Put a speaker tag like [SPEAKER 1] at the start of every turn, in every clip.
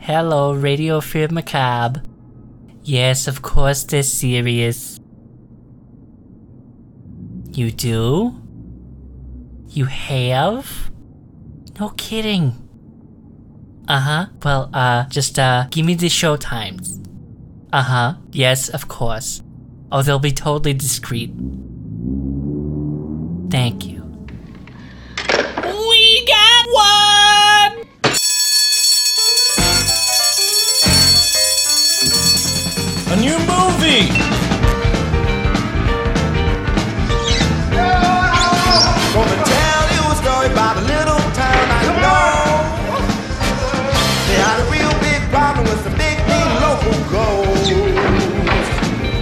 [SPEAKER 1] Hello, Radio Fear Macabre. Yes, of course they're serious. You do? You have? No kidding. Uh huh. Well, uh, just, uh, give me the show times. Uh huh. Yes, of course. Oh, they'll be totally discreet. Thank you.
[SPEAKER 2] We got one!
[SPEAKER 3] A new movie!
[SPEAKER 4] Gonna tell you a story about a little town I know. They had a real big problem with some big, big local gold.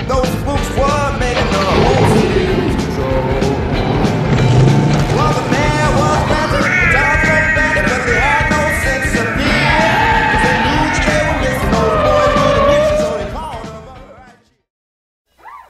[SPEAKER 4] Those spooks were making the whole city lose control. Well, the mayor was magic, dogs were better, but they had no sense of humor. 'Cause they knew that they were missing those boys with the music, so they called them up right here.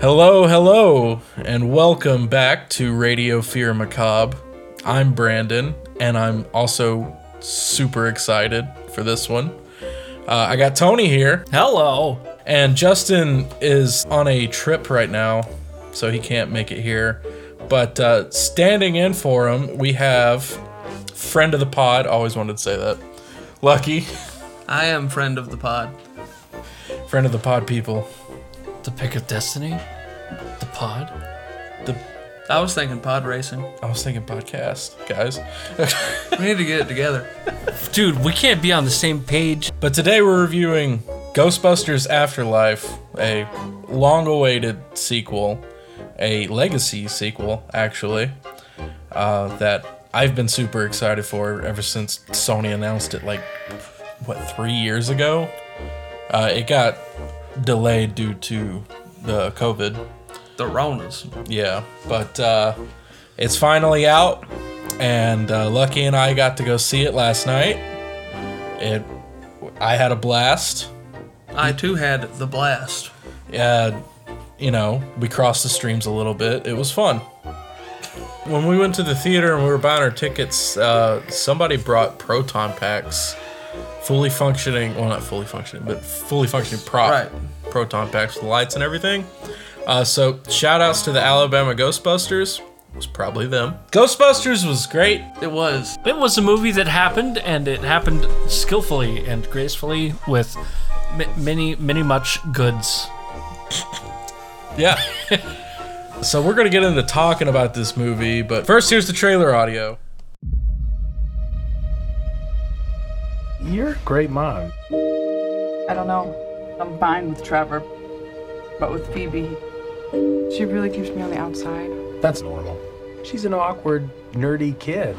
[SPEAKER 3] Hello, hello, and welcome back to Radio Fear Macabre. I'm Brandon, and I'm also super excited for this one. Uh, I got Tony here,
[SPEAKER 5] Hello.
[SPEAKER 3] and Justin is on a trip right now, so he can't make it here. But uh, standing in for him, we have friend of the pod. Always wanted to say that. Lucky,
[SPEAKER 5] I am friend of the pod.
[SPEAKER 3] friend of the pod people.
[SPEAKER 5] The pick of destiny? The pod?
[SPEAKER 3] The
[SPEAKER 5] I was thinking pod racing.
[SPEAKER 3] I was thinking podcast, guys.
[SPEAKER 5] We need to get it together.
[SPEAKER 6] Dude, we can't be on the same page.
[SPEAKER 3] But today we're reviewing Ghostbusters Afterlife, a long awaited sequel, a legacy sequel, actually, uh, that I've been super excited for ever since Sony announced it, like, what, three years ago? Uh, it got delayed due to the COVID.
[SPEAKER 5] The Ronas.
[SPEAKER 3] Yeah, but uh, it's finally out, and uh, Lucky and I got to go see it last night. It, I had a blast.
[SPEAKER 5] I too had the blast.
[SPEAKER 3] Uh, you know, we crossed the streams a little bit. It was fun. When we went to the theater and we were buying our tickets, uh, somebody brought proton packs, fully functioning. Well, not fully functioning, but fully functioning prop
[SPEAKER 5] Right.
[SPEAKER 3] proton packs with lights and everything. Uh, so shout outs to the Alabama Ghostbusters. It was probably them. Ghostbusters was great.
[SPEAKER 5] It was.
[SPEAKER 6] It was a movie that happened, and it happened skillfully and gracefully with m- many, many much goods.
[SPEAKER 3] Yeah. so we're gonna get into talking about this movie, but first here's the trailer audio.
[SPEAKER 7] You're a great mom.
[SPEAKER 8] I don't know. I'm fine with Trevor, but with Phoebe, she really keeps me on the outside.
[SPEAKER 7] That's normal. She's an awkward, nerdy kid.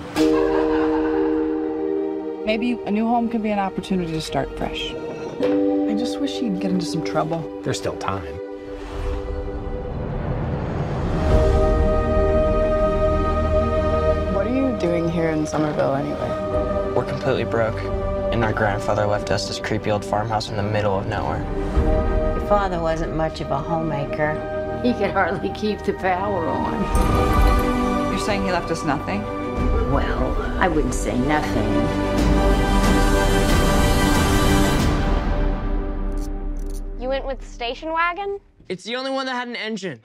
[SPEAKER 8] Maybe a new home can be an opportunity to start fresh. I just wish she'd get into some trouble.
[SPEAKER 7] There's still time.
[SPEAKER 8] What are you doing here in Somerville anyway?
[SPEAKER 9] We're completely broke, and our grandfather left us this creepy old farmhouse in the middle of nowhere.
[SPEAKER 10] Your father wasn't much of a homemaker. He could hardly keep the power on.
[SPEAKER 8] You're saying he left us nothing?
[SPEAKER 10] Well, I wouldn't say nothing.
[SPEAKER 11] You went with the station wagon?
[SPEAKER 9] It's the only one that had an engine.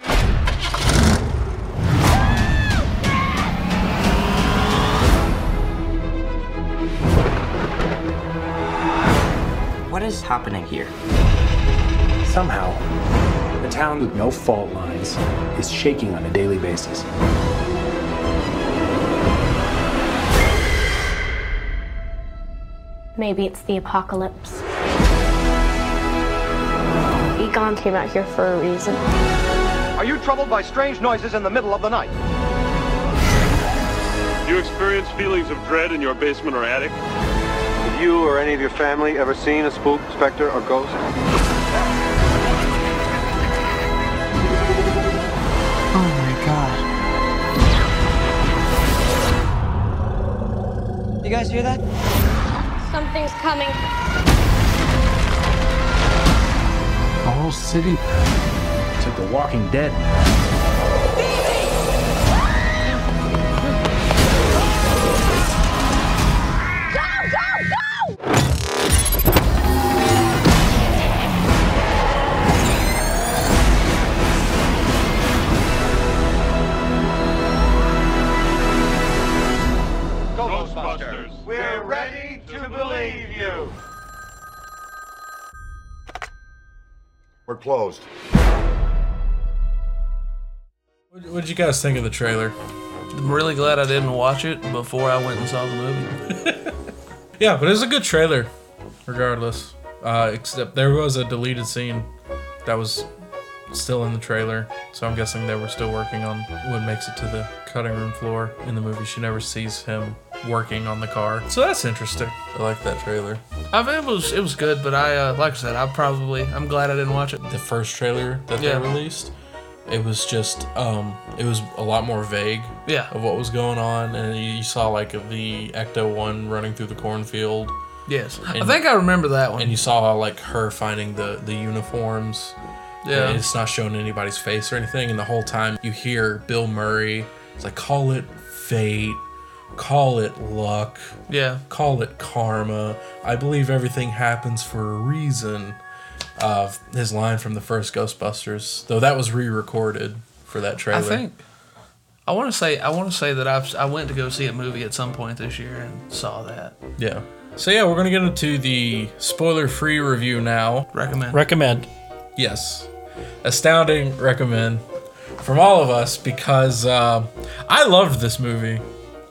[SPEAKER 9] What is happening here?
[SPEAKER 7] Somehow, the town with no fault lines is shaking on a daily basis.
[SPEAKER 11] Maybe it's the apocalypse. Egon came out here for a reason.
[SPEAKER 4] Are you troubled by strange noises in the middle of the night?
[SPEAKER 12] you experience feelings of dread in your basement or attic?
[SPEAKER 13] Have you or any of your family ever seen a spook, specter, or ghost?
[SPEAKER 4] Oh my god.
[SPEAKER 9] You guys hear that?
[SPEAKER 11] Something's coming.
[SPEAKER 7] The whole city it's like The Walking Dead.
[SPEAKER 12] Ghostbusters. We're ready to believe you.
[SPEAKER 14] We're closed.
[SPEAKER 3] What would you guys think of the trailer?
[SPEAKER 5] I'm really glad I didn't watch it before I went and saw the movie.
[SPEAKER 3] Yeah, but it was a good trailer, regardless. Uh, except there was a deleted scene that was still in the trailer, so I'm guessing they were still working on what makes it to the cutting room floor in the movie. She never sees him working on the car, so that's interesting. I like that trailer.
[SPEAKER 5] I mean, it was it was good, but I uh, like I said, I probably I'm glad I didn't watch it.
[SPEAKER 3] The first trailer that
[SPEAKER 5] Yeah.
[SPEAKER 3] they released, it was just um, it was a lot more vague
[SPEAKER 5] Yeah.
[SPEAKER 3] of what was going on, and you you saw like the Ecto One running through the cornfield.
[SPEAKER 5] Yes, I
[SPEAKER 3] And-
[SPEAKER 5] think I remember that one.
[SPEAKER 3] and you saw like her finding the the uniforms.
[SPEAKER 5] Yeah.
[SPEAKER 3] And it's not showing anybody's face or anything, and the whole time you hear Bill Murray. It's like call it fate, call it luck.
[SPEAKER 5] Yeah.
[SPEAKER 3] Call it karma. I believe everything happens for a reason. Of his line from the first Ghostbusters, though that was re-recorded for that trailer.
[SPEAKER 5] I think I want to say I want to say that I've I went to go see a movie at some point this year and saw that.
[SPEAKER 3] Yeah. So yeah, we're gonna get into the spoiler-free review now.
[SPEAKER 5] Recommend.
[SPEAKER 3] Recommend. Yes. Astounding recommend from all of us because uh, I loved this movie.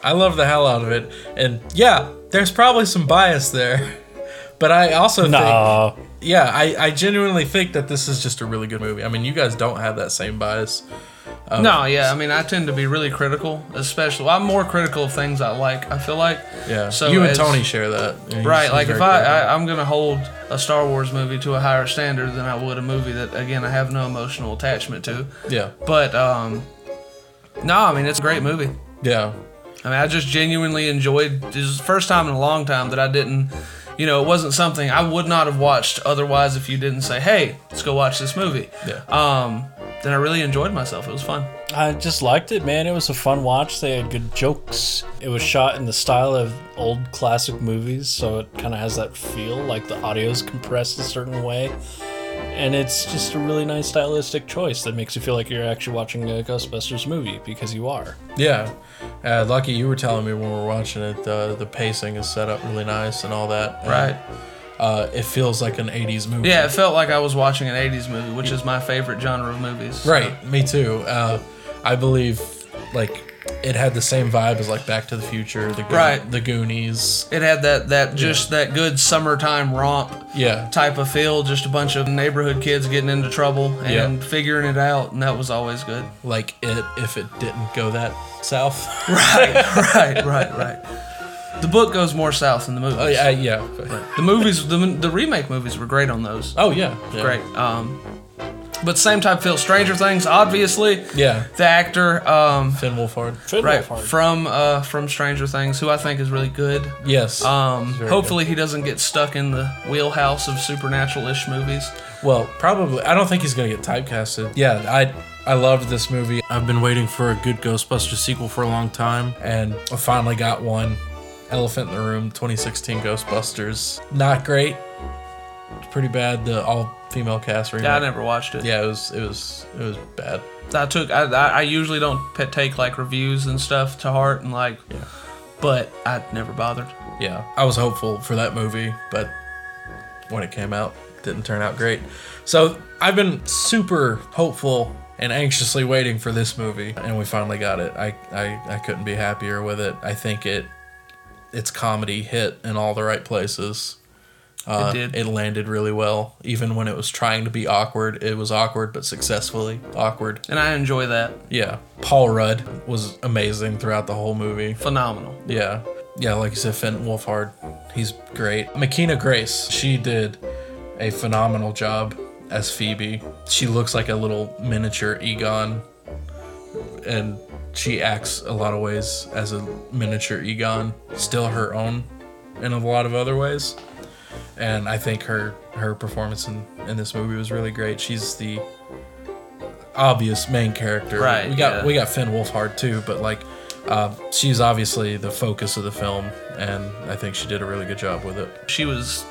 [SPEAKER 3] I loved the hell out of it, and yeah, there's probably some bias there, but I also
[SPEAKER 6] No.
[SPEAKER 3] think. Yeah, I, I genuinely think that this is just a really good movie. I mean, you guys don't have that same bias. of-
[SPEAKER 5] no, yeah, I mean I tend to be really critical, especially well, I'm more critical of things I like. I feel like
[SPEAKER 3] Yeah.
[SPEAKER 5] So
[SPEAKER 3] you and
[SPEAKER 5] as-
[SPEAKER 3] Tony share that. Yeah,
[SPEAKER 5] right,
[SPEAKER 3] he's-
[SPEAKER 5] like
[SPEAKER 3] he's
[SPEAKER 5] if
[SPEAKER 3] very
[SPEAKER 5] I,
[SPEAKER 3] critical.
[SPEAKER 5] I I'm gonna hold a Star Wars movie to a higher standard than I would a movie that again I have no emotional attachment to.
[SPEAKER 3] Yeah.
[SPEAKER 5] But um, no, I mean it's a great movie.
[SPEAKER 3] Yeah.
[SPEAKER 5] I mean I just genuinely enjoyed. This is the first time in a long time that I didn't. You know, it wasn't something I would not have watched otherwise if you didn't say, "Hey, let's go watch this movie."
[SPEAKER 3] Yeah.
[SPEAKER 5] Um, then I really enjoyed myself. It was fun.
[SPEAKER 6] I just liked it, man. It was a fun watch. They had good jokes. It was shot in the style of old classic movies, so it kind of has that feel like the audio's compressed a certain way. And it's just a really nice stylistic choice that makes you feel like you're actually watching a Ghostbusters movie because you are.
[SPEAKER 3] Yeah. Uh, Lucky, you were telling me when we were watching it, uh, the pacing is set up really nice and all that. And,
[SPEAKER 5] Right.
[SPEAKER 3] Uh, it feels like an 80s movie.
[SPEAKER 5] Yeah, it felt like I was watching an '80s movie, which is my favorite genre of movies.
[SPEAKER 3] Right. Me too. Uh, I believe, like, it had the same vibe as, like, Back to the Future, the, Go-
[SPEAKER 5] Right.
[SPEAKER 3] the Goonies.
[SPEAKER 5] It had that that just that good summertime romp
[SPEAKER 3] Yeah.
[SPEAKER 5] type of feel, just a bunch of neighborhood kids getting into trouble and
[SPEAKER 3] Yeah.
[SPEAKER 5] figuring it out, and that was always good.
[SPEAKER 3] Like it if it didn't go that south.
[SPEAKER 5] right, right, right, right. The book goes more south than the movies.
[SPEAKER 3] Oh, yeah, yeah.
[SPEAKER 5] Right. The movies, the, the remake movies were great on those.
[SPEAKER 3] Oh, yeah, yeah.
[SPEAKER 5] great. Um, but same type feel. Stranger Things, obviously.
[SPEAKER 3] Yeah.
[SPEAKER 5] The actor, um,
[SPEAKER 3] Finn Wolfhard.
[SPEAKER 5] right from uh, from Stranger Things, who I think is really good.
[SPEAKER 3] Yes.
[SPEAKER 5] Um,
[SPEAKER 3] Very
[SPEAKER 5] hopefully he doesn't get stuck in the wheelhouse of supernatural-ish movies.
[SPEAKER 3] Well, probably. I don't think he's gonna get typecasted. Yeah, I I loved this movie. I've been waiting for a good Ghostbusters sequel for a long time, and I finally got one. Elephant in the Room, 2016 Ghostbusters. Not great. It's pretty bad. The all female cast remake.
[SPEAKER 5] Yeah, I never watched it.
[SPEAKER 3] Yeah, it was it was it was bad.
[SPEAKER 5] I took. I, I I usually don't p- take like reviews and stuff to heart and like. But I never bothered.
[SPEAKER 3] Yeah, I was hopeful for that movie, but when it came out, didn't turn out great. So I've been super hopeful and anxiously waiting for this movie, and we finally got it. I, I, I couldn't be happier with it. I think it its comedy hit in all the right places. Uh, it did. It landed really well, even when it was trying to be awkward. It was awkward, but successfully awkward.
[SPEAKER 5] And I enjoy that.
[SPEAKER 3] Yeah, Paul Rudd was amazing throughout the whole movie.
[SPEAKER 5] Phenomenal.
[SPEAKER 3] Yeah, yeah, like you said, Fenton Wolfhard, he's great. Makina Grace, she did a phenomenal job as Phoebe. She looks like a little miniature Egon, and she acts a lot of ways as a miniature Egon, still her own in a lot of other ways. And I think her her performance in, in this movie was really great. She's the obvious main character.
[SPEAKER 5] Right,
[SPEAKER 3] We got
[SPEAKER 5] yeah.
[SPEAKER 3] we got Finn Wolfhard too, but like uh, she's obviously the focus of the film, and I think she did a really good job with it.
[SPEAKER 5] She was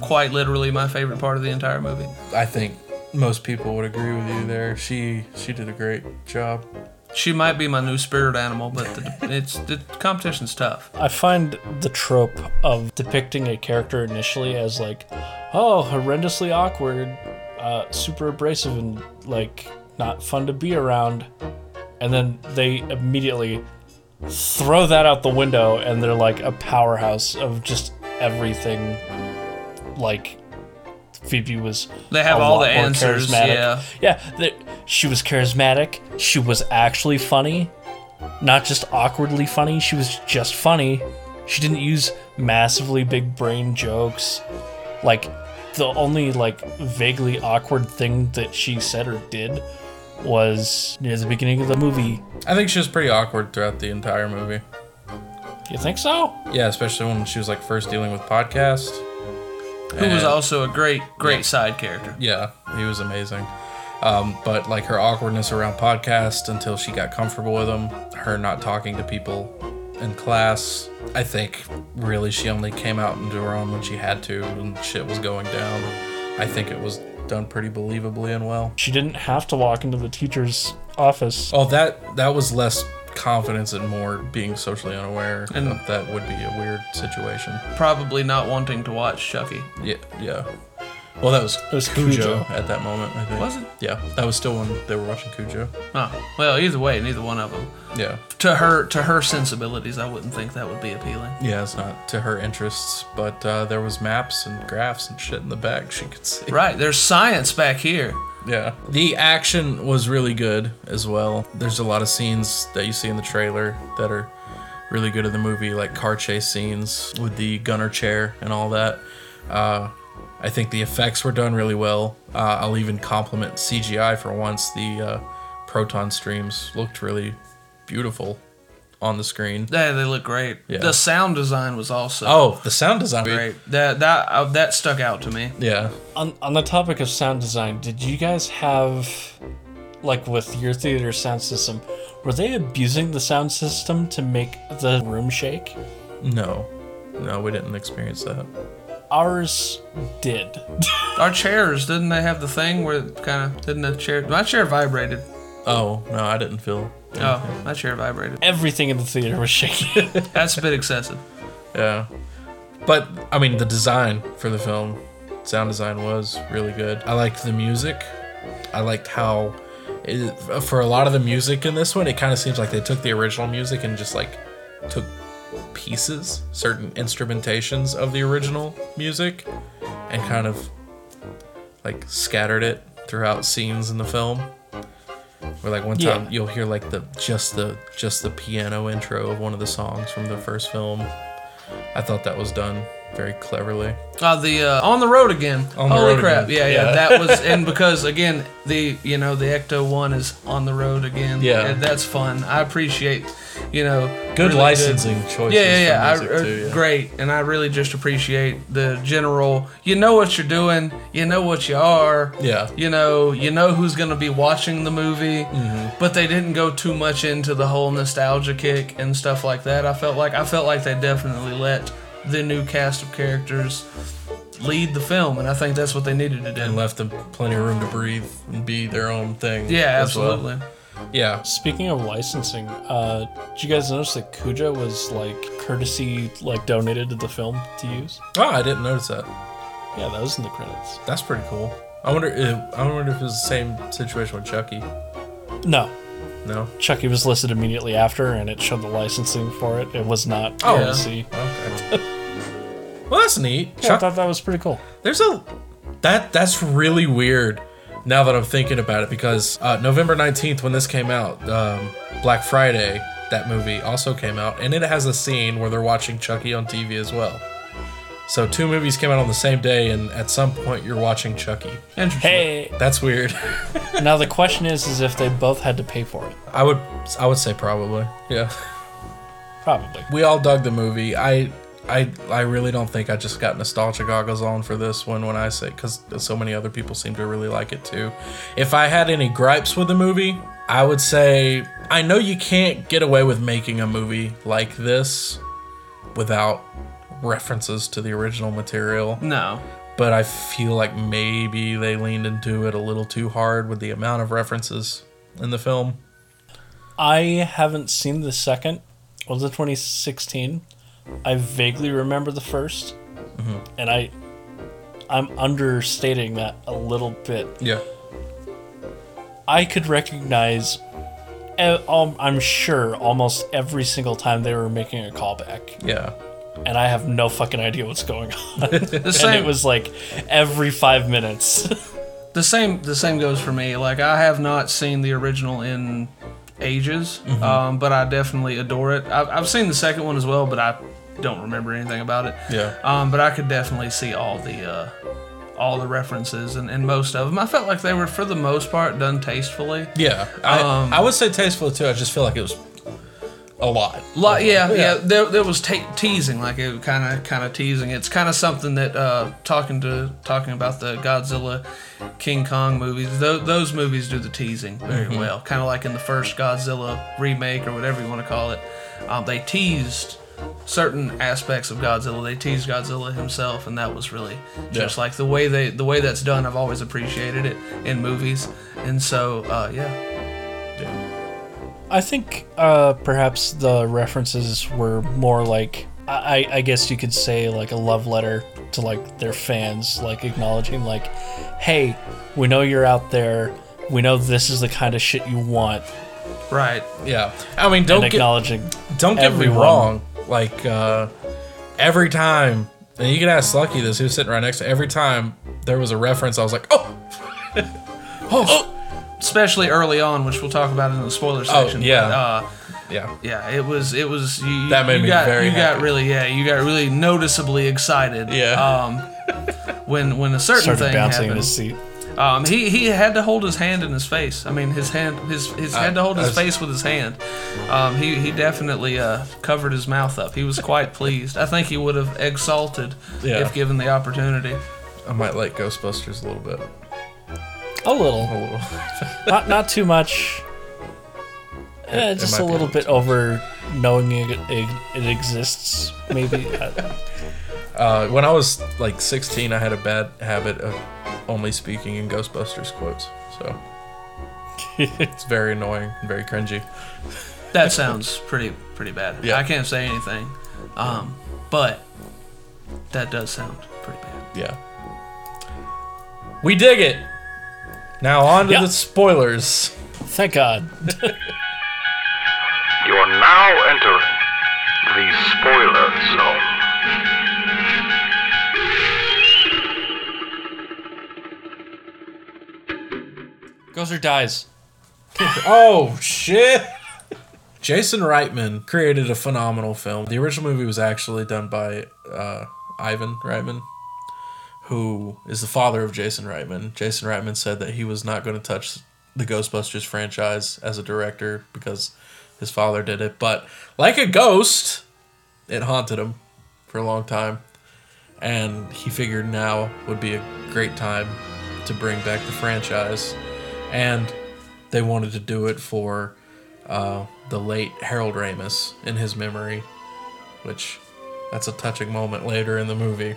[SPEAKER 5] quite literally my favorite part of the entire movie.
[SPEAKER 3] I think most people would agree with you there. She she did a great job.
[SPEAKER 5] She might be my new spirit animal, but the, it's the competition's tough.
[SPEAKER 6] I find the trope of depicting a character initially as like, oh, horrendously awkward, uh, super abrasive, and like not fun to be around, and then they immediately throw that out the window, and they're like a powerhouse of just everything, like. Phoebe was.
[SPEAKER 5] They have
[SPEAKER 6] a
[SPEAKER 5] all
[SPEAKER 6] lot
[SPEAKER 5] the
[SPEAKER 6] more
[SPEAKER 5] answers,
[SPEAKER 6] charismatic.
[SPEAKER 5] yeah.
[SPEAKER 6] yeah. They, she was charismatic. She was actually funny not just awkwardly funny, she was just funny. She didn't use massively big brain jokes. Like the only like vaguely awkward thing that she said or did was near the beginning of the movie.
[SPEAKER 3] I think she was pretty awkward throughout the entire movie.
[SPEAKER 6] You think so?
[SPEAKER 3] Yeah, especially when she was like first dealing with podcast.
[SPEAKER 5] Who was
[SPEAKER 3] And-
[SPEAKER 5] also a great, great side character.
[SPEAKER 3] Yeah, he was amazing. Um, but like her awkwardness around podcast until she got comfortable with him, her not talking to people in class. I think really she only came out into her own when she had to and shit was going down. I think it was done pretty believably and well.
[SPEAKER 6] She didn't have to walk into the teacher's office.
[SPEAKER 3] Oh, that that was less confidence and more being socially unaware.
[SPEAKER 5] And-
[SPEAKER 3] And that would be a weird situation.
[SPEAKER 5] Probably not wanting to watch Chucky.
[SPEAKER 3] Yeah, yeah. Well, that was
[SPEAKER 6] was
[SPEAKER 3] Cujo,
[SPEAKER 6] Cujo.
[SPEAKER 3] at that moment. I think.
[SPEAKER 5] Was it?
[SPEAKER 3] Yeah, that was still when they were watching Cujo.
[SPEAKER 5] Oh, well, either way, neither one of them.
[SPEAKER 3] Yeah.
[SPEAKER 5] To her, to her sensibilities, I wouldn't think that would be appealing.
[SPEAKER 3] Yeah, it's not to her interests, but uh, there was maps and graphs and shit in the back she could see.
[SPEAKER 5] Right, there's science back here.
[SPEAKER 3] Yeah. The action was really good as well. There's a lot of scenes that you see in the trailer that are really good in the movie, like car chase scenes with the gunner chair and all that. Uh, I think the effects were done really well. Uh, I'll even compliment CGI for once. The uh, proton streams looked really beautiful on the screen.
[SPEAKER 5] Yeah, they look great.
[SPEAKER 3] Yeah.
[SPEAKER 5] The sound design was also
[SPEAKER 3] Oh, the sound design.
[SPEAKER 5] great. That that uh, that stuck out to me.
[SPEAKER 3] Yeah.
[SPEAKER 6] On on the topic of sound design, did you guys have like with your theater sound system, were they abusing the sound system to make the room shake?
[SPEAKER 3] No. No, we didn't experience that.
[SPEAKER 6] Ours did.
[SPEAKER 5] Our chairs didn't they have the thing where kind of didn't the chair? My chair vibrated.
[SPEAKER 3] Oh, no, I didn't feel.
[SPEAKER 5] Oh, my chair vibrated.
[SPEAKER 6] Everything in the theater was shaking.
[SPEAKER 5] That's a bit excessive.
[SPEAKER 3] Yeah. But I mean the design for the film, sound design was really good. I liked the music. I liked how it, for a lot of the music in this one, it kind of seems like they took the original music and just like took pieces, certain instrumentations of the original music and kind of like scattered it throughout scenes in the film. Where like one time
[SPEAKER 6] Yeah.
[SPEAKER 3] you'll hear like the just the just the piano intro of one of the songs from the first film. I thought that was done very cleverly.
[SPEAKER 5] Uh, the uh, on the road again.
[SPEAKER 3] On the
[SPEAKER 5] Holy
[SPEAKER 3] road
[SPEAKER 5] crap!
[SPEAKER 3] again.
[SPEAKER 5] Yeah, yeah,
[SPEAKER 3] Yeah.
[SPEAKER 5] That was and because again the you know the Ecto One is on the road again.
[SPEAKER 3] Yeah.
[SPEAKER 5] and that's fun. I appreciate you know
[SPEAKER 3] Good licensing choices
[SPEAKER 5] Yeah, yeah, yeah.
[SPEAKER 3] for
[SPEAKER 5] I,
[SPEAKER 3] music
[SPEAKER 5] uh,
[SPEAKER 3] too, yeah.
[SPEAKER 5] Great, and I really just appreciate the general. You know what you're doing. You know what you are.
[SPEAKER 3] Yeah.
[SPEAKER 5] You know you know who's gonna be watching the movie.
[SPEAKER 3] Mhm.
[SPEAKER 5] But they didn't go too much into the whole nostalgia kick and stuff like that. I felt like I felt like they definitely let the new cast of characters lead the film, and I think that's what they needed to do.
[SPEAKER 3] And left them plenty of room to breathe and be their own thing.
[SPEAKER 5] Yeah,
[SPEAKER 3] as well.
[SPEAKER 5] absolutely.
[SPEAKER 3] Yeah.
[SPEAKER 6] Speaking of licensing, uh, did you guys notice that Cujo was like courtesy, like donated to the film to use?
[SPEAKER 3] Oh, I didn't notice that.
[SPEAKER 6] Yeah, that was in the credits.
[SPEAKER 3] That's pretty cool. I wonder if I wonder if it was the same situation with Chucky.
[SPEAKER 6] No,
[SPEAKER 3] No.
[SPEAKER 6] Chucky was listed immediately after, and it showed the licensing for it. It was not
[SPEAKER 3] Oh.
[SPEAKER 6] courtesy.
[SPEAKER 3] Okay. Well, that's neat.
[SPEAKER 6] Yeah, I thought that was pretty cool.
[SPEAKER 3] There's a that that's really weird. Now that I'm thinking about it, because uh, November 19th, when this came out, um, Black Friday, that movie also came out, and it has a scene where they're watching Chucky on TV as well. So two movies came out on the same day, and at some point you're watching Chucky.
[SPEAKER 6] Interesting. Hey,
[SPEAKER 3] That's weird.
[SPEAKER 6] now the question is, is if they both had to pay for it.
[SPEAKER 3] I would I would say probably. Yeah.
[SPEAKER 6] Probably.
[SPEAKER 3] We all dug the movie. I I I really don't think I just got nostalgia goggles on for this one when I say cuz so many other people seem to really like it too. If I had any gripes with the movie, I would say I know you can't get away with making a movie like this without references to the original material.
[SPEAKER 5] No.
[SPEAKER 3] But I feel like maybe they leaned into it a little too hard with the amount of references in the film.
[SPEAKER 6] I haven't seen the second well, the 2016. I vaguely remember the 1st
[SPEAKER 3] Mhm.
[SPEAKER 6] and I I'm understating that a little bit.
[SPEAKER 3] Yeah.
[SPEAKER 6] I could recognize e- um, I'm sure almost every single time they were making a callback.
[SPEAKER 3] Yeah.
[SPEAKER 6] And I have no fucking idea what's going on. and
[SPEAKER 5] same-
[SPEAKER 6] it was like every 5 minutes.
[SPEAKER 5] The same the same goes for me. Like I have not seen the original in ages,
[SPEAKER 6] Mhm.
[SPEAKER 5] um, but I definitely adore it. I've, I've seen the second one as well, but I don't remember anything about it.
[SPEAKER 3] Yeah.
[SPEAKER 5] Um, but I could definitely see all the uh, all the references and, and most of them. I felt like they were for the most part done tastefully.
[SPEAKER 3] Yeah. I,
[SPEAKER 5] Um,
[SPEAKER 3] I would say tasteful too. I just feel like it was a lot.
[SPEAKER 5] Like, yeah,
[SPEAKER 3] Yeah.
[SPEAKER 5] yeah, There, there was ta teasing, like it kind of, kind of teasing. It's kind of something that uh, talking to talking about the Godzilla, King Kong movies. Tho- those movies do the teasing very
[SPEAKER 3] Mhm.
[SPEAKER 5] well. Kind of like in the first Godzilla remake or whatever you want to call it. Um, they teased certain aspects of Godzilla. They teased Godzilla himself, and that was really just
[SPEAKER 3] Yeah.
[SPEAKER 5] like the way they, the way that's done. I've always appreciated it in movies, and so uh, yeah,
[SPEAKER 6] I think uh, perhaps the references were more like I, I I guess you could say like a love letter to like their fans, like acknowledging like, hey, we know you're out there. We know this is the kind of shit you want.
[SPEAKER 5] right.
[SPEAKER 3] Yeah. I mean, don't
[SPEAKER 6] and
[SPEAKER 3] get-
[SPEAKER 6] acknowledging.
[SPEAKER 3] Don't get
[SPEAKER 6] everyone.
[SPEAKER 3] me wrong. Like uh, every time, and you can ask Lucky this. He was sitting right next to. Every time there was a reference, I was like, oh,
[SPEAKER 5] especially early on, which we'll talk about in the spoiler
[SPEAKER 3] Oh,
[SPEAKER 5] section.
[SPEAKER 3] yeah.
[SPEAKER 5] but, uh,
[SPEAKER 3] yeah,
[SPEAKER 5] yeah. It was it was you,
[SPEAKER 3] That made
[SPEAKER 5] you
[SPEAKER 3] me
[SPEAKER 5] got,
[SPEAKER 3] very
[SPEAKER 5] You
[SPEAKER 3] happy.
[SPEAKER 5] got really yeah. You got really noticeably excited.
[SPEAKER 3] Yeah.
[SPEAKER 5] Um, when when a certain
[SPEAKER 6] Started
[SPEAKER 5] thing
[SPEAKER 6] bouncing in
[SPEAKER 5] happened.
[SPEAKER 6] his seat.
[SPEAKER 5] Um, he, he had to hold his hand in his face. I mean, his hand his his
[SPEAKER 6] I-
[SPEAKER 5] had to hold
[SPEAKER 6] I
[SPEAKER 5] his
[SPEAKER 6] was-
[SPEAKER 5] face with his hand. Um, he he definitely uh, covered his mouth up. He was quite pleased. I think he would have exalted
[SPEAKER 3] Yeah.
[SPEAKER 5] if given the opportunity.
[SPEAKER 3] I might like Ghostbusters a little bit.
[SPEAKER 6] A little,
[SPEAKER 3] a little,
[SPEAKER 6] not not too much. Eh,
[SPEAKER 3] It- it
[SPEAKER 6] just
[SPEAKER 3] might
[SPEAKER 6] a
[SPEAKER 3] be a
[SPEAKER 6] little
[SPEAKER 3] little
[SPEAKER 6] bit over knowing it, it, it exists, maybe. I-
[SPEAKER 3] Uh, when I was like 16, I had a bad habit of only speaking in Ghostbusters quotes. So it's very annoying and very cringy.
[SPEAKER 5] That sounds pretty pretty bad.
[SPEAKER 3] Yeah.
[SPEAKER 5] I can't say anything, um, but that does sound pretty bad.
[SPEAKER 3] Yeah. We dig it. Now on to the spoilers.
[SPEAKER 6] Thank God.
[SPEAKER 15] You are now entering the spoiler zone.
[SPEAKER 6] Goes or dies.
[SPEAKER 3] oh shit. Jason Reitman created a phenomenal film. The original movie was actually done by uh, Ivan Reitman, who is the father of Jason Reitman. Jason Reitman said that he was not going to touch the Ghostbusters franchise as a director because his father did it. But like a ghost, it haunted him for a long time. And he figured now would be a great time to bring back the franchise. And they wanted to do it for uh, the late Harold Ramis in his memory, which that's a touching moment later in the movie.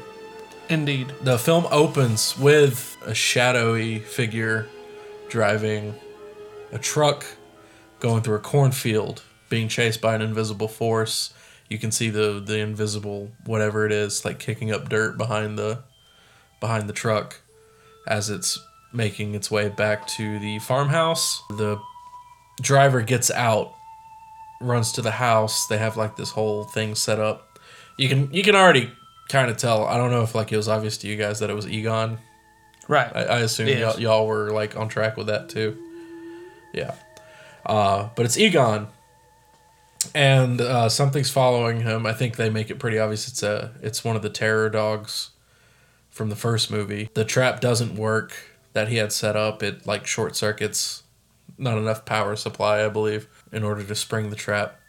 [SPEAKER 5] Indeed.
[SPEAKER 3] The film opens with a shadowy figure driving a truck going through a cornfield, being chased by an invisible force. You can see the the invisible whatever it is like kicking up dirt behind the behind the truck as it's making its way back to the farmhouse. The driver gets out, runs to the house. They have like this whole thing set up. You can you can already kind of tell. I don't know if like it was obvious to you guys that it was Egon.
[SPEAKER 5] Right.
[SPEAKER 3] I, I assume
[SPEAKER 5] Yes.
[SPEAKER 3] y'all, y'all were like on track with that too. Yeah. Uh, but it's Egon, and uh, something's following him. I think they make it pretty obvious. It's a it's one of the terror dogs from the first movie. The trap doesn't work that he had set up. It like short circuits. Not enough power supply, I believe, in order to spring the trap.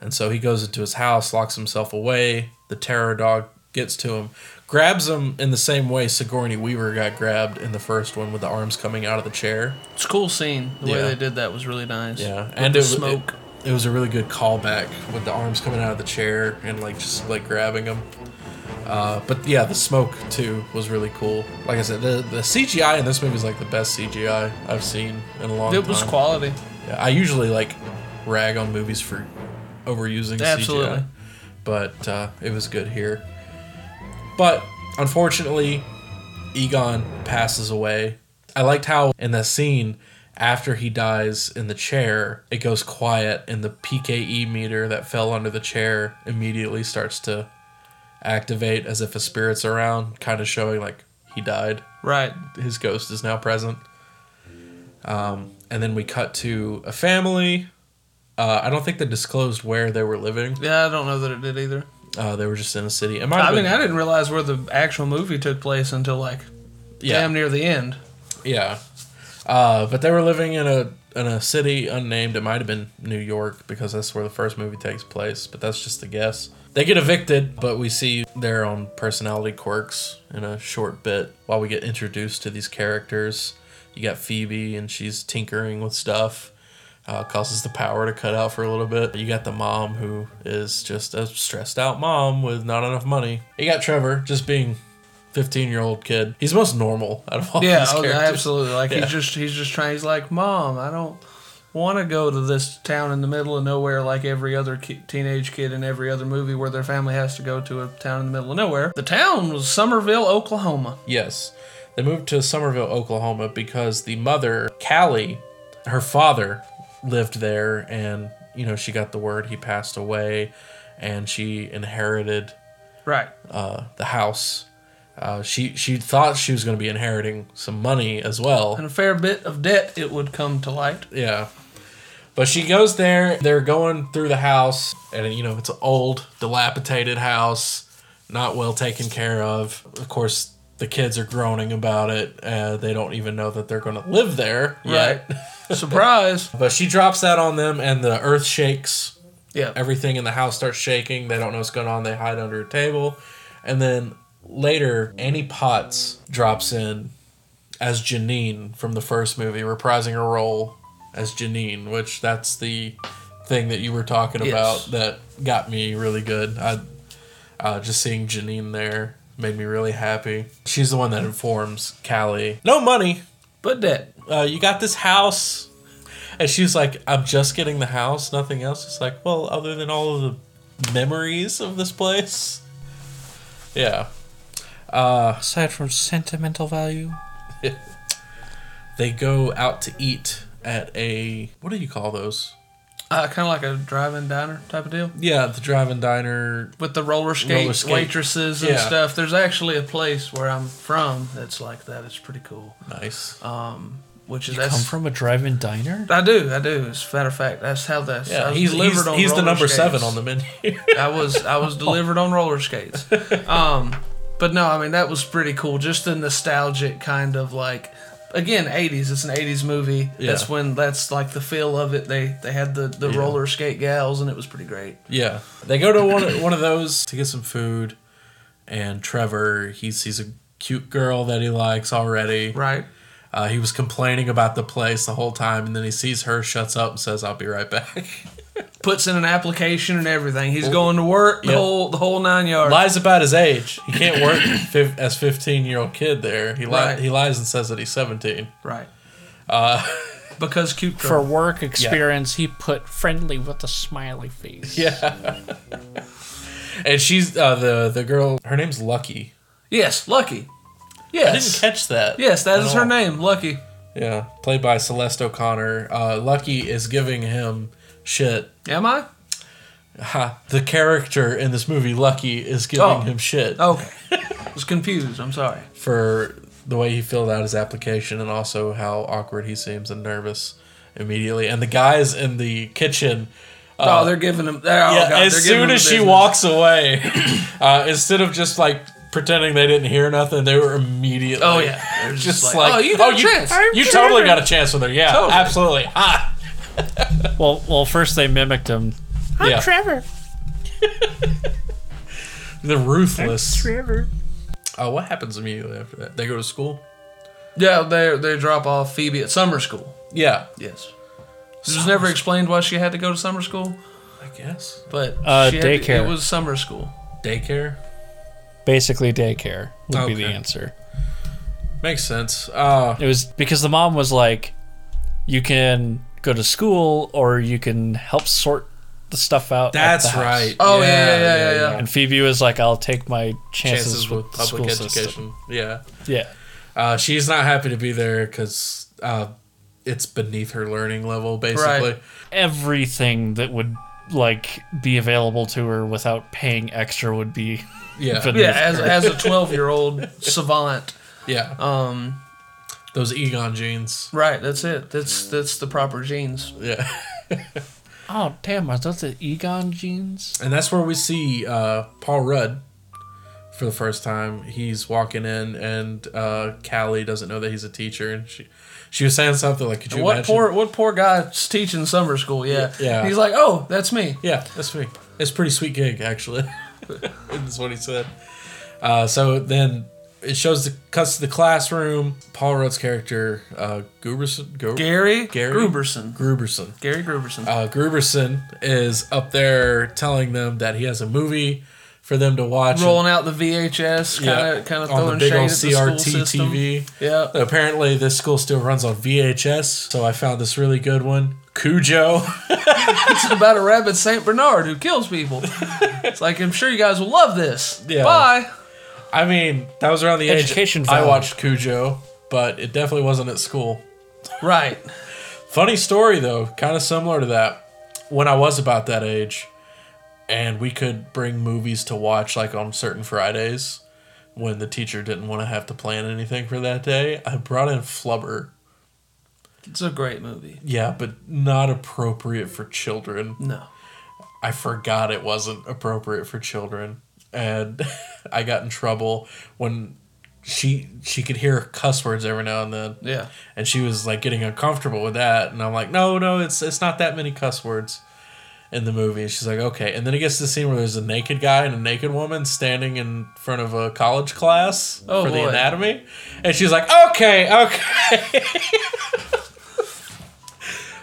[SPEAKER 3] And so he goes into his house, locks himself away. The terror dog gets to him, grabs him in the same way Sigourney Weaver got grabbed in the first one with the arms coming out of the chair.
[SPEAKER 5] It's a cool scene. The way
[SPEAKER 3] Yeah.
[SPEAKER 5] they did that was really nice.
[SPEAKER 3] Yeah,
[SPEAKER 5] With
[SPEAKER 3] and
[SPEAKER 5] the
[SPEAKER 3] it, was-
[SPEAKER 5] smoke.
[SPEAKER 3] It, it was a really good callback with the arms coming out of the chair and like just like grabbing him. Uh, but yeah, the smoke too was really cool. Like I said, the, the CGI in this movie is like the best CGI I've seen in a long time.
[SPEAKER 5] It was quality.
[SPEAKER 3] Yeah, I usually like rag on movies for overusing
[SPEAKER 5] Absolutely.
[SPEAKER 3] CGI, but uh, it was good here. But unfortunately, Egon passes away. I liked how in that scene after he dies in the chair, it goes quiet and the PKE meter that fell under the chair immediately starts to activate as if a spirit's around, kind of showing like he died.
[SPEAKER 5] Right.
[SPEAKER 3] His ghost is now present. Um, and then we cut to a family. Uh, I don't think they disclosed where they were living.
[SPEAKER 5] Yeah, I don't know that it did either.
[SPEAKER 3] Uh, they were just in a city. It might
[SPEAKER 5] I
[SPEAKER 3] have
[SPEAKER 5] mean,
[SPEAKER 3] been-
[SPEAKER 5] I didn't realize where the actual movie took place until like
[SPEAKER 3] Yeah.
[SPEAKER 5] damn near the end.
[SPEAKER 3] Yeah. Uh, but they were living in a in a city unnamed. It might have been New York because that's where the first movie takes place. But that's just a guess. They get evicted, but we see their own personality quirks in a short bit while we get introduced to these characters. You got Phoebe, and she's tinkering with stuff, uh, causes the power to cut out for a little bit. You got the mom, who is just a stressed out mom with not enough money. You got Trevor, just being 15 year old kid. He's the most normal out of all
[SPEAKER 5] yeah,
[SPEAKER 3] these
[SPEAKER 5] oh,
[SPEAKER 3] characters.
[SPEAKER 5] absolutely. Like
[SPEAKER 3] Yeah.
[SPEAKER 5] he's just he's just trying. He's like, Mom, I don't want to go to this town in the middle of nowhere like every other ki- teenage kid in every other movie where their family has to go to a town in the middle of nowhere. The town was Somerville, Oklahoma.
[SPEAKER 3] Yes. They moved to Somerville, Oklahoma because the mother, Callie, her father lived there and, you know, she got the word he passed away and she inherited
[SPEAKER 5] Right.
[SPEAKER 3] uh, the house. Uh, she she thought she was going to be inheriting some money as well.
[SPEAKER 5] And a fair bit of debt it would come to light.
[SPEAKER 3] Yeah. But she goes there, they're going through the house, and you know, it's an old, dilapidated house, not well taken care of. Of course, the kids are groaning about it. Uh, they don't even know that they're going to live there yet.
[SPEAKER 5] Surprise!
[SPEAKER 3] but she drops that on them, and the earth shakes.
[SPEAKER 5] Yeah.
[SPEAKER 3] Everything in the house starts shaking. They don't know what's going on. They hide under a table. And then later, Annie Potts drops in as Janine from the first movie, reprising her role as Janine, which that's the thing that you were talking
[SPEAKER 5] Yes.
[SPEAKER 3] about that got me really good. I uh, just seeing Janine there made me really happy. She's the one that informs Callie, no money,
[SPEAKER 5] but debt.
[SPEAKER 3] Uh, you got this house, and she's like, I'm just getting the house, nothing else. It's like, well, other than all of the memories of this place, yeah. Uh,
[SPEAKER 5] Aside from sentimental value,
[SPEAKER 3] they go out to eat at a what do you call those?
[SPEAKER 5] uh, kind of like a drive-in diner type of deal.
[SPEAKER 3] Yeah, the drive-in diner.
[SPEAKER 5] with the roller skate,
[SPEAKER 3] Roller skate.
[SPEAKER 5] waitresses and
[SPEAKER 3] Yeah.
[SPEAKER 5] stuff. There's actually a place where I'm from that's like that. It's pretty cool.
[SPEAKER 3] Nice.
[SPEAKER 5] Um, which is
[SPEAKER 6] You
[SPEAKER 5] that's
[SPEAKER 6] come from a drive-in diner?
[SPEAKER 5] I do, I do. As a matter of fact, that's how that's.
[SPEAKER 3] Yeah,
[SPEAKER 5] I was
[SPEAKER 3] he's-
[SPEAKER 5] delivered
[SPEAKER 3] he's-
[SPEAKER 5] on
[SPEAKER 3] he's the
[SPEAKER 5] roller
[SPEAKER 3] number
[SPEAKER 5] skates.
[SPEAKER 3] seven on the menu.
[SPEAKER 5] I was I was delivered on roller skates. Um, but no, I mean that was pretty cool. Just the nostalgic kind of like, again, '80s. It's an '80s movie.
[SPEAKER 3] Yeah.
[SPEAKER 5] That's when that's like the feel of it. They they had the the
[SPEAKER 3] Yeah.
[SPEAKER 5] roller skate gals, and it was pretty great.
[SPEAKER 3] Yeah, they go to one one of those to get some food, and Trevor he sees a cute girl that he likes already.
[SPEAKER 5] Right.
[SPEAKER 3] Uh, he was complaining about the place the whole time, and then he sees her, shuts up, and says, "I'll be right back."
[SPEAKER 5] Puts in an application and everything. He's going to work. The
[SPEAKER 3] Yeah.
[SPEAKER 5] whole the whole nine yards.
[SPEAKER 3] lies about his age. He can't work fif- as fifteen year old kid there. He li-
[SPEAKER 5] Right.
[SPEAKER 3] he lies and says that he's seventeen.
[SPEAKER 5] Right. Uh, because cute girl.
[SPEAKER 3] For
[SPEAKER 16] work experience, he put friendly with a smiley face.
[SPEAKER 3] Yeah. and she's uh, the the girl. Her name's Lucky.
[SPEAKER 5] Yes, Lucky. Yes.
[SPEAKER 3] I didn't catch that.
[SPEAKER 5] Yes, that
[SPEAKER 3] at
[SPEAKER 5] is her
[SPEAKER 3] all.
[SPEAKER 5] name, Lucky.
[SPEAKER 3] Yeah, played by Celeste O'Connor. Uh, Lucky is giving him shit.
[SPEAKER 5] Am I?
[SPEAKER 3] Ha, the character in this movie, Lucky, is giving
[SPEAKER 5] Oh.
[SPEAKER 3] him shit.
[SPEAKER 5] Okay. I was confused. I'm sorry.
[SPEAKER 3] for the way he filled out his application and also how awkward he seems and nervous immediately. And the guys in the kitchen.
[SPEAKER 5] oh, they're giving him. they're- oh,
[SPEAKER 3] Uh, yeah,
[SPEAKER 5] God,
[SPEAKER 3] as
[SPEAKER 5] they're giving
[SPEAKER 3] soon
[SPEAKER 5] him
[SPEAKER 3] as she
[SPEAKER 5] business.
[SPEAKER 3] walks away, uh, instead of just like pretending they didn't hear nothing, they were immediately.
[SPEAKER 5] Oh, yeah. They're
[SPEAKER 3] just,
[SPEAKER 5] just like,
[SPEAKER 3] like,
[SPEAKER 5] "Oh, you got a chance. I'm
[SPEAKER 3] You totally
[SPEAKER 5] Trevor."
[SPEAKER 3] got a chance with her. Yeah,
[SPEAKER 5] Totally.
[SPEAKER 3] absolutely. Ah,
[SPEAKER 6] well, well, first they mimicked him.
[SPEAKER 3] yeah,
[SPEAKER 16] Trevor.
[SPEAKER 3] the ruthless.
[SPEAKER 16] Trevor.
[SPEAKER 3] Oh, what happens immediately after that? They go to school.
[SPEAKER 5] Yeah, they they drop off Phoebe at summer school.
[SPEAKER 3] Yeah,
[SPEAKER 5] Yes. It was never explained why she had to go to summer school,
[SPEAKER 3] I guess
[SPEAKER 5] but
[SPEAKER 6] Uh,
[SPEAKER 5] she had to-
[SPEAKER 6] daycare.
[SPEAKER 5] it was summer school.
[SPEAKER 3] daycare.
[SPEAKER 6] Basically, daycare would be the
[SPEAKER 3] Okay.
[SPEAKER 6] answer.
[SPEAKER 3] Makes sense. Uh,
[SPEAKER 6] It was because the mom was like, "You can go to school, or you can help sort the stuff out." at
[SPEAKER 3] That's
[SPEAKER 6] the house."
[SPEAKER 3] right.
[SPEAKER 5] Oh, yeah, yeah, yeah, yeah, yeah.
[SPEAKER 6] And Phoebe was like, "I'll take my chances,
[SPEAKER 3] Chances
[SPEAKER 6] with,
[SPEAKER 3] with
[SPEAKER 6] the
[SPEAKER 3] public
[SPEAKER 6] school
[SPEAKER 3] education.
[SPEAKER 6] system."
[SPEAKER 3] Yeah.
[SPEAKER 6] Yeah.
[SPEAKER 3] Uh, she's not happy to be there because uh, it's beneath her learning level, basically.
[SPEAKER 6] Everything that would like be available to her without paying extra would be
[SPEAKER 3] Yeah.
[SPEAKER 6] beneath
[SPEAKER 5] Yeah, as,
[SPEAKER 6] her.
[SPEAKER 5] as a 12 year old savant.
[SPEAKER 3] Yeah.
[SPEAKER 5] Um,
[SPEAKER 3] Those Egon genes.
[SPEAKER 5] right, that's it. That's that's the proper genes.
[SPEAKER 3] Yeah.
[SPEAKER 6] oh damn, are those the Egon genes?
[SPEAKER 3] And that's where we see uh, Paul Rudd for the first time. He's walking in, and uh, Callie doesn't know that he's a teacher. And she, she was saying something like, Could you
[SPEAKER 5] What
[SPEAKER 3] imagine?
[SPEAKER 5] poor what poor guy's teaching summer school? Yeah,
[SPEAKER 3] Yeah.
[SPEAKER 5] He's like, oh, that's me.
[SPEAKER 3] Yeah, that's me. It's a pretty sweet gig, actually. That's what he said. Uh, so then it shows the cuts to the classroom. Paul Rudd's character, uh, Gruberson, Gru-
[SPEAKER 5] Gary,
[SPEAKER 3] Gary
[SPEAKER 5] Gruberson.
[SPEAKER 3] Gruberson.
[SPEAKER 5] Gary Gruberson.
[SPEAKER 3] Uh, Gruberson is up there telling them that he has a movie for them to watch.
[SPEAKER 5] Rolling out the VHS, kind of kind of throwing
[SPEAKER 3] on the big
[SPEAKER 5] shade
[SPEAKER 3] old
[SPEAKER 5] at the school
[SPEAKER 3] CRT
[SPEAKER 5] system.
[SPEAKER 3] TV.
[SPEAKER 5] Yeah.
[SPEAKER 3] Apparently, this school still runs on VHS, so I found this really good one, Cujo.
[SPEAKER 5] it's about a rabbit Saint Bernard who kills people. It's like I'm sure you guys will love this.
[SPEAKER 3] Yeah.
[SPEAKER 5] Bye.
[SPEAKER 3] I mean, that was around the
[SPEAKER 6] Education
[SPEAKER 3] age I
[SPEAKER 6] value.
[SPEAKER 3] watched Cujo, but it definitely wasn't at school.
[SPEAKER 5] Right.
[SPEAKER 3] Funny story though, kind of similar to that. When I was about that age, and we could bring movies to watch like on certain Fridays, when the teacher didn't want to have to plan anything for that day, I brought in Flubber.
[SPEAKER 5] It's a great movie.
[SPEAKER 3] Yeah, but not appropriate for children.
[SPEAKER 5] No.
[SPEAKER 3] I forgot it wasn't appropriate for children, and I got in trouble when she she could hear cuss words every now and then.
[SPEAKER 5] Yeah.
[SPEAKER 3] and she was like getting uncomfortable with that, and I'm like, no, no, it's it's not that many cuss words in the movie. And she's like, okay, and then it gets to the scene where there's a naked guy and a naked woman standing in front of a college class
[SPEAKER 5] Oh,
[SPEAKER 3] for the
[SPEAKER 5] boy.
[SPEAKER 3] anatomy, and she's like, okay, okay.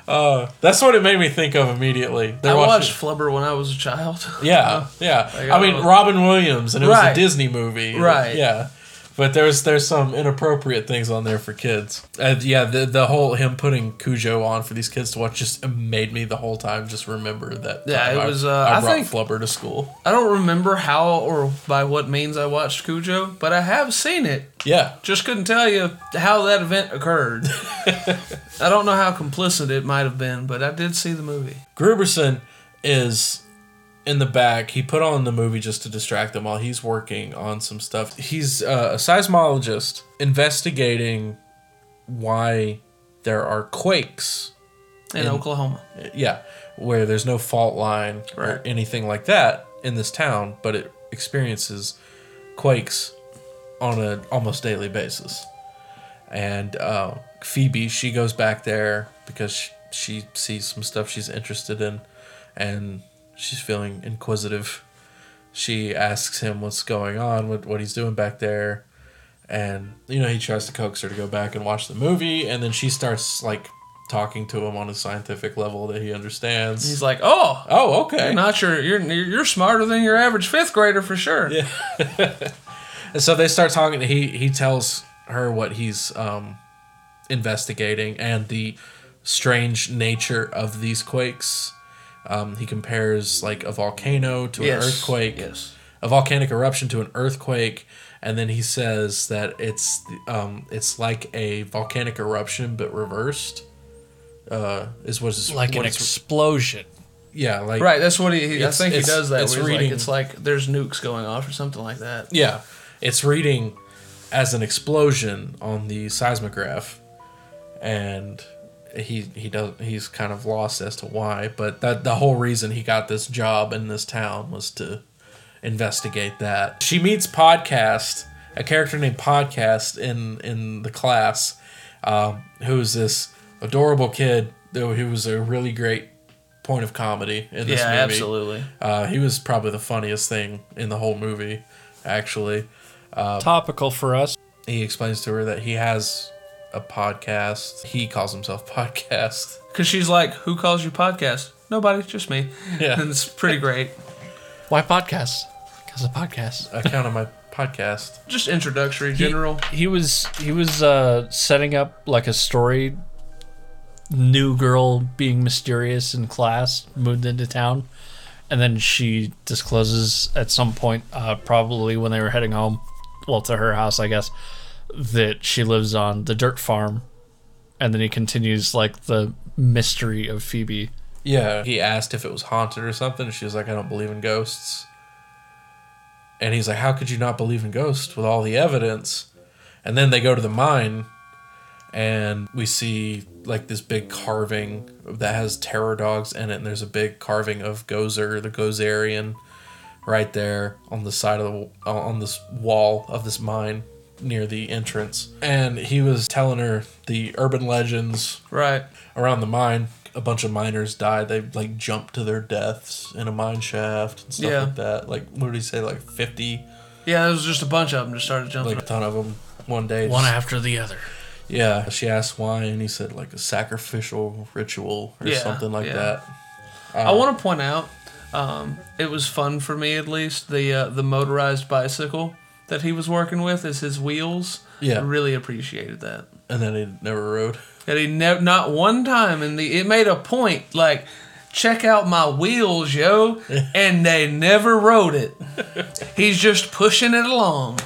[SPEAKER 3] Uh, that's what it made me think of immediately. They're
[SPEAKER 5] I
[SPEAKER 3] watching-
[SPEAKER 5] watched Flubber when I was a child.
[SPEAKER 3] yeah, yeah.
[SPEAKER 5] Like,
[SPEAKER 3] I mean,
[SPEAKER 5] uh,
[SPEAKER 3] Robin Williams, and it
[SPEAKER 5] Right.
[SPEAKER 3] was a Disney movie,
[SPEAKER 5] Right.
[SPEAKER 3] Yeah, but there's there's some inappropriate things on there for kids. And yeah, the the whole him putting Cujo on for these kids to watch just made me the whole time just remember that.
[SPEAKER 5] Yeah,
[SPEAKER 3] time
[SPEAKER 5] it
[SPEAKER 3] I-
[SPEAKER 5] was, uh,
[SPEAKER 3] I,
[SPEAKER 5] I
[SPEAKER 3] brought
[SPEAKER 5] think-
[SPEAKER 3] Flubber to school.
[SPEAKER 5] I don't remember how or by what means I watched Cujo, but I have seen it.
[SPEAKER 3] Yeah,
[SPEAKER 5] Just couldn't tell you how that event occurred. I don't know how complicit it might have been, but I did see the movie.
[SPEAKER 3] Gruberson is in the back. He put on the movie just to distract them while he's working on some stuff. He's uh, a seismologist investigating why there are quakes
[SPEAKER 5] In,
[SPEAKER 3] In-
[SPEAKER 5] Oklahoma.
[SPEAKER 3] yeah, where there's no fault line
[SPEAKER 5] Right.
[SPEAKER 3] or anything like that in this town, but it experiences quakes on an almost daily basis. And uh, Phoebe, she goes back there because she, she sees some stuff she's interested in, and she's feeling inquisitive. She asks him what's going on, what what he's doing back there, and you know he tries to coax her to go back and watch the movie, and then she starts like talking to him on a scientific level that he understands.
[SPEAKER 5] He's like, oh,
[SPEAKER 3] "Oh, okay."
[SPEAKER 5] you're not your, you're you're smarter than your average fifth grader for sure.
[SPEAKER 3] Yeah. And so they start talking. He he tells her what he's um, investigating and the strange nature of these quakes. Um, he compares like a volcano to
[SPEAKER 5] Yes,
[SPEAKER 3] an earthquake,
[SPEAKER 5] yes.
[SPEAKER 3] a volcanic eruption to an earthquake, and then he says that it's um, it's like a volcanic eruption but reversed. Uh, is what is
[SPEAKER 6] Like
[SPEAKER 3] what
[SPEAKER 6] an
[SPEAKER 3] it's-
[SPEAKER 6] explosion.
[SPEAKER 3] Yeah, like
[SPEAKER 5] right. That's what he. he I
[SPEAKER 3] it's-
[SPEAKER 5] think he
[SPEAKER 3] it's-
[SPEAKER 5] does that.
[SPEAKER 3] It's
[SPEAKER 5] where he's
[SPEAKER 3] reading.
[SPEAKER 5] Like, it's like there's nukes going off or something like that.
[SPEAKER 3] yeah, it's reading as an explosion on the seismograph, and he he does he's kind of lost as to why. But that the whole reason he got this job in this town was to investigate that. She meets Podcast, a character named Podcast in in the class, um, who's this adorable kid though he was a really great point of comedy in this
[SPEAKER 5] Yeah,
[SPEAKER 3] movie.
[SPEAKER 5] absolutely.
[SPEAKER 3] Uh, he was probably the funniest thing in the whole movie, actually. Uh,
[SPEAKER 6] Topical for us.
[SPEAKER 3] He explains to her that he has a podcast. He calls himself Podcast.
[SPEAKER 5] Because she's like, who calls you podcast? Nobody, just me.
[SPEAKER 3] Yeah.
[SPEAKER 5] and it's pretty great.
[SPEAKER 6] Why podcast? Because of podcast.
[SPEAKER 3] Account of my podcast.
[SPEAKER 5] Just introductory,
[SPEAKER 6] He-
[SPEAKER 5] general.
[SPEAKER 6] He, was he was uh, setting up like a story. New girl being mysterious in class moved into town, and then she discloses at some point, uh, probably when they were heading home, well to her house, I guess, that she lives on the dirt farm, and then he continues like the mystery of Phoebe.
[SPEAKER 3] Yeah. He asked if it was haunted or something. and She was like, I don't believe in ghosts. And he's like, How could you not believe in ghosts with all the evidence? And then they go to the mine and we see like this big carving that has terror dogs in it. And there's a big carving of Gozer, the Gozerian, right there on the side of the on this wall of this mine near the entrance. And he was telling her the urban legends
[SPEAKER 5] right
[SPEAKER 3] around the mine. A bunch of miners died. They like jumped to their deaths in a mine shaft and stuff
[SPEAKER 5] Yeah.
[SPEAKER 3] like that. Like what did he say? Like fifty,
[SPEAKER 5] Yeah, there was just a bunch of them just started jumping.
[SPEAKER 3] like a ton of them one day.
[SPEAKER 6] One
[SPEAKER 3] Just-
[SPEAKER 6] after the other.
[SPEAKER 3] Yeah, she asked why, and he said like a sacrificial ritual or
[SPEAKER 5] Yeah,
[SPEAKER 3] something like
[SPEAKER 5] yeah.
[SPEAKER 3] that. uh,
[SPEAKER 5] I want to point out, um, it was fun for me at least. The uh, the motorized bicycle that he was working with is his wheels.
[SPEAKER 3] Yeah.
[SPEAKER 5] I really appreciated that.
[SPEAKER 3] And then he never rode.
[SPEAKER 5] And he never not one time, and the it made a point like, check out my wheels, yo, and they never rode it. He's just pushing it along.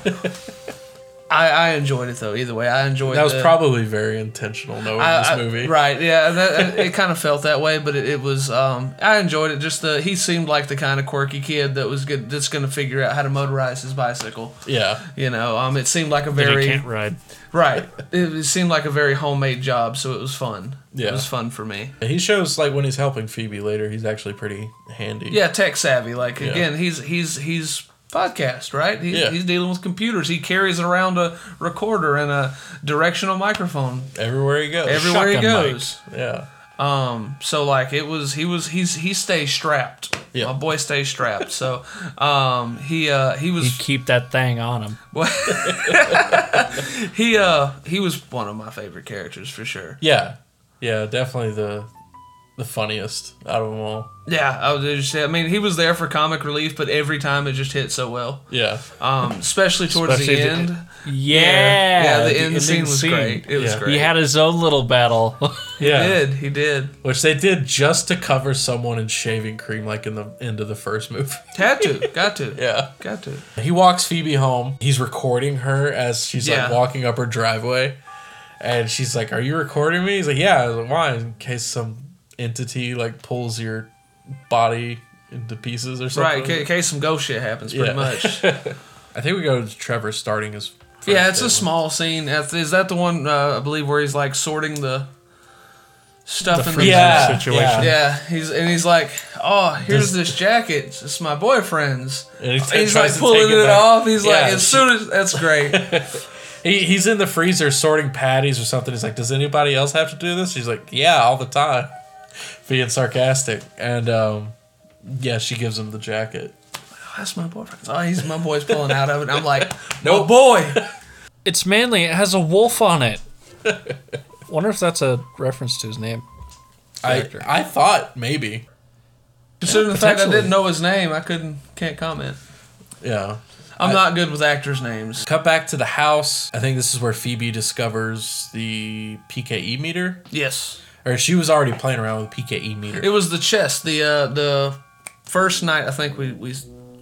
[SPEAKER 5] I, I enjoyed it though. Either way, I enjoyed.
[SPEAKER 3] That was
[SPEAKER 5] the-
[SPEAKER 3] probably very intentional, knowing
[SPEAKER 5] I-
[SPEAKER 3] this
[SPEAKER 5] I-
[SPEAKER 3] movie.
[SPEAKER 5] Right, yeah, that, it kind of felt that way, but it, it was. Um, I enjoyed it. Just the he seemed like the kind of quirky kid that was good, that's going to figure out how to motorize his bicycle.
[SPEAKER 3] Yeah.
[SPEAKER 5] You know, um, it seemed like a
[SPEAKER 3] That he
[SPEAKER 5] very
[SPEAKER 3] can't
[SPEAKER 6] ride.
[SPEAKER 5] Right, it, it seemed like a very homemade job, so it was fun.
[SPEAKER 3] Yeah.
[SPEAKER 5] it was fun for me.
[SPEAKER 3] He shows like when he's helping Phoebe later, he's actually pretty handy.
[SPEAKER 5] Yeah, tech savvy. Like
[SPEAKER 3] Yeah.
[SPEAKER 5] again, he's he's he's podcast right. He's,
[SPEAKER 3] Yeah.
[SPEAKER 5] he's dealing with computers. He carries around a recorder and a directional microphone
[SPEAKER 3] everywhere he goes.
[SPEAKER 5] Everywhere he
[SPEAKER 3] Shotgun mic.
[SPEAKER 5] goes.
[SPEAKER 3] Yeah.
[SPEAKER 5] Um, so like it was he was he's he stays strapped.
[SPEAKER 3] Yeah.
[SPEAKER 5] My boy stays strapped. so um he uh he was
[SPEAKER 6] keep that thing on him.
[SPEAKER 5] he uh he was one of my favorite characters for sure.
[SPEAKER 3] Yeah. Yeah, definitely the the funniest out of them all.
[SPEAKER 5] Yeah, I was just I mean he was there for comic relief, but every time it just hit so well.
[SPEAKER 3] Yeah.
[SPEAKER 5] Um especially towards
[SPEAKER 6] Especially
[SPEAKER 5] the
[SPEAKER 6] the-
[SPEAKER 5] end.
[SPEAKER 6] Yeah.
[SPEAKER 5] Yeah, the,
[SPEAKER 6] the
[SPEAKER 5] end
[SPEAKER 6] ending
[SPEAKER 5] scene was
[SPEAKER 6] scene.
[SPEAKER 5] great. It was
[SPEAKER 6] Yeah.
[SPEAKER 5] great.
[SPEAKER 6] He had his own little battle.
[SPEAKER 3] Yeah.
[SPEAKER 5] He did. He did.
[SPEAKER 3] Which they did just to cover someone in shaving cream like in the end of the first movie.
[SPEAKER 5] Had to, got to.
[SPEAKER 3] Yeah.
[SPEAKER 5] Got to.
[SPEAKER 3] He walks Phoebe home. He's recording her as she's
[SPEAKER 5] Yeah.
[SPEAKER 3] like walking up her driveway. And she's like, Are you recording me? He's like, Yeah. I was like, Why? In case some entity like pulls your body into pieces or something.
[SPEAKER 5] Right, ca- in case some ghost shit happens pretty
[SPEAKER 3] Yeah.
[SPEAKER 5] much.
[SPEAKER 3] I think we go to Trevor starting his.
[SPEAKER 5] yeah, it's a
[SPEAKER 3] statement.
[SPEAKER 5] small scene. That's- Is that the one uh, I believe where he's like sorting the stuff
[SPEAKER 3] The
[SPEAKER 5] in the
[SPEAKER 3] freezer Yeah, situation. yeah.
[SPEAKER 5] Yeah. he's and he's like, "Oh, here's
[SPEAKER 3] Does-
[SPEAKER 5] this jacket. It's my boyfriend's."
[SPEAKER 3] And he
[SPEAKER 5] he's
[SPEAKER 3] t- tries
[SPEAKER 5] like
[SPEAKER 3] to
[SPEAKER 5] pulling
[SPEAKER 3] take
[SPEAKER 5] it,
[SPEAKER 3] it back.
[SPEAKER 5] off. He's
[SPEAKER 3] Yeah.
[SPEAKER 5] like, "As soon as that's great."
[SPEAKER 3] He, he's in the freezer sorting patties or something. He's like, "Does anybody else have to do this?" She's like, "Yeah, all the time," being sarcastic. And um, yeah, she gives him the jacket.
[SPEAKER 5] that's my boyfriend's. Oh, he's my boy's pulling out of it. I'm like,
[SPEAKER 3] No
[SPEAKER 5] boy.
[SPEAKER 6] It's manly. It has a wolf on it. Wonder if that's a reference to his name.
[SPEAKER 3] I I thought maybe.
[SPEAKER 5] Considering the fact I
[SPEAKER 6] Potentially.
[SPEAKER 5] didn't know his name, I couldn't can't comment.
[SPEAKER 3] Yeah.
[SPEAKER 5] I'm
[SPEAKER 3] I-
[SPEAKER 5] not good with actors' names.
[SPEAKER 3] Cut back to the house. I think this is where Phoebe discovers the PKE meter.
[SPEAKER 5] Yes.
[SPEAKER 3] Or she was already playing around with PKE E meter.
[SPEAKER 5] It was the chest. The uh, the first night I think we we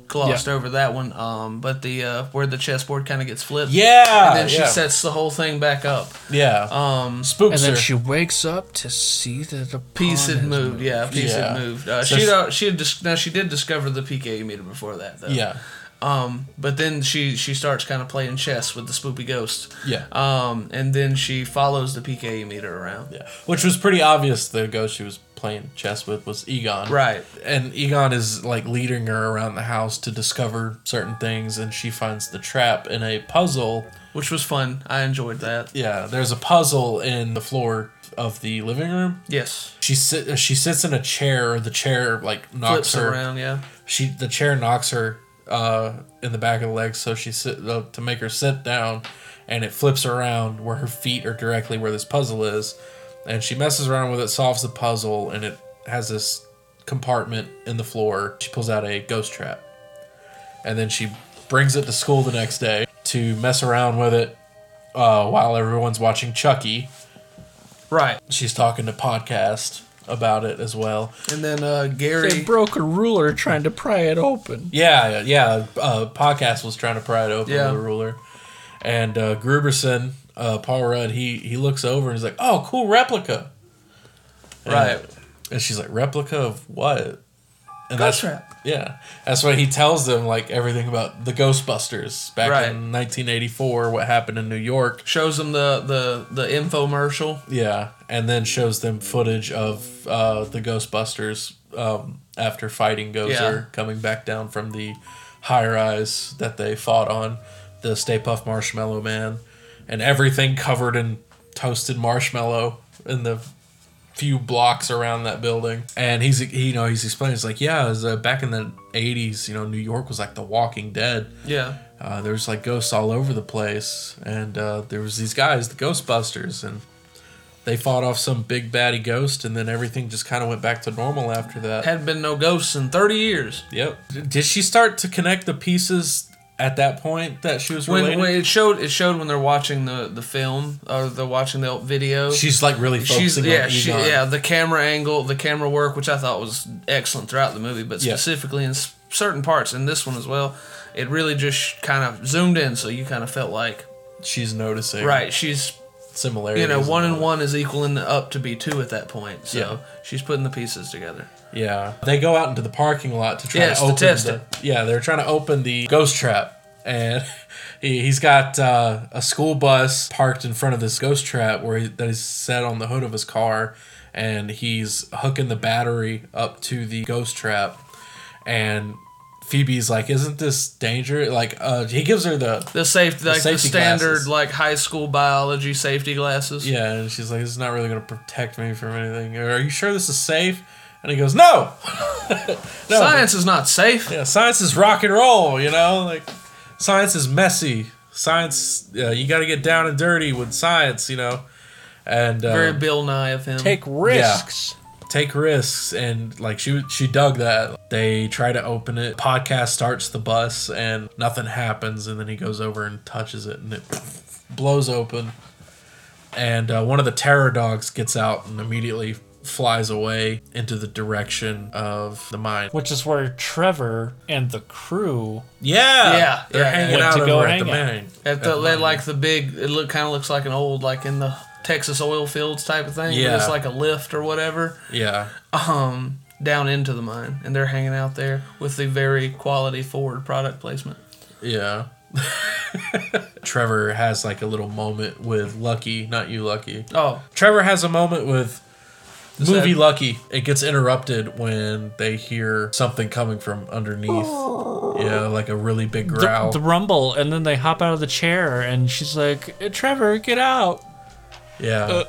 [SPEAKER 5] glossed over that one. Um, but the uh, where the chessboard kind of gets flipped.
[SPEAKER 3] Yeah,
[SPEAKER 5] and then she
[SPEAKER 3] yeah.
[SPEAKER 5] sets the whole thing back up.
[SPEAKER 3] Yeah.
[SPEAKER 5] Um,
[SPEAKER 3] Spooks
[SPEAKER 16] and then
[SPEAKER 3] her.
[SPEAKER 16] she wakes up to see that the
[SPEAKER 5] Piece
[SPEAKER 16] pawn
[SPEAKER 5] had
[SPEAKER 16] has
[SPEAKER 5] moved. Yeah, piece
[SPEAKER 3] Yeah.
[SPEAKER 5] had moved. Uh,
[SPEAKER 3] So
[SPEAKER 5] she
[SPEAKER 3] she-
[SPEAKER 5] uh, she had dis- now she did discover the PKA meter before that though.
[SPEAKER 3] Yeah.
[SPEAKER 5] Um, but then she she starts kind of playing chess with the spoopy ghost.
[SPEAKER 3] Yeah.
[SPEAKER 5] Um, and then she follows the PKA meter around.
[SPEAKER 3] Yeah. Which was pretty obvious the ghost she was playing chess with was Egon.
[SPEAKER 5] Right.
[SPEAKER 3] And Egon is like leading her around the house to discover certain things and she finds the trap in a puzzle.
[SPEAKER 5] Which was fun. I enjoyed that.
[SPEAKER 3] Yeah, there's a puzzle in the floor of the living room.
[SPEAKER 5] Yes.
[SPEAKER 3] She sit she sits in a chair, the chair like knocks
[SPEAKER 5] Flips
[SPEAKER 3] her
[SPEAKER 5] around. Yeah.
[SPEAKER 3] She the chair knocks her uh, in the back of the legs, so she sit uh, to make her sit down, and it flips around where her feet are directly where this puzzle is, and she messes around with it, solves the puzzle, and it has this compartment in the floor. She pulls out a ghost trap, and then she brings it to school the next day to mess around with it uh, while everyone's watching Chucky.
[SPEAKER 5] Right.
[SPEAKER 3] She's talking to podcast about it as well.
[SPEAKER 5] And then uh, Gary.
[SPEAKER 16] They broke a ruler trying to pry it open.
[SPEAKER 3] Yeah, yeah. Uh, podcast was trying to pry it open
[SPEAKER 16] Yeah.
[SPEAKER 3] with a ruler, and uh, Gruberson, uh, Paul Rudd, he he looks over and he's like, "Oh, cool replica." And-
[SPEAKER 5] Right.
[SPEAKER 3] And she's like, "Replica of what?" And
[SPEAKER 5] Ghost
[SPEAKER 3] that's
[SPEAKER 5] trap.
[SPEAKER 3] yeah. That's why he tells them like everything about the Ghostbusters back
[SPEAKER 5] Right.
[SPEAKER 3] in 1984, what happened in New York.
[SPEAKER 5] Shows them the the the infomercial.
[SPEAKER 3] Yeah, and then shows them footage of uh, the Ghostbusters um, after fighting Gozer
[SPEAKER 5] Yeah.
[SPEAKER 3] coming back down from the high rise that they fought on, the Stay Puff Marshmallow Man, and everything covered in toasted marshmallow in the few blocks around that building. And he's he, you know he's explaining it's like yeah, it was, uh, back in the '80s, you know, New York was like The Walking Dead.
[SPEAKER 5] Yeah.
[SPEAKER 3] Uh, there was like ghosts all over the place, and uh, there was these guys, the Ghostbusters, and they fought off some big baddie ghost, and then everything just kind of went back to normal after that.
[SPEAKER 5] Had been no ghosts in thirty years.
[SPEAKER 3] Yep. D- Did she start to connect the pieces at that point that she was related?
[SPEAKER 5] When, when it showed, it showed when they're watching the the film or they're watching the video.
[SPEAKER 3] She's, like, really focusing on
[SPEAKER 5] yeah, she,
[SPEAKER 3] Egon.
[SPEAKER 5] yeah. The camera angle, the camera work, which I thought was excellent throughout the movie, but
[SPEAKER 3] Yeah.
[SPEAKER 5] specifically in s- certain parts in this one as well, it really just kind of zoomed in, so you kind of felt like
[SPEAKER 3] she's noticing
[SPEAKER 5] right. She's
[SPEAKER 3] similarities.
[SPEAKER 5] you know one
[SPEAKER 3] and
[SPEAKER 5] and one is equaling up to be two at that point. So
[SPEAKER 3] Yeah.
[SPEAKER 5] she's putting the pieces together.
[SPEAKER 3] Yeah, they go out into the parking lot to try
[SPEAKER 5] Yes,
[SPEAKER 3] to
[SPEAKER 5] to
[SPEAKER 3] open
[SPEAKER 5] test
[SPEAKER 3] the, Yeah, they're trying to open the ghost trap, and he, he's got uh, a school bus parked in front of this ghost trap where he, that is set on the hood of his car, and he's hooking the battery up to the ghost trap, and. Phoebe's like, isn't this danger? Like, uh, he gives her the
[SPEAKER 5] The safety, like the,
[SPEAKER 3] safety
[SPEAKER 5] standard,
[SPEAKER 3] glasses.
[SPEAKER 5] like high school biology safety glasses.
[SPEAKER 3] Yeah, and she's like, "It's not really gonna protect me from anything." Or, Are you sure this is safe? And he goes, "No, No,
[SPEAKER 5] Science is not safe.
[SPEAKER 3] Yeah, science is rock and roll. You know, like science is messy. Science, uh, you got to get down and dirty with science. You know, and uh,
[SPEAKER 5] Very Bill Nye of him.
[SPEAKER 16] Take
[SPEAKER 3] yeah,
[SPEAKER 16] risks.
[SPEAKER 3] take risks, and like she she dug that. They try to open it. Podcast starts the bus, and nothing happens. And then he goes over and touches it, and it blows open. And uh, one of the terror dogs gets out and immediately flies away into the direction of the mine.
[SPEAKER 6] Which is where Trevor and the crew.
[SPEAKER 3] Yeah,
[SPEAKER 5] Yeah,
[SPEAKER 3] they're
[SPEAKER 5] yeah,
[SPEAKER 3] hanging
[SPEAKER 5] yeah.
[SPEAKER 3] out
[SPEAKER 6] To go
[SPEAKER 3] over at
[SPEAKER 6] hang
[SPEAKER 3] the
[SPEAKER 6] out.
[SPEAKER 3] mine.
[SPEAKER 5] At the they like the big it look kind of looks like an old like in the Texas oil fields type of thing. But
[SPEAKER 3] Yeah.
[SPEAKER 5] it's like a lift or whatever.
[SPEAKER 3] Yeah.
[SPEAKER 5] Um down into the mine and they're hanging out there with the very quality forward product placement.
[SPEAKER 3] Yeah. Trevor has like a little moment with Lucky, not you, Lucky.
[SPEAKER 5] Oh.
[SPEAKER 3] Trevor has a moment with
[SPEAKER 5] Is
[SPEAKER 3] movie
[SPEAKER 5] that-
[SPEAKER 3] Lucky. It gets interrupted when they hear something coming from underneath. Yeah, like a really big
[SPEAKER 16] The,
[SPEAKER 3] growl.
[SPEAKER 16] the rumble, and then they hop out of the chair, and she's like, "Eh, "Trevor, get out!"
[SPEAKER 3] yeah.
[SPEAKER 16] Uh.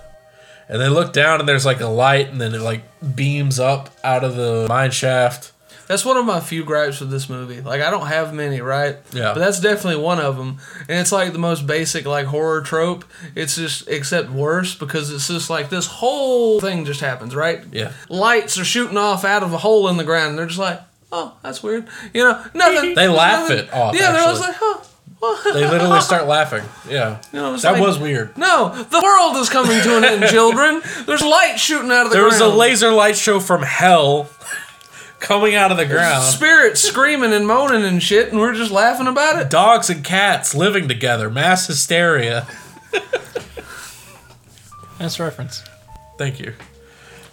[SPEAKER 3] and they look down and there's like a light and then it like beams up out of the mine shaft.
[SPEAKER 5] That's one of my few gripes with this movie. Like I don't have many, right?
[SPEAKER 3] Yeah.
[SPEAKER 5] But that's definitely one of them. And it's like the most basic like horror trope. It's just except worse because it's just like this whole thing just happens, right?
[SPEAKER 3] Yeah.
[SPEAKER 5] Lights are shooting off out of a hole in the ground. And they're just like, oh, that's weird. You know, nothing.
[SPEAKER 3] They laugh
[SPEAKER 5] nothing.
[SPEAKER 3] it off,
[SPEAKER 5] Yeah, they're just like,
[SPEAKER 3] actually.
[SPEAKER 5] huh. what?"
[SPEAKER 3] They literally start laughing. Yeah.
[SPEAKER 5] No, it's
[SPEAKER 3] that
[SPEAKER 5] like-
[SPEAKER 3] was weird.
[SPEAKER 5] No, the world is coming to an end, children. There's light shooting out of the
[SPEAKER 3] There
[SPEAKER 5] ground.
[SPEAKER 3] was a laser light show from hell coming out of the ground.
[SPEAKER 5] Spirits screaming and moaning and shit, and we're just laughing about it.
[SPEAKER 3] Dogs and cats living together, mass hysteria.
[SPEAKER 16] That's a reference.
[SPEAKER 3] Thank you.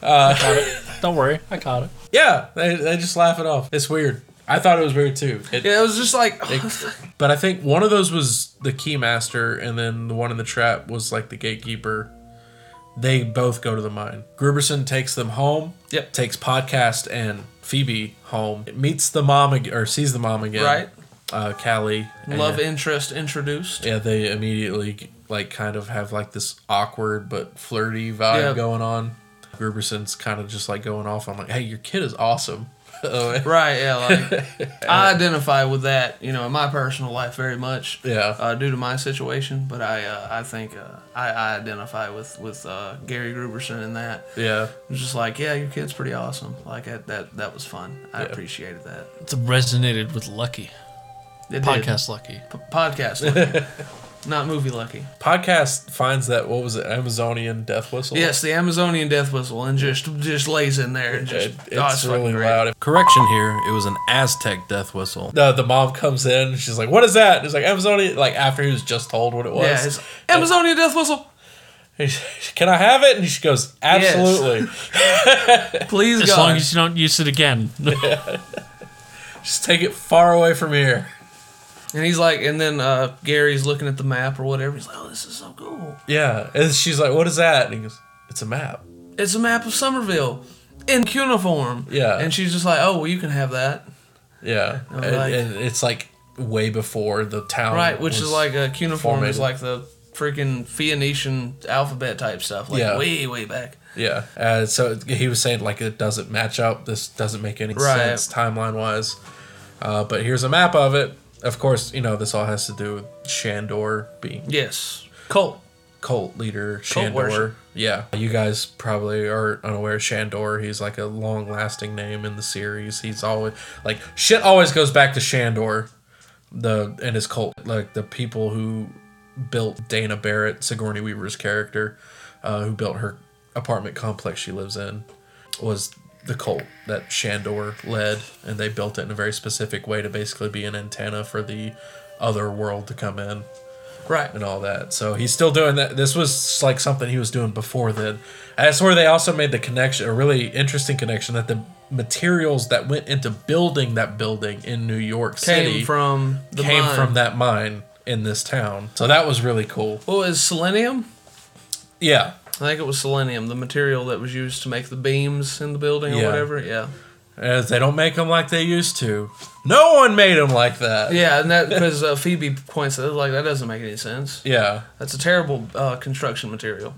[SPEAKER 3] Uh,
[SPEAKER 16] I caught it. Don't worry, I caught it.
[SPEAKER 3] Yeah, they, they just laugh it off. It's weird. I thought it was weird too. It,
[SPEAKER 5] Yeah, it was just like
[SPEAKER 3] it- but I think one of those was the Keymaster, and then the one in the trap was like the Gatekeeper. They both go to the mine. Gruberson takes them home. Yep. Takes podcast and Phoebe home. It meets the mom ag- or sees the mom again.
[SPEAKER 5] Right.
[SPEAKER 3] Uh, Callie.
[SPEAKER 5] love
[SPEAKER 3] and-
[SPEAKER 5] interest introduced.
[SPEAKER 3] Yeah, they immediately like kind of have like this awkward but flirty vibe
[SPEAKER 5] Yeah.
[SPEAKER 3] going on. Gruberson's kind of just like going off. I'm like, hey, your kid is awesome. Oh,
[SPEAKER 5] Right, yeah. Like, I identify with that, you know, in my personal life very much.
[SPEAKER 3] Yeah.
[SPEAKER 5] Uh, due to my situation, but I, uh, I think uh, I, I identify with with uh, Gary Gruberson in that.
[SPEAKER 3] Yeah.
[SPEAKER 5] It was just like, yeah, your kid's pretty awesome. Like that, that, that was fun. I appreciated that.
[SPEAKER 16] It resonated with Lucky.
[SPEAKER 5] It did.
[SPEAKER 16] Podcast Lucky.
[SPEAKER 5] P- podcast, lucky. not movie lucky.
[SPEAKER 3] Podcast finds that what was it, Amazonian death whistle?
[SPEAKER 5] Yes, the Amazonian death whistle, and just just lays in there. And just,
[SPEAKER 3] It-
[SPEAKER 5] oh,
[SPEAKER 3] it's
[SPEAKER 5] fucking
[SPEAKER 3] really
[SPEAKER 5] great.
[SPEAKER 3] loud. Correction here, it was an Aztec death whistle. The, the mom comes in, and she's like, "What is that?" And It's like Amazonian. Like after he was just told what it was.
[SPEAKER 5] Yeah, it's Amazonian death whistle.
[SPEAKER 3] And she's, Can I have it? And she goes, "Absolutely."
[SPEAKER 5] Please,
[SPEAKER 16] As long as you don't use it again.
[SPEAKER 3] just take it far away from here.
[SPEAKER 5] And he's like, and then uh, Gary's looking at the map or whatever. He's like, oh, this is so cool.
[SPEAKER 3] Yeah, and she's like, "What is that?" And he goes, "It's a map."
[SPEAKER 5] It's a map of Somerville in cuneiform.
[SPEAKER 3] Yeah.
[SPEAKER 5] And she's just like, oh, well, you can have that.
[SPEAKER 3] Yeah,
[SPEAKER 5] I'm
[SPEAKER 3] and,
[SPEAKER 5] like-
[SPEAKER 3] and it's like way before the town,
[SPEAKER 5] right, which is
[SPEAKER 3] was
[SPEAKER 5] like a cuneiform is
[SPEAKER 3] Um, formatted.
[SPEAKER 5] like the freaking Phoenician alphabet type stuff. Like
[SPEAKER 3] Yeah.
[SPEAKER 5] way, way back.
[SPEAKER 3] Yeah. Uh, so he was saying like it doesn't match up. This doesn't make any
[SPEAKER 5] Right.
[SPEAKER 3] sense timeline wise. Uh, but here's a map of it. Of course, you know this all has to do with Shandor being
[SPEAKER 5] yes cult
[SPEAKER 3] cult leader
[SPEAKER 5] Cult
[SPEAKER 3] Shandor.
[SPEAKER 5] worship.
[SPEAKER 3] yeah, you guys probably are unaware of Shandor. He's like a long lasting name in the series. He's always like shit always goes back to Shandor, the and his cult. Like the people who built Dana Barrett, Sigourney Weaver's character, uh, who built her apartment complex she lives in, was the cult that Shandor led, and they built it in a very specific way to basically be an antenna for the other world to come in
[SPEAKER 5] right
[SPEAKER 3] and all that so he's still doing that this was like something he was doing before then and that's where they also made the connection a really interesting connection that the materials that went into building that building in new york
[SPEAKER 5] Came
[SPEAKER 3] city
[SPEAKER 5] from the
[SPEAKER 3] came
[SPEAKER 5] mine.
[SPEAKER 3] from that mine in this town so that was really cool
[SPEAKER 5] What was selenium?
[SPEAKER 3] yeah
[SPEAKER 5] I think it was selenium, the material that was used to make the beams in the building or
[SPEAKER 3] Yeah.
[SPEAKER 5] whatever. Yeah.
[SPEAKER 3] as they don't make them like they used to no one made them like that
[SPEAKER 5] Yeah, and that because uh, Phoebe points out like that doesn't make any sense.
[SPEAKER 3] yeah
[SPEAKER 5] That's a terrible uh, construction material.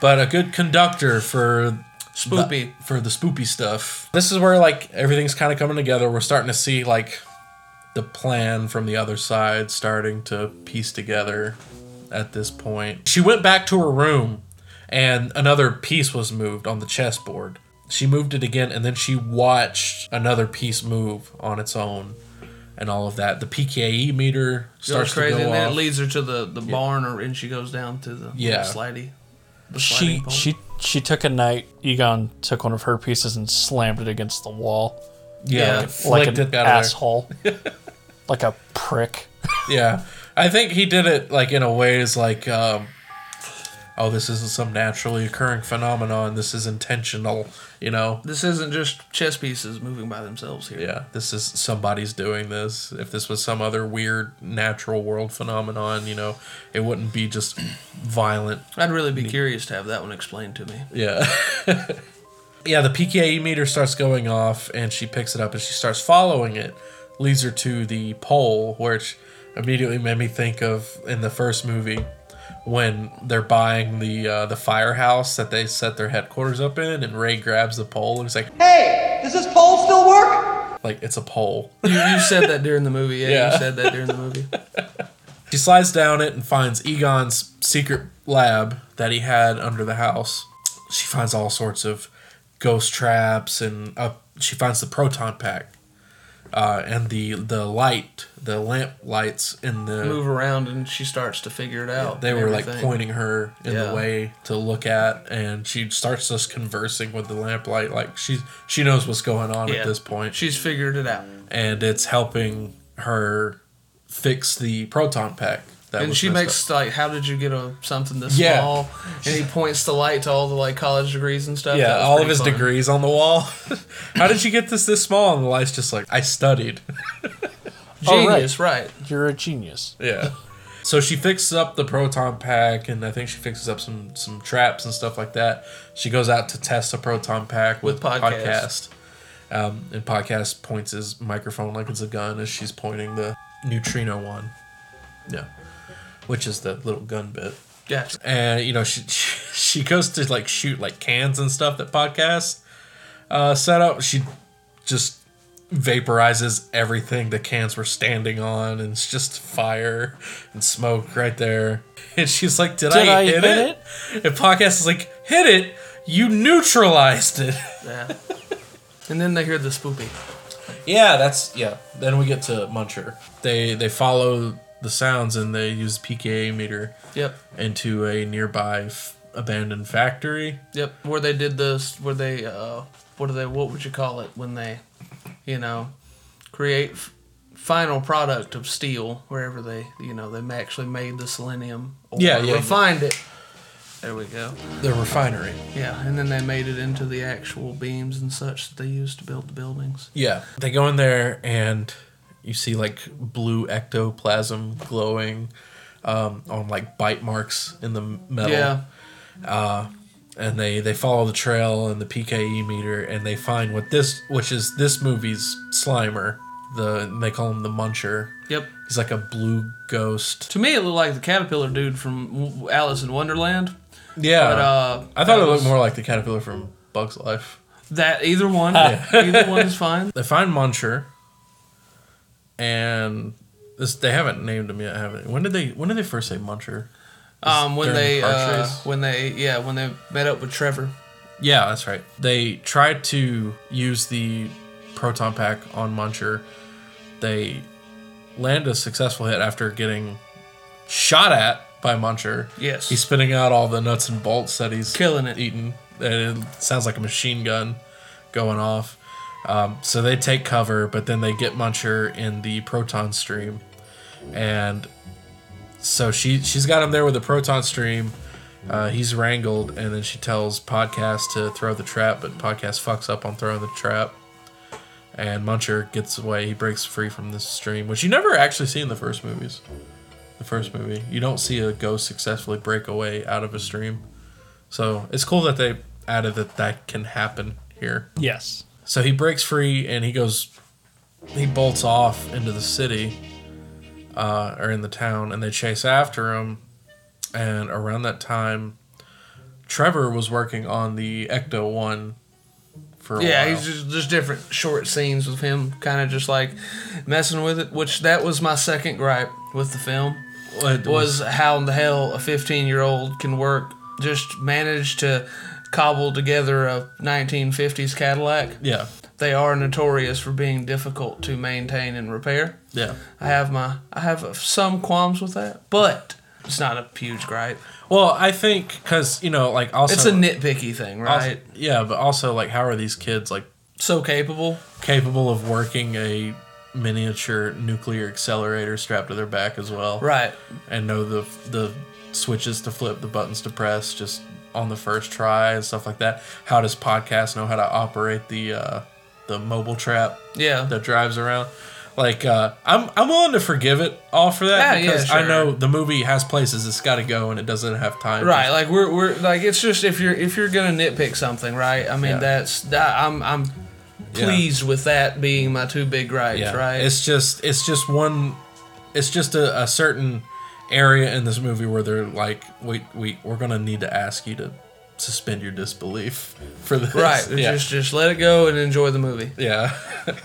[SPEAKER 3] but a good conductor for
[SPEAKER 5] Spoopy.
[SPEAKER 3] the- for the spoopy stuff. This is where like everything's kind of coming together. We're starting to see like the plan from the other side starting to piece together at this point. She went back to her room and another piece was moved on the chessboard. She moved it again and then she watched another piece move on its own and all of that. The PKE meter starts
[SPEAKER 5] goes crazy,
[SPEAKER 3] to go
[SPEAKER 5] and then
[SPEAKER 3] off.
[SPEAKER 5] it leads her to the, the barn, or and she goes down to the
[SPEAKER 3] Yeah.
[SPEAKER 5] yeah. slidey. The
[SPEAKER 6] She
[SPEAKER 5] sliding pole.
[SPEAKER 6] she she took a knight. Egon took one of her pieces and slammed it against the wall.
[SPEAKER 3] Yeah,
[SPEAKER 6] like,
[SPEAKER 3] flicked
[SPEAKER 6] like an
[SPEAKER 3] it out of there.
[SPEAKER 6] asshole, like a prick.
[SPEAKER 3] Yeah, I think he did it like in a way is like, um, oh, this isn't some naturally occurring phenomenon. This is intentional. You know,
[SPEAKER 5] This isn't just chess pieces moving by themselves here.
[SPEAKER 3] yeah, this is somebody's doing this. If this was some other weird natural world phenomenon, you know, it wouldn't be just violent.
[SPEAKER 5] I'd really be curious to have that one explained to me.
[SPEAKER 3] Yeah. yeah, the PKE meter starts going off and she picks it up and she starts following it. Leads her to the pole, which immediately made me think of in the first movie when they're buying the uh, the firehouse that they set their headquarters up in and Ray grabs the pole and he's like
[SPEAKER 2] Hey, does this pole still work?
[SPEAKER 3] like it's a pole.
[SPEAKER 5] You, you said that during the movie. Yeah,
[SPEAKER 3] Yeah.
[SPEAKER 5] you said that during the movie.
[SPEAKER 3] She slides down it and finds Egon's secret lab that he had under the house. She finds uh, all sorts of ghost traps and up. She finds the proton pack, uh, and the the light, the lamp lights in the
[SPEAKER 5] Move around and she starts to figure it out.
[SPEAKER 3] they were like
[SPEAKER 5] everything.
[SPEAKER 3] pointing her in
[SPEAKER 5] Yeah.
[SPEAKER 3] the way to look at, and she starts just conversing with the lamplight. Like she's she knows what's going on
[SPEAKER 5] Yeah.
[SPEAKER 3] at this point.
[SPEAKER 5] She's figured it out,
[SPEAKER 3] and it's helping her fix the proton pack.
[SPEAKER 5] and
[SPEAKER 3] was
[SPEAKER 5] she
[SPEAKER 3] messed up.
[SPEAKER 5] makes like, "How did you get a something this
[SPEAKER 3] Yeah.
[SPEAKER 5] small?" And he points the light to all the like college degrees and stuff. That
[SPEAKER 3] Yeah,
[SPEAKER 5] was
[SPEAKER 3] all of
[SPEAKER 5] pretty
[SPEAKER 3] his
[SPEAKER 5] fun.
[SPEAKER 3] degrees on the wall. How did you get this this small? And the light's just like, I studied. Oh, right.
[SPEAKER 5] Genius, right.
[SPEAKER 6] You're a genius.
[SPEAKER 3] Yeah. So she fixes up the proton pack, and I think she fixes up some some traps and stuff like that. She goes out to test a proton pack with,
[SPEAKER 5] With
[SPEAKER 3] podcast.
[SPEAKER 5] Podcast.
[SPEAKER 3] Um, and podcast points his microphone like it's a gun as she's pointing the neutrino one. Yeah, which is the little gun bit.
[SPEAKER 5] Yeah.
[SPEAKER 3] And you know she she, she goes to like shoot like cans and stuff that podcast uh, set up. She just vaporizes everything the cans were standing on, and it's just fire and smoke right there. And she's like, "Did, I, hit, it? And podcast is like, "Hit it! You neutralized it."
[SPEAKER 5] Yeah. and then they hear the spoopy.
[SPEAKER 3] Yeah, that's yeah. Then we get to Muncher. They they follow the sounds and they use PKA meter.
[SPEAKER 5] Yep.
[SPEAKER 3] Into a nearby f- abandoned factory.
[SPEAKER 5] Yep, where they did this, where they, uh, what do they, what would you call it when they, you know, create f- final product of steel, wherever they, you know, they actually made the selenium or
[SPEAKER 3] Yeah, yeah,
[SPEAKER 5] refined it. There we go.
[SPEAKER 3] The refinery.
[SPEAKER 5] Yeah, and then they made it into the actual beams and such that they used to build the buildings.
[SPEAKER 3] Yeah. They go in there and you see like blue ectoplasm glowing um, on like bite marks in the metal.
[SPEAKER 5] Yeah.
[SPEAKER 3] Uh, and they they follow the trail and the PKE meter and they find what this which is this movie's Slimer. The they call him the Muncher.
[SPEAKER 5] Yep.
[SPEAKER 3] He's like a blue ghost.
[SPEAKER 5] To me, it looked like the caterpillar dude from W- Alice in Wonderland.
[SPEAKER 3] Yeah.
[SPEAKER 5] But, uh,
[SPEAKER 3] I thought
[SPEAKER 5] that
[SPEAKER 3] it looked
[SPEAKER 5] was-
[SPEAKER 3] more like the caterpillar from Bug's Life.
[SPEAKER 5] That either one, either one is fine.
[SPEAKER 3] They find Muncher, and this they haven't named him yet, have they? When did they When did they first say Muncher?
[SPEAKER 5] Um, when
[SPEAKER 3] During the
[SPEAKER 5] they,
[SPEAKER 3] car
[SPEAKER 5] uh,
[SPEAKER 3] chase?
[SPEAKER 5] when they, yeah, when they met up with Trevor.
[SPEAKER 3] Yeah, that's right. They tried to use the proton pack on Muncher. They land a successful hit after getting shot at by Muncher.
[SPEAKER 5] Yes.
[SPEAKER 3] He's spitting out all the nuts and bolts that he's
[SPEAKER 5] Killing it.
[SPEAKER 3] eating. And it sounds like a machine gun going off. Um, so they take cover, but then they get Muncher in the proton stream, and so she she's got him there with the proton stream. Uh, he's wrangled, and then she tells Podcast to throw the trap, but Podcast fucks up on throwing the trap, and Muncher gets away. He breaks free from this stream, which you never actually see in the first movies. The first movie, you don't see a ghost successfully break away out of a stream, so it's cool that they added that that can happen here.
[SPEAKER 6] Yes.
[SPEAKER 3] So he breaks free and he goes, he bolts off into the city, uh, or in the town, and they chase after him. And around that time, Trevor was working on the Ecto One for a
[SPEAKER 5] yeah,
[SPEAKER 3] while.
[SPEAKER 5] he's just, just different short scenes with him, kind of just like messing with it. Which that was my second gripe with the film
[SPEAKER 3] It
[SPEAKER 5] was
[SPEAKER 3] was-
[SPEAKER 5] how in the hell a fifteen year old can work just manage to cobble together a nineteen fifties Cadillac.
[SPEAKER 3] yeah,
[SPEAKER 5] They are notorious for being difficult to maintain and repair.
[SPEAKER 3] yeah.
[SPEAKER 5] I have my I have uh, some qualms with that, but it's not a huge gripe.
[SPEAKER 3] Well, I think because you know, like also
[SPEAKER 5] It's a nitpicky thing,
[SPEAKER 3] also-
[SPEAKER 5] right?
[SPEAKER 3] yeah, but also like, how are these kids like
[SPEAKER 5] so capable?
[SPEAKER 3] Capable of working a miniature nuclear accelerator strapped to their back as well,
[SPEAKER 5] Right.
[SPEAKER 3] And know the the switches to flip, the buttons to press, just on the first try and stuff like that. How does podcast know how to operate the uh, the mobile trap?
[SPEAKER 5] Yeah.
[SPEAKER 3] that drives around. Like uh, I'm I'm willing to forgive it all for that
[SPEAKER 5] Yeah, yeah,
[SPEAKER 3] because I
[SPEAKER 5] sure.
[SPEAKER 3] know the movie has places it's got to go and it doesn't have time. to
[SPEAKER 5] Right, like we're, we're like it's just if you're if you're gonna nitpick something, right? I mean
[SPEAKER 3] Yeah.
[SPEAKER 5] that's that, I'm I'm
[SPEAKER 3] Yeah.
[SPEAKER 5] pleased with that being my two big gripes,
[SPEAKER 3] yeah.
[SPEAKER 5] right?
[SPEAKER 3] It's just it's just one it's just a, a certain area in this movie where they're like, wait, we we're gonna need to ask you to suspend your disbelief for this.
[SPEAKER 5] right.
[SPEAKER 3] Yeah.
[SPEAKER 5] Just just let it go and enjoy the movie.
[SPEAKER 3] yeah.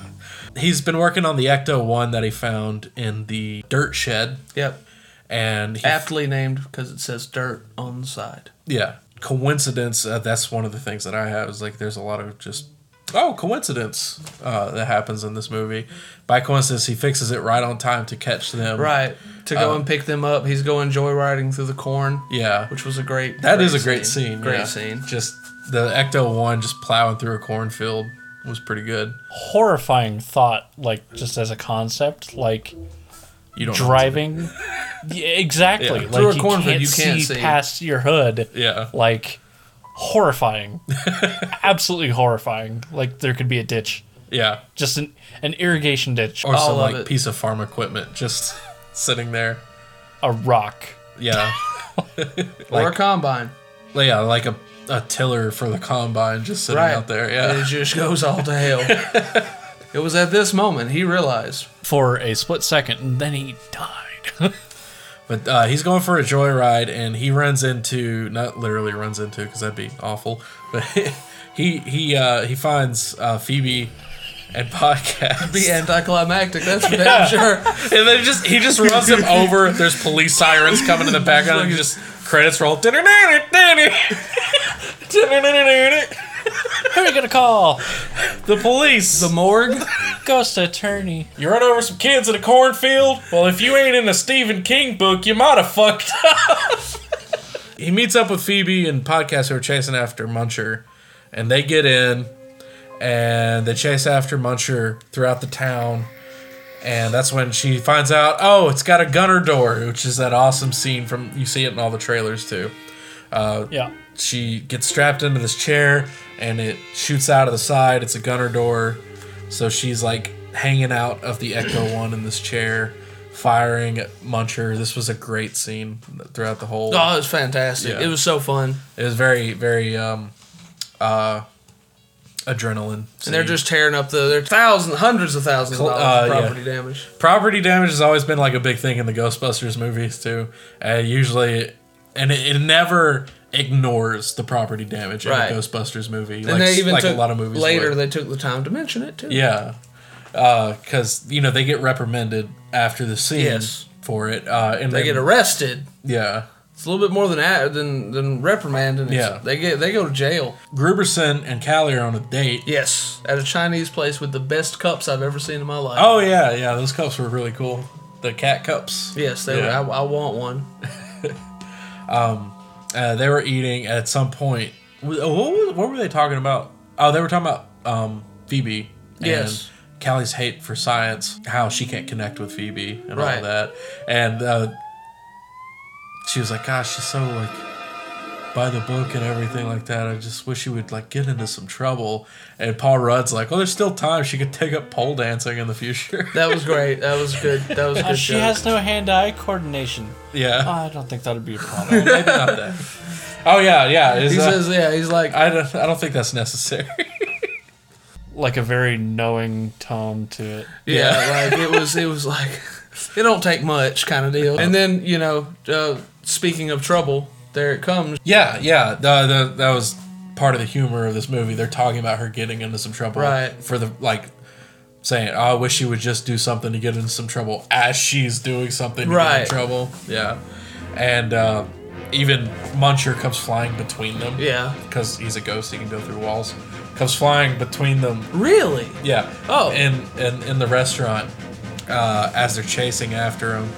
[SPEAKER 3] He's been working on the Ecto one that he found in the dirt shed.
[SPEAKER 5] Yep.
[SPEAKER 3] And he
[SPEAKER 5] Aptly named because it says dirt on the side.
[SPEAKER 3] yeah coincidence uh, that's one of the things that i have is like there's a lot of just oh coincidence uh, that happens in this movie. By coincidence, he fixes it right on time to catch them.
[SPEAKER 5] Right. To go
[SPEAKER 3] Uh,
[SPEAKER 5] and pick them up. He's going joyriding through the corn.
[SPEAKER 3] Yeah,
[SPEAKER 5] Which was a great.
[SPEAKER 3] That is a great scene.
[SPEAKER 5] Great
[SPEAKER 3] yeah.
[SPEAKER 5] scene.
[SPEAKER 3] Just the Ecto one just plowing through a cornfield was pretty good.
[SPEAKER 6] horrifying thought, like just as a concept, like
[SPEAKER 3] You don't know what to do.
[SPEAKER 6] driving. Yeah, exactly,
[SPEAKER 3] Yeah.
[SPEAKER 6] like
[SPEAKER 3] Through a
[SPEAKER 6] you,
[SPEAKER 3] cornfield,
[SPEAKER 6] can't
[SPEAKER 3] you can't
[SPEAKER 6] see,
[SPEAKER 3] see.
[SPEAKER 6] past your hood.
[SPEAKER 3] Yeah.
[SPEAKER 6] like horrifying, absolutely horrifying. Like there could be a ditch.
[SPEAKER 3] Yeah.
[SPEAKER 6] just an an irrigation ditch
[SPEAKER 3] Or some like piece of farm equipment just sitting there.
[SPEAKER 6] A rock.
[SPEAKER 3] Yeah.
[SPEAKER 5] or a combine.
[SPEAKER 3] Yeah, like a, a tiller for the combine just sitting out there. Yeah.
[SPEAKER 5] And it just goes all to hell. it was at this moment he realized.
[SPEAKER 6] for a split second, and then he
[SPEAKER 3] But uh, he's going for a joyride, and he runs into not literally runs into because that'd be awful. But he he uh, he finds uh, Phoebe and podcast.
[SPEAKER 5] Be anticlimactic, that's for
[SPEAKER 3] Yeah.
[SPEAKER 5] damn sure.
[SPEAKER 3] and then just he just rubs him over. There's police sirens coming in the background. and just credits roll.
[SPEAKER 6] Who are we gonna call?
[SPEAKER 3] The police. The
[SPEAKER 5] morgue.
[SPEAKER 6] Ghost attorney.
[SPEAKER 3] You run over some kids in a cornfield. Well, if you ain't in a Stephen King book, you might have fucked up. he meets up with Phoebe and podcast who are chasing after Muncher, and they get in and they chase after Muncher throughout the town. And that's when she finds out, oh, it's got a gunner door, which is that awesome scene from you see it in all the trailers too. Uh,
[SPEAKER 6] Yeah.
[SPEAKER 3] She gets strapped into this chair and it shoots out of the side. It's a gunner door. So she's like hanging out of the Echo one in this chair, firing at Muncher. This was a great scene throughout the whole.
[SPEAKER 5] Oh, it was fantastic.
[SPEAKER 3] Yeah.
[SPEAKER 5] It was so fun.
[SPEAKER 3] It was very, very um, uh, adrenaline.
[SPEAKER 5] And they're just tearing up the they're thousands hundreds of thousands of
[SPEAKER 3] Cl-
[SPEAKER 5] dollars of
[SPEAKER 3] Mm-hmm. uh, yeah.
[SPEAKER 5] property damage.
[SPEAKER 3] property damage has always been like a big thing in the Ghostbusters movies too. Uh, usually, and it, it never ignores the property damage
[SPEAKER 5] Right.
[SPEAKER 3] in a Ghostbusters movie.
[SPEAKER 5] And
[SPEAKER 3] like,
[SPEAKER 5] they even
[SPEAKER 3] like
[SPEAKER 5] took
[SPEAKER 3] a lot of movies
[SPEAKER 5] later
[SPEAKER 3] would.
[SPEAKER 5] they took the time to mention it too.
[SPEAKER 3] Yeah, because you know they get reprimanded after the scene
[SPEAKER 5] Yes.
[SPEAKER 3] for it, uh, and
[SPEAKER 5] They
[SPEAKER 3] then-
[SPEAKER 5] get arrested.
[SPEAKER 3] Yeah.
[SPEAKER 5] It's a little bit more than a- than than reprimanding. It's-
[SPEAKER 3] Yeah.
[SPEAKER 5] they get they go to jail.
[SPEAKER 3] Gruberson and Callie are on a date.
[SPEAKER 5] Yes, at a Chinese place with the best cups I've ever seen in my life.
[SPEAKER 3] Oh yeah, yeah. Those cups were really cool. The cat cups.
[SPEAKER 5] Yes, they
[SPEAKER 3] Yeah.
[SPEAKER 5] were. I, I want one.
[SPEAKER 3] Um, uh, they were eating at some point. wh- What, was- what were they talking about? Oh, they were talking about um, Phoebe. And
[SPEAKER 5] Yes.
[SPEAKER 3] Callie's hate for science, how she can't connect with Phoebe and all
[SPEAKER 5] Right.
[SPEAKER 3] that, and uh, she was like, "Gosh, she's so like by the book and everything like that. I just wish she would like get into some trouble." And Paul Rudd's like, "Well, there's still time. She could take up pole dancing in the future."
[SPEAKER 5] That was great. That was good. That was a
[SPEAKER 6] Uh,
[SPEAKER 5] good.
[SPEAKER 6] she
[SPEAKER 5] joke.
[SPEAKER 6] has no hand-eye coordination.
[SPEAKER 3] Yeah.
[SPEAKER 5] Uh,
[SPEAKER 6] Oh, I don't think that'd be a problem.
[SPEAKER 3] Maybe not that. Oh yeah, yeah.
[SPEAKER 6] He says,
[SPEAKER 5] yeah, he's like.
[SPEAKER 3] I don't, I don't think that's necessary.
[SPEAKER 6] like a very knowing tone to it.
[SPEAKER 5] Yeah, like it was it was like it don't take much kind of deal. And then you know, uh, speaking of trouble, there it comes.
[SPEAKER 3] Yeah, yeah. The, the, that was part of the humor of this movie. They're talking about her getting into some trouble.
[SPEAKER 5] Right.
[SPEAKER 3] For the, like, saying, oh, I wish she would just do something to get into some trouble as she's doing something to get in
[SPEAKER 5] Right.
[SPEAKER 3] trouble. Yeah. And uh, even Muncher comes flying between them.
[SPEAKER 5] Yeah.
[SPEAKER 3] Because he's a ghost, he can go through walls. Comes flying between them.
[SPEAKER 5] Really?
[SPEAKER 3] Yeah.
[SPEAKER 5] Oh.
[SPEAKER 3] In, in, in the restaurant uh, as they're chasing after him.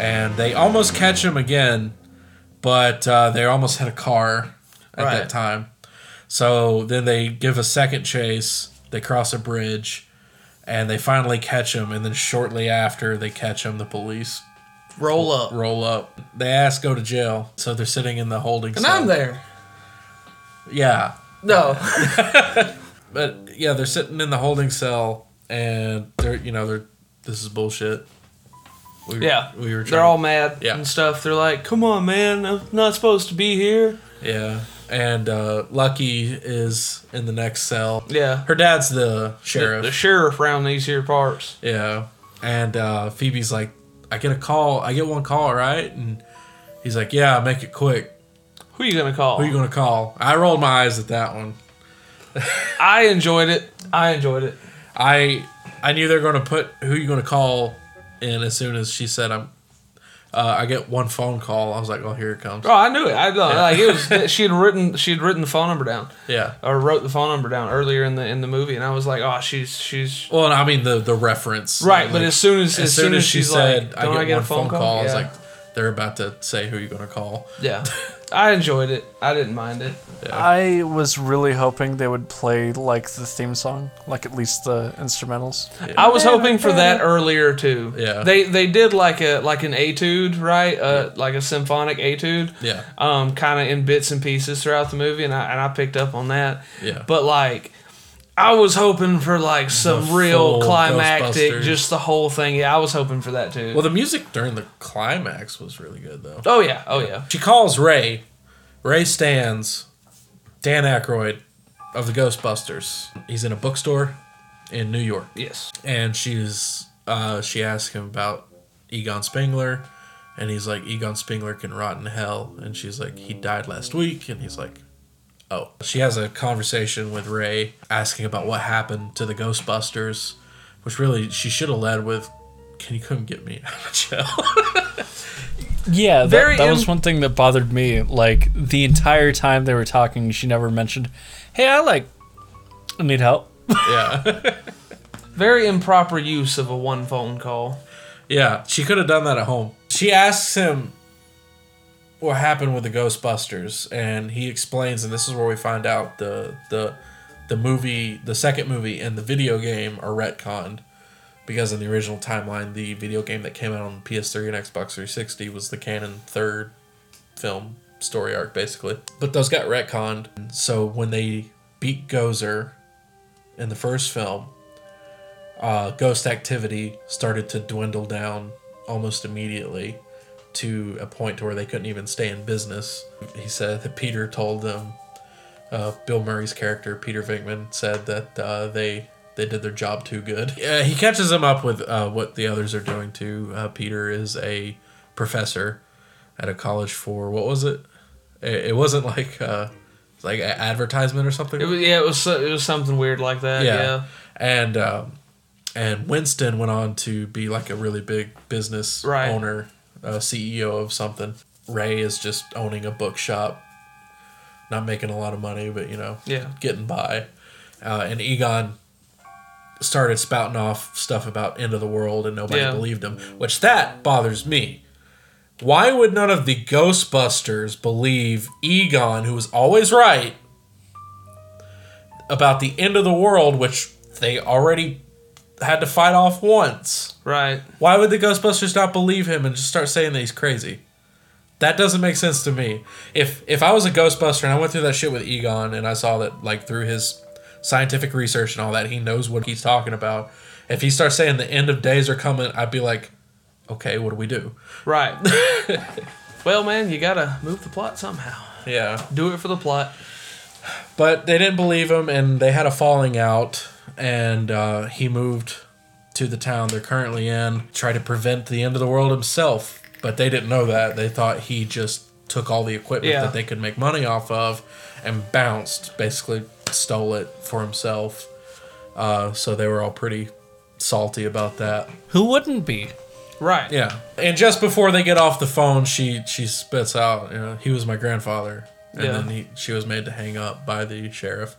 [SPEAKER 3] And they almost catch him again, but uh, they almost hit a car at
[SPEAKER 5] Right.
[SPEAKER 3] that time. So then they give a second chase. They cross a bridge, and they finally catch him. And then shortly after they catch him, the police
[SPEAKER 5] Roll up.
[SPEAKER 3] Roll up. They ask go to jail. So they're sitting in the holding.
[SPEAKER 5] And
[SPEAKER 3] cell.
[SPEAKER 5] I'm there.
[SPEAKER 3] Yeah,
[SPEAKER 5] No.
[SPEAKER 3] but yeah, they're sitting in the holding cell, and they're you know they're this is bullshit. We were-
[SPEAKER 5] yeah.
[SPEAKER 3] we were.
[SPEAKER 5] They're
[SPEAKER 3] trying-
[SPEAKER 5] all mad
[SPEAKER 3] Yeah.
[SPEAKER 5] and stuff. They're like, "Come on, man! I'm not supposed to be here."
[SPEAKER 3] Yeah. And uh, Lucky is in the next cell.
[SPEAKER 5] Yeah.
[SPEAKER 3] Her dad's the sheriff.
[SPEAKER 5] The, the sheriff around these here parts.
[SPEAKER 3] Yeah. And uh, Phoebe's like, I get a call. I get one call, right? And he's like, Yeah, make it quick.
[SPEAKER 5] Who you gonna call?
[SPEAKER 3] Who you gonna call? I rolled my eyes at that one.
[SPEAKER 5] I enjoyed it. I enjoyed it.
[SPEAKER 3] I I knew they're gonna put who you gonna call in as soon as she said I'm Uh, I get one phone call. I was like, "Oh, here it comes."
[SPEAKER 5] Oh, I knew it. I know. Like it was. She had written. She had written the phone number down.
[SPEAKER 3] Yeah.
[SPEAKER 5] Or wrote the phone number down earlier in the in the movie, and I was like, "Oh, she's she's."
[SPEAKER 3] Well, and I mean the the reference.
[SPEAKER 5] Right, but as soon as- as soon as she's like, "Don't I get a phone call?"
[SPEAKER 3] I was
[SPEAKER 5] Yeah.
[SPEAKER 3] like, "They're about to say who you're gonna call."
[SPEAKER 5] Yeah. I enjoyed it. I didn't mind it.
[SPEAKER 6] I was really hoping they would play like the theme song, like at least the instrumentals.
[SPEAKER 5] I was hoping for that earlier too.
[SPEAKER 6] Yeah.
[SPEAKER 5] They they did like a like an etude, right? Uh, like a symphonic etude.
[SPEAKER 3] Yeah.
[SPEAKER 5] Um, kind of in bits and pieces throughout the movie, and I and I picked up on that.
[SPEAKER 3] Yeah.
[SPEAKER 5] But like, I was hoping for like some real
[SPEAKER 3] full
[SPEAKER 5] climactic,
[SPEAKER 3] Ghostbusters.
[SPEAKER 5] just the whole thing. Yeah, I was hoping for that too.
[SPEAKER 3] Well, the music during the climax was really good, though.
[SPEAKER 5] Oh, yeah. Oh, yeah.
[SPEAKER 3] She calls Ray. Ray stands. Dan Aykroyd of the Ghostbusters. He's in a bookstore in New York.
[SPEAKER 5] Yes.
[SPEAKER 3] And she's uh, she asks him about Egon Spengler, and he's like, Egon Spengler can rot in hell. And she's like, he died last week. And he's like, Oh. She has a conversation with Ray asking about what happened to the Ghostbusters, which really she should have led with, Can you come get me out of jail?
[SPEAKER 6] Yeah, that,
[SPEAKER 3] Very
[SPEAKER 6] that
[SPEAKER 3] im-
[SPEAKER 6] was one thing that bothered me. Like the entire time they were talking, she never mentioned, "Hey, I like, I need help."
[SPEAKER 3] yeah.
[SPEAKER 5] Very improper use of a one phone call.
[SPEAKER 3] yeah, she could have done that at home. She asks him what happened with the Ghostbusters, and he explains, and this is where we find out the the the movie, the second movie, and the video game are retconned. Because in the original timeline, the video game that came out on PS3 and Xbox 360 was the canon third film story arc, basically. But those got retconned. So when they beat Gozer in the first film, uh, ghost activity started to dwindle down almost immediately to a point to where they couldn't even stay in business. He said that Peter told them, uh, Bill Murray's character, Peter Venkman, said that uh, they they did their job too good. Yeah, he catches them up with uh, what the others are doing too. Uh, Peter is a professor at a college for what was it? It, it wasn't like uh, like a advertisement or something.
[SPEAKER 5] It was, yeah, it was so- it was something weird like that. yeah.
[SPEAKER 3] And um, and Winston went on to be like a really big business
[SPEAKER 5] Right.
[SPEAKER 3] owner, uh, CEO of something. Ray is just owning a bookshop, not making a lot of money, but you know,
[SPEAKER 5] Yeah.
[SPEAKER 3] getting by. Uh, and Egon started spouting off stuff about end of the world, and nobody
[SPEAKER 5] Yeah.
[SPEAKER 3] believed him, which that bothers me. Why would none of the Ghostbusters believe Egon, who was always right, about the end of the world, which they already had to fight off once.
[SPEAKER 5] Right.
[SPEAKER 3] Why would the Ghostbusters not believe him and just start saying that he's crazy? That doesn't make sense to me. If if I was a Ghostbuster and I went through that shit with Egon and I saw that like through his scientific research and all that, he knows what he's talking about. If he starts saying the end of days are coming, I'd be like, okay, what do we do?
[SPEAKER 5] Right. well, man, you gotta move the plot somehow.
[SPEAKER 3] Yeah.
[SPEAKER 5] Do it for the plot.
[SPEAKER 3] But they didn't believe him, and they had a falling out, and uh, he moved to the town they're currently in, try to prevent the end of the world himself. But they didn't know that. They thought he just took all the equipment
[SPEAKER 5] Yeah.
[SPEAKER 3] that they could make money off of and bounced, basically stole it for himself. Uh, so they were all pretty salty about that.
[SPEAKER 6] Who wouldn't be?
[SPEAKER 5] Right.
[SPEAKER 3] Yeah. And just before they get off the phone, she she spits out, you know, he was my grandfather. And
[SPEAKER 5] Yeah.
[SPEAKER 3] then he, she was made to hang up by the sheriff.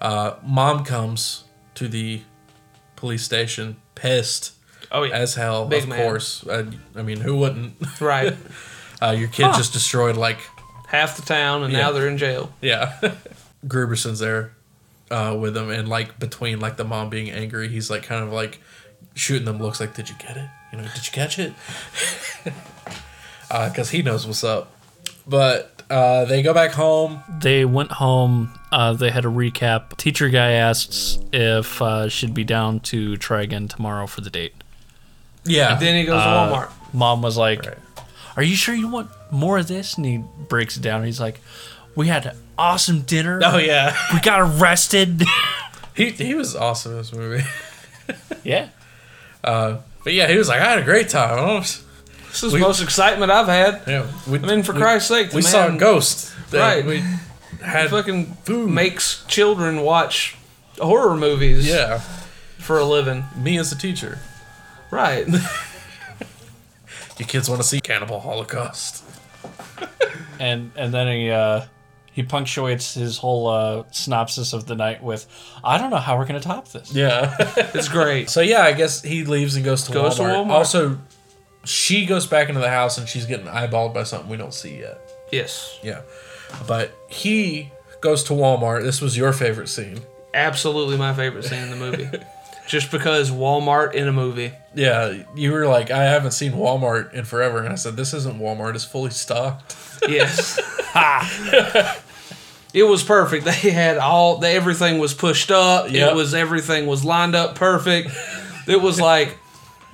[SPEAKER 3] Uh, mom comes to the police station pissed.
[SPEAKER 5] Oh, yeah.
[SPEAKER 3] As hell,
[SPEAKER 5] Big
[SPEAKER 3] of
[SPEAKER 5] man.
[SPEAKER 3] course. I, I mean, who wouldn't?
[SPEAKER 5] Right.
[SPEAKER 3] uh, your kid
[SPEAKER 5] Huh.
[SPEAKER 3] just destroyed like
[SPEAKER 5] Half the town, and now
[SPEAKER 3] Yeah.
[SPEAKER 5] they're in jail.
[SPEAKER 3] yeah. Gruberson's there uh, with him, and like between like the mom being angry, he's like kind of like shooting them looks like, "Did you get it? You know, did you catch it?" Because he knows what's up. But uh, they go back home.
[SPEAKER 6] They went home. Uh, they had a recap. Teacher guy asks if uh, she'd be down to try again tomorrow for the date.
[SPEAKER 3] Yeah.
[SPEAKER 5] And then he goes to
[SPEAKER 3] Uh,
[SPEAKER 5] Walmart.
[SPEAKER 6] Mom was like, "Are you sure you want more of this?" And he breaks it down. He's like, "We had an awesome dinner.
[SPEAKER 3] Oh, yeah.
[SPEAKER 6] we got arrested."
[SPEAKER 3] he he was awesome in this movie.
[SPEAKER 6] yeah.
[SPEAKER 3] Uh, but yeah, he was like, "I had a great time." I don't-
[SPEAKER 5] This is the most excitement I've had.
[SPEAKER 3] Yeah, we,
[SPEAKER 5] I mean, for
[SPEAKER 3] we-
[SPEAKER 5] Christ's sake, the
[SPEAKER 3] we saw
[SPEAKER 5] man-
[SPEAKER 3] a ghost. They-
[SPEAKER 5] Right.
[SPEAKER 3] we had
[SPEAKER 5] fucking makes children watch horror movies.
[SPEAKER 3] Yeah.
[SPEAKER 5] For a living.
[SPEAKER 3] Me as a teacher.
[SPEAKER 5] Right.
[SPEAKER 3] You kids want to see Cannibal Holocaust?
[SPEAKER 6] and and then he uh, he punctuates his whole uh, synopsis of the night with, "I don't know how we're gonna top this."
[SPEAKER 3] Yeah, it's great. So yeah, I guess he leaves and goes to
[SPEAKER 6] Goes to
[SPEAKER 3] Walmart.
[SPEAKER 6] Walmart.
[SPEAKER 3] Also, she goes back into the house and she's getting eyeballed by something we don't see yet.
[SPEAKER 5] Yes.
[SPEAKER 3] Yeah, but he goes to Walmart. This was your favorite scene.
[SPEAKER 5] Absolutely my favorite scene in the movie. Just because Walmart in a movie.
[SPEAKER 3] Yeah, you were like, I haven't seen Walmart in forever, and I said, this isn't Walmart. It's fully stocked.
[SPEAKER 5] Yes. ha. It was perfect. They had all they, everything was pushed up.
[SPEAKER 3] Yep.
[SPEAKER 5] It was everything was lined up perfect. It was like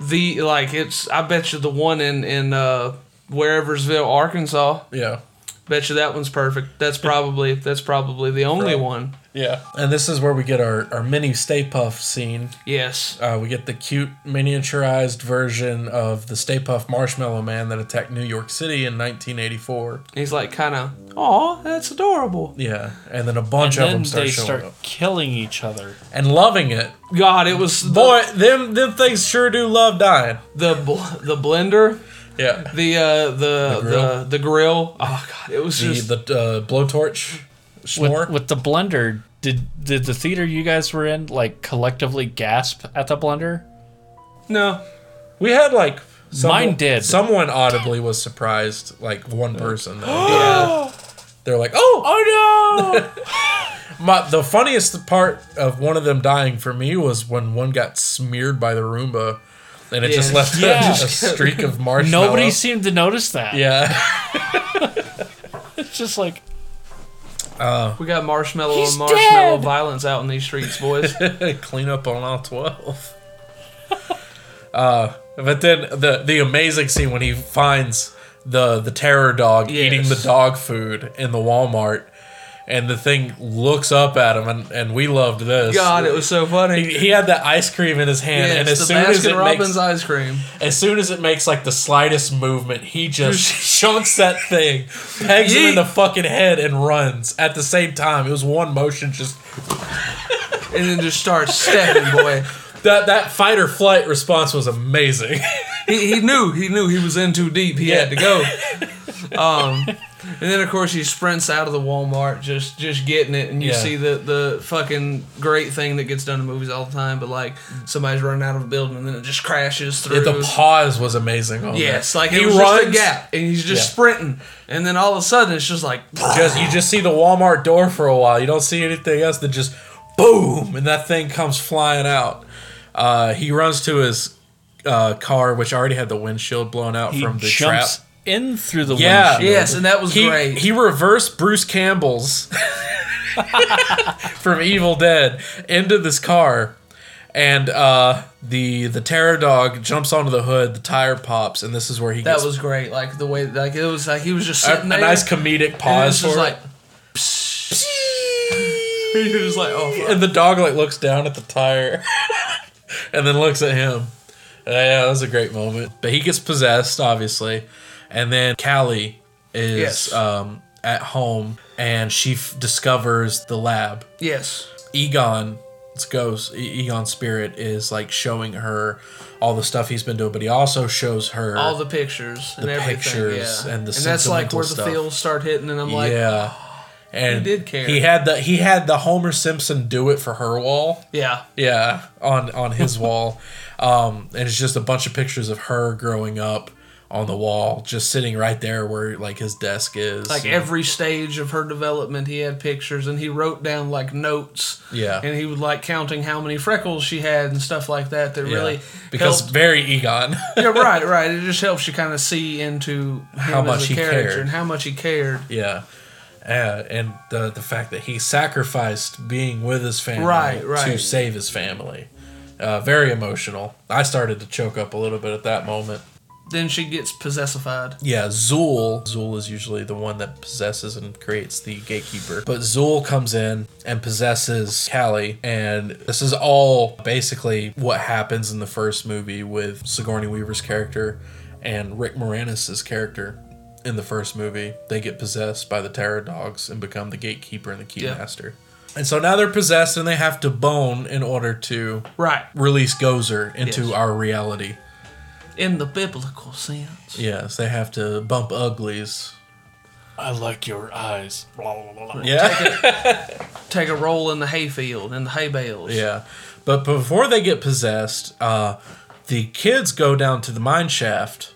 [SPEAKER 5] the like it's I bet you the one in in uh whereversville, Arkansas.
[SPEAKER 3] Yeah.
[SPEAKER 5] Bet you that one's perfect. That's probably that's probably the only one.
[SPEAKER 3] Yeah. And this is where we get our, our mini Stay Puff scene.
[SPEAKER 5] Yes.
[SPEAKER 3] Uh, we get the cute miniaturized version of the Stay Puff Marshmallow Man that attacked New York City in 1984.
[SPEAKER 5] He's like kind of Oh, that's adorable.
[SPEAKER 3] Yeah. And then a bunch
[SPEAKER 6] And
[SPEAKER 3] of them
[SPEAKER 6] then
[SPEAKER 3] start
[SPEAKER 6] they
[SPEAKER 3] showing
[SPEAKER 6] start
[SPEAKER 3] up.
[SPEAKER 6] killing each other.
[SPEAKER 3] And loving it.
[SPEAKER 5] God, it was
[SPEAKER 3] boy. Them them things sure do love dying.
[SPEAKER 5] The bl- the blender.
[SPEAKER 3] Yeah.
[SPEAKER 5] The uh the the
[SPEAKER 3] The
[SPEAKER 5] grill.
[SPEAKER 3] grill.
[SPEAKER 5] the, grill. Oh God, it was
[SPEAKER 3] The,
[SPEAKER 5] just
[SPEAKER 3] the uh, blowtorch
[SPEAKER 6] With,
[SPEAKER 3] s'more.
[SPEAKER 6] with the blender, did did the theater you guys were in like collectively gasp at the blender?
[SPEAKER 5] no.
[SPEAKER 3] We had like
[SPEAKER 6] Mine did.
[SPEAKER 3] Someone audibly was surprised, like one person.
[SPEAKER 5] Yeah.
[SPEAKER 3] They're like, oh,
[SPEAKER 6] oh
[SPEAKER 3] My, the funniest part of one of them dying for me was when one got smeared by the Roomba, and it just
[SPEAKER 6] Yeah.
[SPEAKER 3] left a-
[SPEAKER 6] Yeah.
[SPEAKER 3] a, streak of marshmallow.
[SPEAKER 6] Nobody seemed to notice that.
[SPEAKER 3] Yeah.
[SPEAKER 6] It's just like
[SPEAKER 3] Uh,
[SPEAKER 5] We got marshmallow
[SPEAKER 6] He's
[SPEAKER 5] and marshmallow
[SPEAKER 6] dead.
[SPEAKER 5] violence out in these streets, boys.
[SPEAKER 3] clean up on all twelve. uh, but then the the amazing scene when he finds the the terror dog eating the dog food in the Walmart. And the thing looks up at him, and, and we loved this.
[SPEAKER 5] God, it was so funny.
[SPEAKER 3] He, he had the ice cream in his hand,
[SPEAKER 5] Yeah,
[SPEAKER 3] and
[SPEAKER 5] it's
[SPEAKER 3] as
[SPEAKER 5] the
[SPEAKER 3] soon as
[SPEAKER 5] Baskin
[SPEAKER 3] it
[SPEAKER 5] Robbins
[SPEAKER 3] makes,
[SPEAKER 5] ice cream.
[SPEAKER 3] As soon as it makes like the slightest movement, he just chunks that thing, pegs him in the fucking head, and runs at the same time. It was one motion, just
[SPEAKER 5] and then just starts stepping, boy.
[SPEAKER 3] That that fight or flight response was amazing.
[SPEAKER 5] He, he knew he knew he was in too deep. He had to go. Um, and then of course he sprints out of the Walmart, just just getting it, and you
[SPEAKER 3] Yeah.
[SPEAKER 5] see the the fucking great thing that gets done in movies all the time. But like somebody's running out of a building, and then it just crashes
[SPEAKER 3] Yeah,
[SPEAKER 5] through.
[SPEAKER 3] the pause was amazing. On
[SPEAKER 5] yes,
[SPEAKER 3] that.
[SPEAKER 5] like it was just a gap, and he's just
[SPEAKER 3] Yeah.
[SPEAKER 5] sprinting, and then all of a sudden it's just like
[SPEAKER 3] Just you just see the Walmart door for a while. You don't see anything else. Then just boom, and that thing comes flying out. Uh, he runs to his uh, car, which already had the windshield blown out
[SPEAKER 6] he
[SPEAKER 3] from the trap.
[SPEAKER 6] jumps in through the
[SPEAKER 3] Yeah,
[SPEAKER 6] windshield.
[SPEAKER 5] that was
[SPEAKER 3] he,
[SPEAKER 5] great.
[SPEAKER 3] He reversed Bruce Campbell's from Evil Dead into this car, and uh, the the terror dog jumps onto the hood. The tire pops, and this is where he
[SPEAKER 5] that
[SPEAKER 3] gets
[SPEAKER 5] was great. Like the way like it was like he was just
[SPEAKER 3] a,
[SPEAKER 5] sitting
[SPEAKER 3] a
[SPEAKER 5] there.
[SPEAKER 3] nice comedic
[SPEAKER 5] and
[SPEAKER 3] pause
[SPEAKER 5] it's just
[SPEAKER 3] for it.
[SPEAKER 5] like you're just like oh fuck.
[SPEAKER 3] and the dog like looks down at the tire, and then looks at him. Uh, yeah, that was a great moment. But he gets possessed, obviously, and then Callie is
[SPEAKER 5] Yes.
[SPEAKER 3] um, at home, and she f- discovers the lab.
[SPEAKER 5] yes.
[SPEAKER 3] Egon's ghost, E- Egon's spirit, is like showing her all the stuff he's been doing, but he also shows her
[SPEAKER 5] all the pictures and
[SPEAKER 3] Uh, the
[SPEAKER 5] everything.
[SPEAKER 3] pictures
[SPEAKER 5] yeah.
[SPEAKER 3] and the
[SPEAKER 5] that's like where
[SPEAKER 3] sentimental
[SPEAKER 5] the
[SPEAKER 3] stuff.
[SPEAKER 5] feels start hitting, and I'm like,
[SPEAKER 3] yeah. And
[SPEAKER 5] did care.
[SPEAKER 3] He had the he had the Homer Simpson do it for her wall.
[SPEAKER 5] yeah,
[SPEAKER 3] Yeah, on on his wall, um, and it's just a bunch of pictures of her growing up on the wall, just sitting right there where like his desk is.
[SPEAKER 5] like
[SPEAKER 3] and-
[SPEAKER 5] every stage of her development, he had pictures, and he wrote down like notes.
[SPEAKER 3] Yeah.
[SPEAKER 5] and he would like counting how many freckles she had and stuff like that. That
[SPEAKER 3] yeah.
[SPEAKER 5] really
[SPEAKER 3] because
[SPEAKER 5] helped-
[SPEAKER 3] very Egon.
[SPEAKER 5] yeah, right, right. It just helps you kind of see into him
[SPEAKER 3] How
[SPEAKER 5] as
[SPEAKER 3] much
[SPEAKER 5] a
[SPEAKER 3] he
[SPEAKER 5] character
[SPEAKER 3] cared.
[SPEAKER 5] and how much he cared.
[SPEAKER 3] Yeah. Uh, and the the fact that he sacrificed being with his family
[SPEAKER 5] Right, right.
[SPEAKER 3] to save his family. Uh, very emotional. I started to choke up a little bit at that moment.
[SPEAKER 5] Then she gets possessified.
[SPEAKER 3] Yeah, Zool. Zool is usually the one that possesses and creates the gatekeeper. But Zool comes in and possesses Callie, and this is all basically what happens in the first movie with Sigourney Weaver's character and Rick Moranis' character in the first movie. They get possessed by the terror dogs and become the gatekeeper and the key
[SPEAKER 5] Yeah.
[SPEAKER 3] master. And so now they're possessed and they have to bone in order to
[SPEAKER 5] Right.
[SPEAKER 3] release Gozer into
[SPEAKER 5] Yes.
[SPEAKER 3] our reality.
[SPEAKER 5] in the biblical sense.
[SPEAKER 3] Yes, they have to bump uglies.
[SPEAKER 5] I like your eyes.
[SPEAKER 3] Yeah.
[SPEAKER 5] Take a, take a roll in the hayfield, in the hay bales.
[SPEAKER 3] Yeah. But before they get possessed, uh, the kids go down to the mine shaft.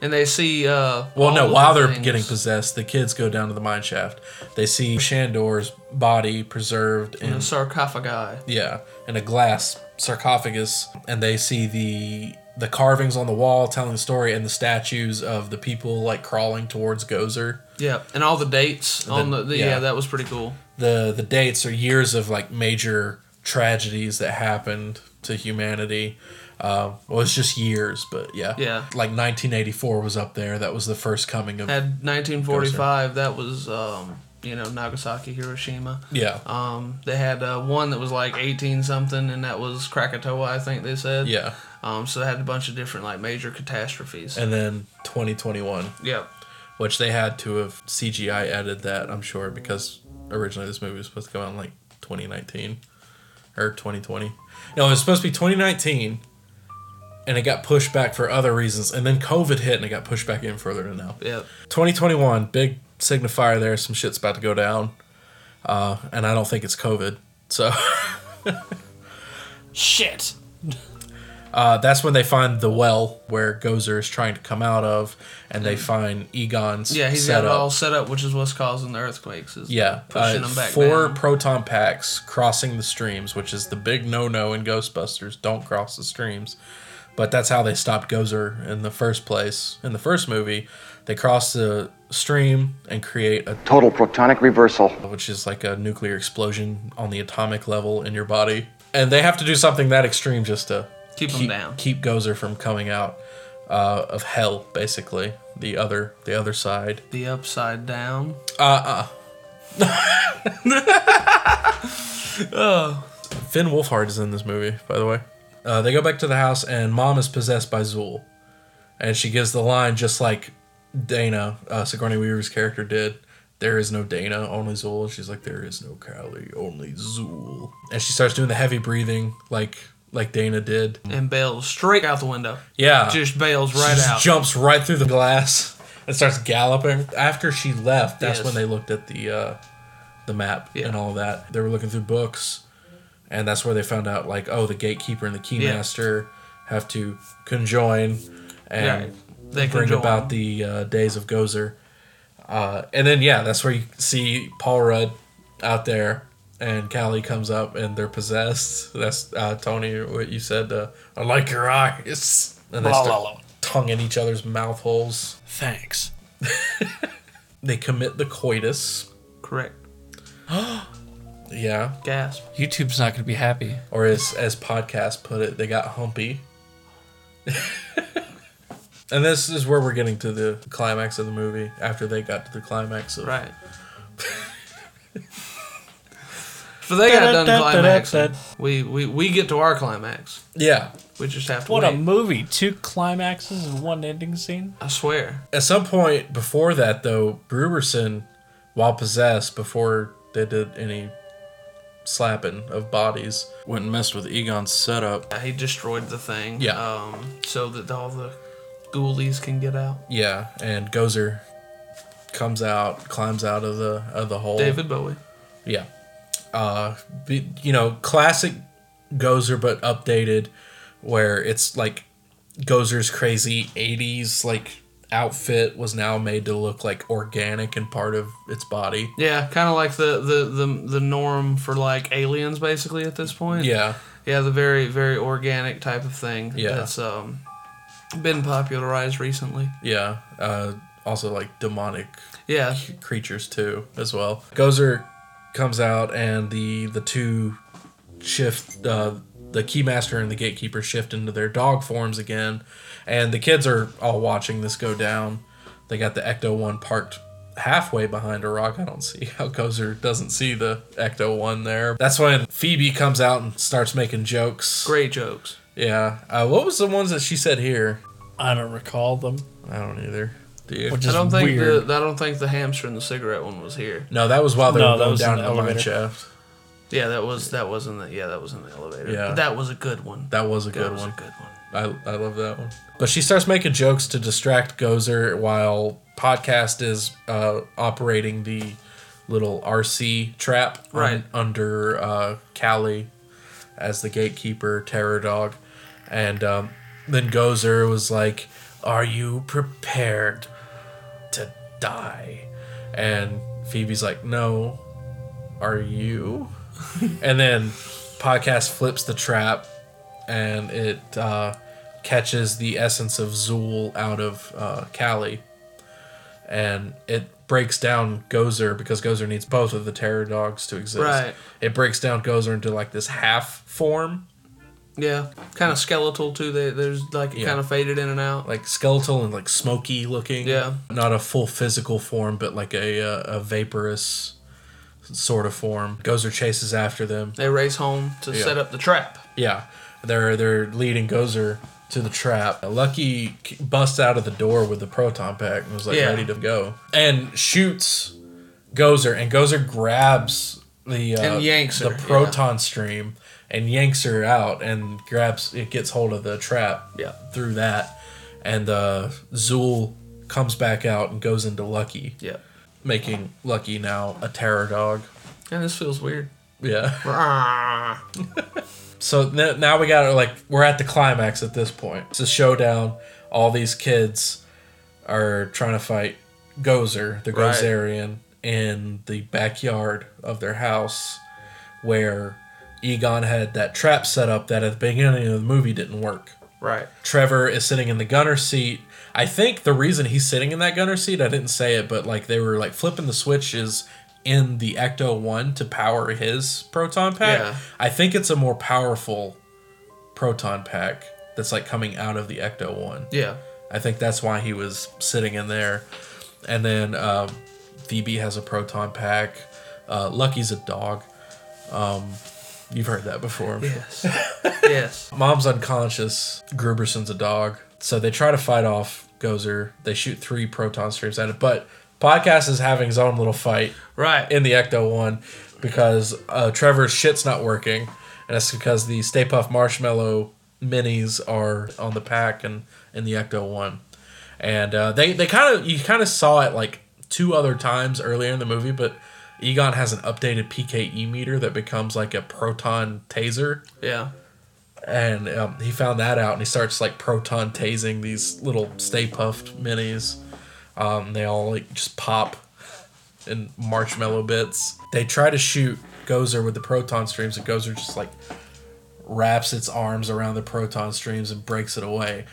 [SPEAKER 5] And they see. Uh,
[SPEAKER 3] Well,
[SPEAKER 5] all
[SPEAKER 3] no,
[SPEAKER 5] of
[SPEAKER 3] while
[SPEAKER 5] the
[SPEAKER 3] they're
[SPEAKER 5] things.
[SPEAKER 3] getting possessed, the kids go down to the mine shaft. They see Shandor's body preserved
[SPEAKER 5] in
[SPEAKER 3] in
[SPEAKER 5] a sarcophagi.
[SPEAKER 3] Yeah, in a glass sarcophagus, and they see the the carvings on the wall telling the story, and the statues of the people like crawling towards Gozer.
[SPEAKER 5] Yeah, and all the dates
[SPEAKER 3] And
[SPEAKER 5] on the,
[SPEAKER 3] then-
[SPEAKER 5] the yeah.
[SPEAKER 3] yeah.
[SPEAKER 5] that was pretty cool.
[SPEAKER 3] the The dates are years of like major tragedies that happened to humanity. Uh, well, it's just years, but yeah,
[SPEAKER 5] Yeah.
[SPEAKER 3] Like 1984 was up there. That was the first coming of
[SPEAKER 5] Had 1945. That was um, you know Nagasaki, Hiroshima.
[SPEAKER 3] Yeah.
[SPEAKER 5] Um, they had uh, one that was like 18 something, and that was Krakatoa, I think they said.
[SPEAKER 3] Yeah.
[SPEAKER 5] Um, so they had a bunch of different like major catastrophes.
[SPEAKER 3] and then 2021.
[SPEAKER 5] Yep.
[SPEAKER 3] Which they had to have CGI added that, I'm sure, because originally this movie was supposed to come out in like 2019 or 2020. No, it was supposed to be 2019 and it got pushed back for other reasons. And then COVID hit and it got pushed back in further to now.
[SPEAKER 5] Yep.
[SPEAKER 3] 2021, big signifier there. Some shit's about to go down. Uh, and I don't think it's COVID. So.
[SPEAKER 16] Shit.
[SPEAKER 3] Uh, that's when they find the well where Gozer is trying to come out of, and they find Egon's
[SPEAKER 5] Mm-hmm. Yeah, he's got
[SPEAKER 3] setup.
[SPEAKER 5] it all set up, which is what's causing the earthquakes. Is
[SPEAKER 3] yeah,
[SPEAKER 5] pushing
[SPEAKER 3] uh,
[SPEAKER 5] them back
[SPEAKER 3] four
[SPEAKER 5] down.
[SPEAKER 3] proton packs crossing the streams, which is the big no-no in Ghostbusters. Don't cross the streams, but that's how they stopped Gozer in the first place. In the first movie, they cross the stream and create a
[SPEAKER 14] Total protonic reversal.
[SPEAKER 3] which is like a nuclear explosion on the atomic level in your body. And they have to do something that extreme just to
[SPEAKER 5] Keep 'em down.
[SPEAKER 3] keep Gozer from coming out uh, of hell, basically. The other, the other side.
[SPEAKER 5] The upside down.
[SPEAKER 3] Uh, uh.
[SPEAKER 5] oh.
[SPEAKER 3] Finn Wolfhard is in this movie, by the way. Uh, they go back to the house, and Mom is possessed by Zool, and she gives the line just like Dana, uh, Sigourney Weaver's character did. There is no Dana, only Zool. And She's like, there is no Callie, only Zool. And she starts doing the heavy breathing, like like Dana did.
[SPEAKER 5] And bails straight out the window.
[SPEAKER 3] Yeah.
[SPEAKER 5] Just bails
[SPEAKER 3] She
[SPEAKER 5] right
[SPEAKER 3] just
[SPEAKER 5] out.
[SPEAKER 3] Jumps right through the glass and starts galloping. After she left, that's
[SPEAKER 5] Yes.
[SPEAKER 3] when they looked at the uh, the map and all that. They were looking through books, and that's where they found out like, oh, the gatekeeper and the
[SPEAKER 5] Yeah.
[SPEAKER 3] keymaster have to conjoin and
[SPEAKER 5] Right. They
[SPEAKER 3] bring
[SPEAKER 5] conjoin.
[SPEAKER 3] about the uh, days of Gozer. Uh, and then yeah, that's where you see Paul Rudd out there. And Callie comes up and they're possessed. That's uh, Tony. What you said? Uh, I like your eyes. And they
[SPEAKER 6] Blah,
[SPEAKER 3] start
[SPEAKER 6] blah, blah.
[SPEAKER 3] tonguing each other's mouth holes.
[SPEAKER 6] Thanks.
[SPEAKER 3] They commit the coitus.
[SPEAKER 5] Correct.
[SPEAKER 3] Yeah.
[SPEAKER 5] Gasp.
[SPEAKER 3] YouTube's not going to be happy. Or as as podcast put it, they got humpy. and this is where we're getting to the climax of the movie after they got to the climax of
[SPEAKER 5] Right. So they got done climaxing. We, we we get to our climax.
[SPEAKER 3] Yeah.
[SPEAKER 5] We just have to
[SPEAKER 6] What
[SPEAKER 5] wait.
[SPEAKER 6] a movie! Two climaxes and one ending scene.
[SPEAKER 5] I swear.
[SPEAKER 3] At some point before that, though, Bruberson, while possessed, before they did any slapping of bodies, went and messed with Egon's setup.
[SPEAKER 5] He destroyed the thing.
[SPEAKER 3] Yeah.
[SPEAKER 5] Um, so that all the ghoulies can get out.
[SPEAKER 3] Yeah, and Gozer comes out, climbs out of the of the hole.
[SPEAKER 5] David Bowie.
[SPEAKER 3] Yeah. Uh, be- you know, classic Gozer, but updated, where it's like Gozer's crazy 80s, like, outfit was now made to look like organic and part of its body.
[SPEAKER 5] Yeah, kind of like the, the the the norm for like aliens, basically at this point.
[SPEAKER 3] Yeah.
[SPEAKER 5] Yeah, the very very organic type of thing.
[SPEAKER 3] Yeah.
[SPEAKER 5] That's um been popularized recently.
[SPEAKER 3] Yeah. Uh, also, like, demonic
[SPEAKER 5] Yeah.
[SPEAKER 3] c- creatures, too, as well. Gozer comes out, and the, the two shift, uh, the Keymaster and the Gatekeeper shift into their dog forms again. And the kids are all watching this go down. They got the Ecto 1 parked halfway behind a rock. I don't see how Gozer doesn't see the Ecto 1 there. That's when Phoebe comes out and starts making jokes.
[SPEAKER 5] Great jokes.
[SPEAKER 3] Yeah. Uh, what was the ones that she said here?
[SPEAKER 6] I don't recall them.
[SPEAKER 3] I don't either. Do you?
[SPEAKER 5] I don't think the I don't think the hamster and the cigarette one was here.
[SPEAKER 3] No, that was while they
[SPEAKER 6] No,
[SPEAKER 3] were
[SPEAKER 6] that
[SPEAKER 3] going
[SPEAKER 6] was in
[SPEAKER 3] down
[SPEAKER 6] the
[SPEAKER 3] in the mine
[SPEAKER 6] elevator.
[SPEAKER 3] shaft.
[SPEAKER 5] Yeah, that was that was in the yeah that was in the elevator.
[SPEAKER 3] Yeah.
[SPEAKER 5] But that was a good one.
[SPEAKER 3] That was a
[SPEAKER 5] That
[SPEAKER 3] good
[SPEAKER 5] was
[SPEAKER 3] one.
[SPEAKER 5] a good one.
[SPEAKER 3] I, I love that one. But she starts making jokes to distract Gozer while Podcast is uh, operating the little RC trap on-
[SPEAKER 5] Right.
[SPEAKER 3] under uh, Callie as the gatekeeper terror dog. And um, then Gozer was like, Are you prepared to die? And Phoebe's like, No, are you? and then podcast flips the trap and it uh, catches the essence of Zool out of uh, Callie. And it breaks down Gozer because Gozer needs both of the terror dogs to exist.
[SPEAKER 5] Right.
[SPEAKER 3] It breaks down Gozer into like this half form.
[SPEAKER 5] Yeah, kind of skeletal too. They, there's like it
[SPEAKER 3] Yeah.
[SPEAKER 5] kind of faded in and out.
[SPEAKER 3] like skeletal and like smoky looking.
[SPEAKER 5] Yeah.
[SPEAKER 3] Not a full physical form, but like a uh, a vaporous sort of form. Gozer chases after them.
[SPEAKER 5] They race home to
[SPEAKER 3] Yeah.
[SPEAKER 5] set up the trap.
[SPEAKER 3] Yeah, they're they're leading Gozer to the trap. Lucky k- busts out of the door with the proton pack and was like
[SPEAKER 5] Yeah.
[SPEAKER 3] ready to go and shoots Gozer and Gozer grabs the uh,
[SPEAKER 5] And yanks her,
[SPEAKER 3] the
[SPEAKER 5] yeah.
[SPEAKER 3] proton stream and yanks her out and grabs it gets hold of the trap
[SPEAKER 5] Yeah.
[SPEAKER 3] through that and uh, Zool comes back out and goes into Lucky
[SPEAKER 5] yeah
[SPEAKER 3] making Lucky now a terror dog
[SPEAKER 5] And this feels weird.
[SPEAKER 3] yeah.
[SPEAKER 5] Rah.
[SPEAKER 3] So n- now we got like we're at the climax at this point. It's a showdown. All these kids are trying to fight Gozer, the
[SPEAKER 5] Right.
[SPEAKER 3] Gozerian, in the backyard of their house, where Egon had that trap set up that at the beginning of the movie didn't work.
[SPEAKER 5] Right.
[SPEAKER 3] Trevor is sitting in the gunner seat. I think the reason he's sitting in that gunner seat, I didn't say it, but like they were like flipping the switches in the Ecto 1 to power his proton pack.
[SPEAKER 5] Yeah.
[SPEAKER 3] I think it's a more powerful proton pack that's like coming out of the Ecto 1.
[SPEAKER 5] Yeah.
[SPEAKER 3] I think that's why he was sitting in there. And then um, Phoebe has a proton pack. Uh, Lucky's a dog. Um, you've heard that before. I'm sure.
[SPEAKER 5] Yes. yes.
[SPEAKER 3] Mom's unconscious. Gruberson's a dog. So they try to fight off Gozer. They shoot three proton streams at it, but Podcast is having his own little fight
[SPEAKER 5] right
[SPEAKER 3] in the Ecto one because uh, Trevor's shit's not working, and it's because the Stay Puff Marshmallow minis are on the pack and in the Ecto one, and uh, they they kind of you kind of saw it like two other times earlier in the movie, but. Egon has an updated PKE meter that becomes like a proton taser
[SPEAKER 5] Yeah.
[SPEAKER 3] and um, he found that out and he starts like proton tasing these little stay puffed minis um, they all like just pop in marshmallow bits they try to shoot gozer with the proton streams and gozer just like wraps its arms around the proton streams and breaks it away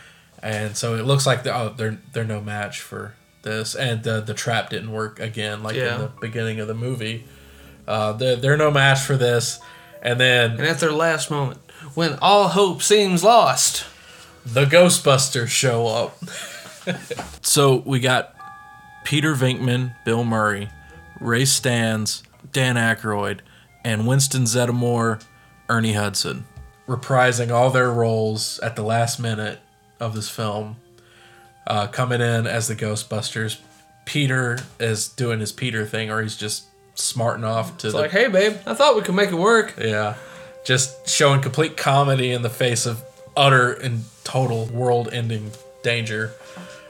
[SPEAKER 3] and so it looks like they're, oh, they're, they're no match for this and the, the trap didn't work again like
[SPEAKER 5] Yeah.
[SPEAKER 3] in the beginning of the movie uh, they're, they're no match for this and then
[SPEAKER 5] And at their last moment, when all hope seems lost,
[SPEAKER 3] the Ghostbusters show up. so we got Peter Venkman, Bill Murray, Ray Stans, Dan Aykroyd, and Winston Zeddemore, Ernie Hudson, reprising all their roles at the last minute of this film, uh, coming in as the Ghostbusters. Peter is doing his Peter thing, or he's just smarting off to
[SPEAKER 5] it's
[SPEAKER 3] the
[SPEAKER 5] like, hey, babe, I thought we could make it work.
[SPEAKER 3] yeah. Just showing complete comedy in the face of utter and total world ending danger.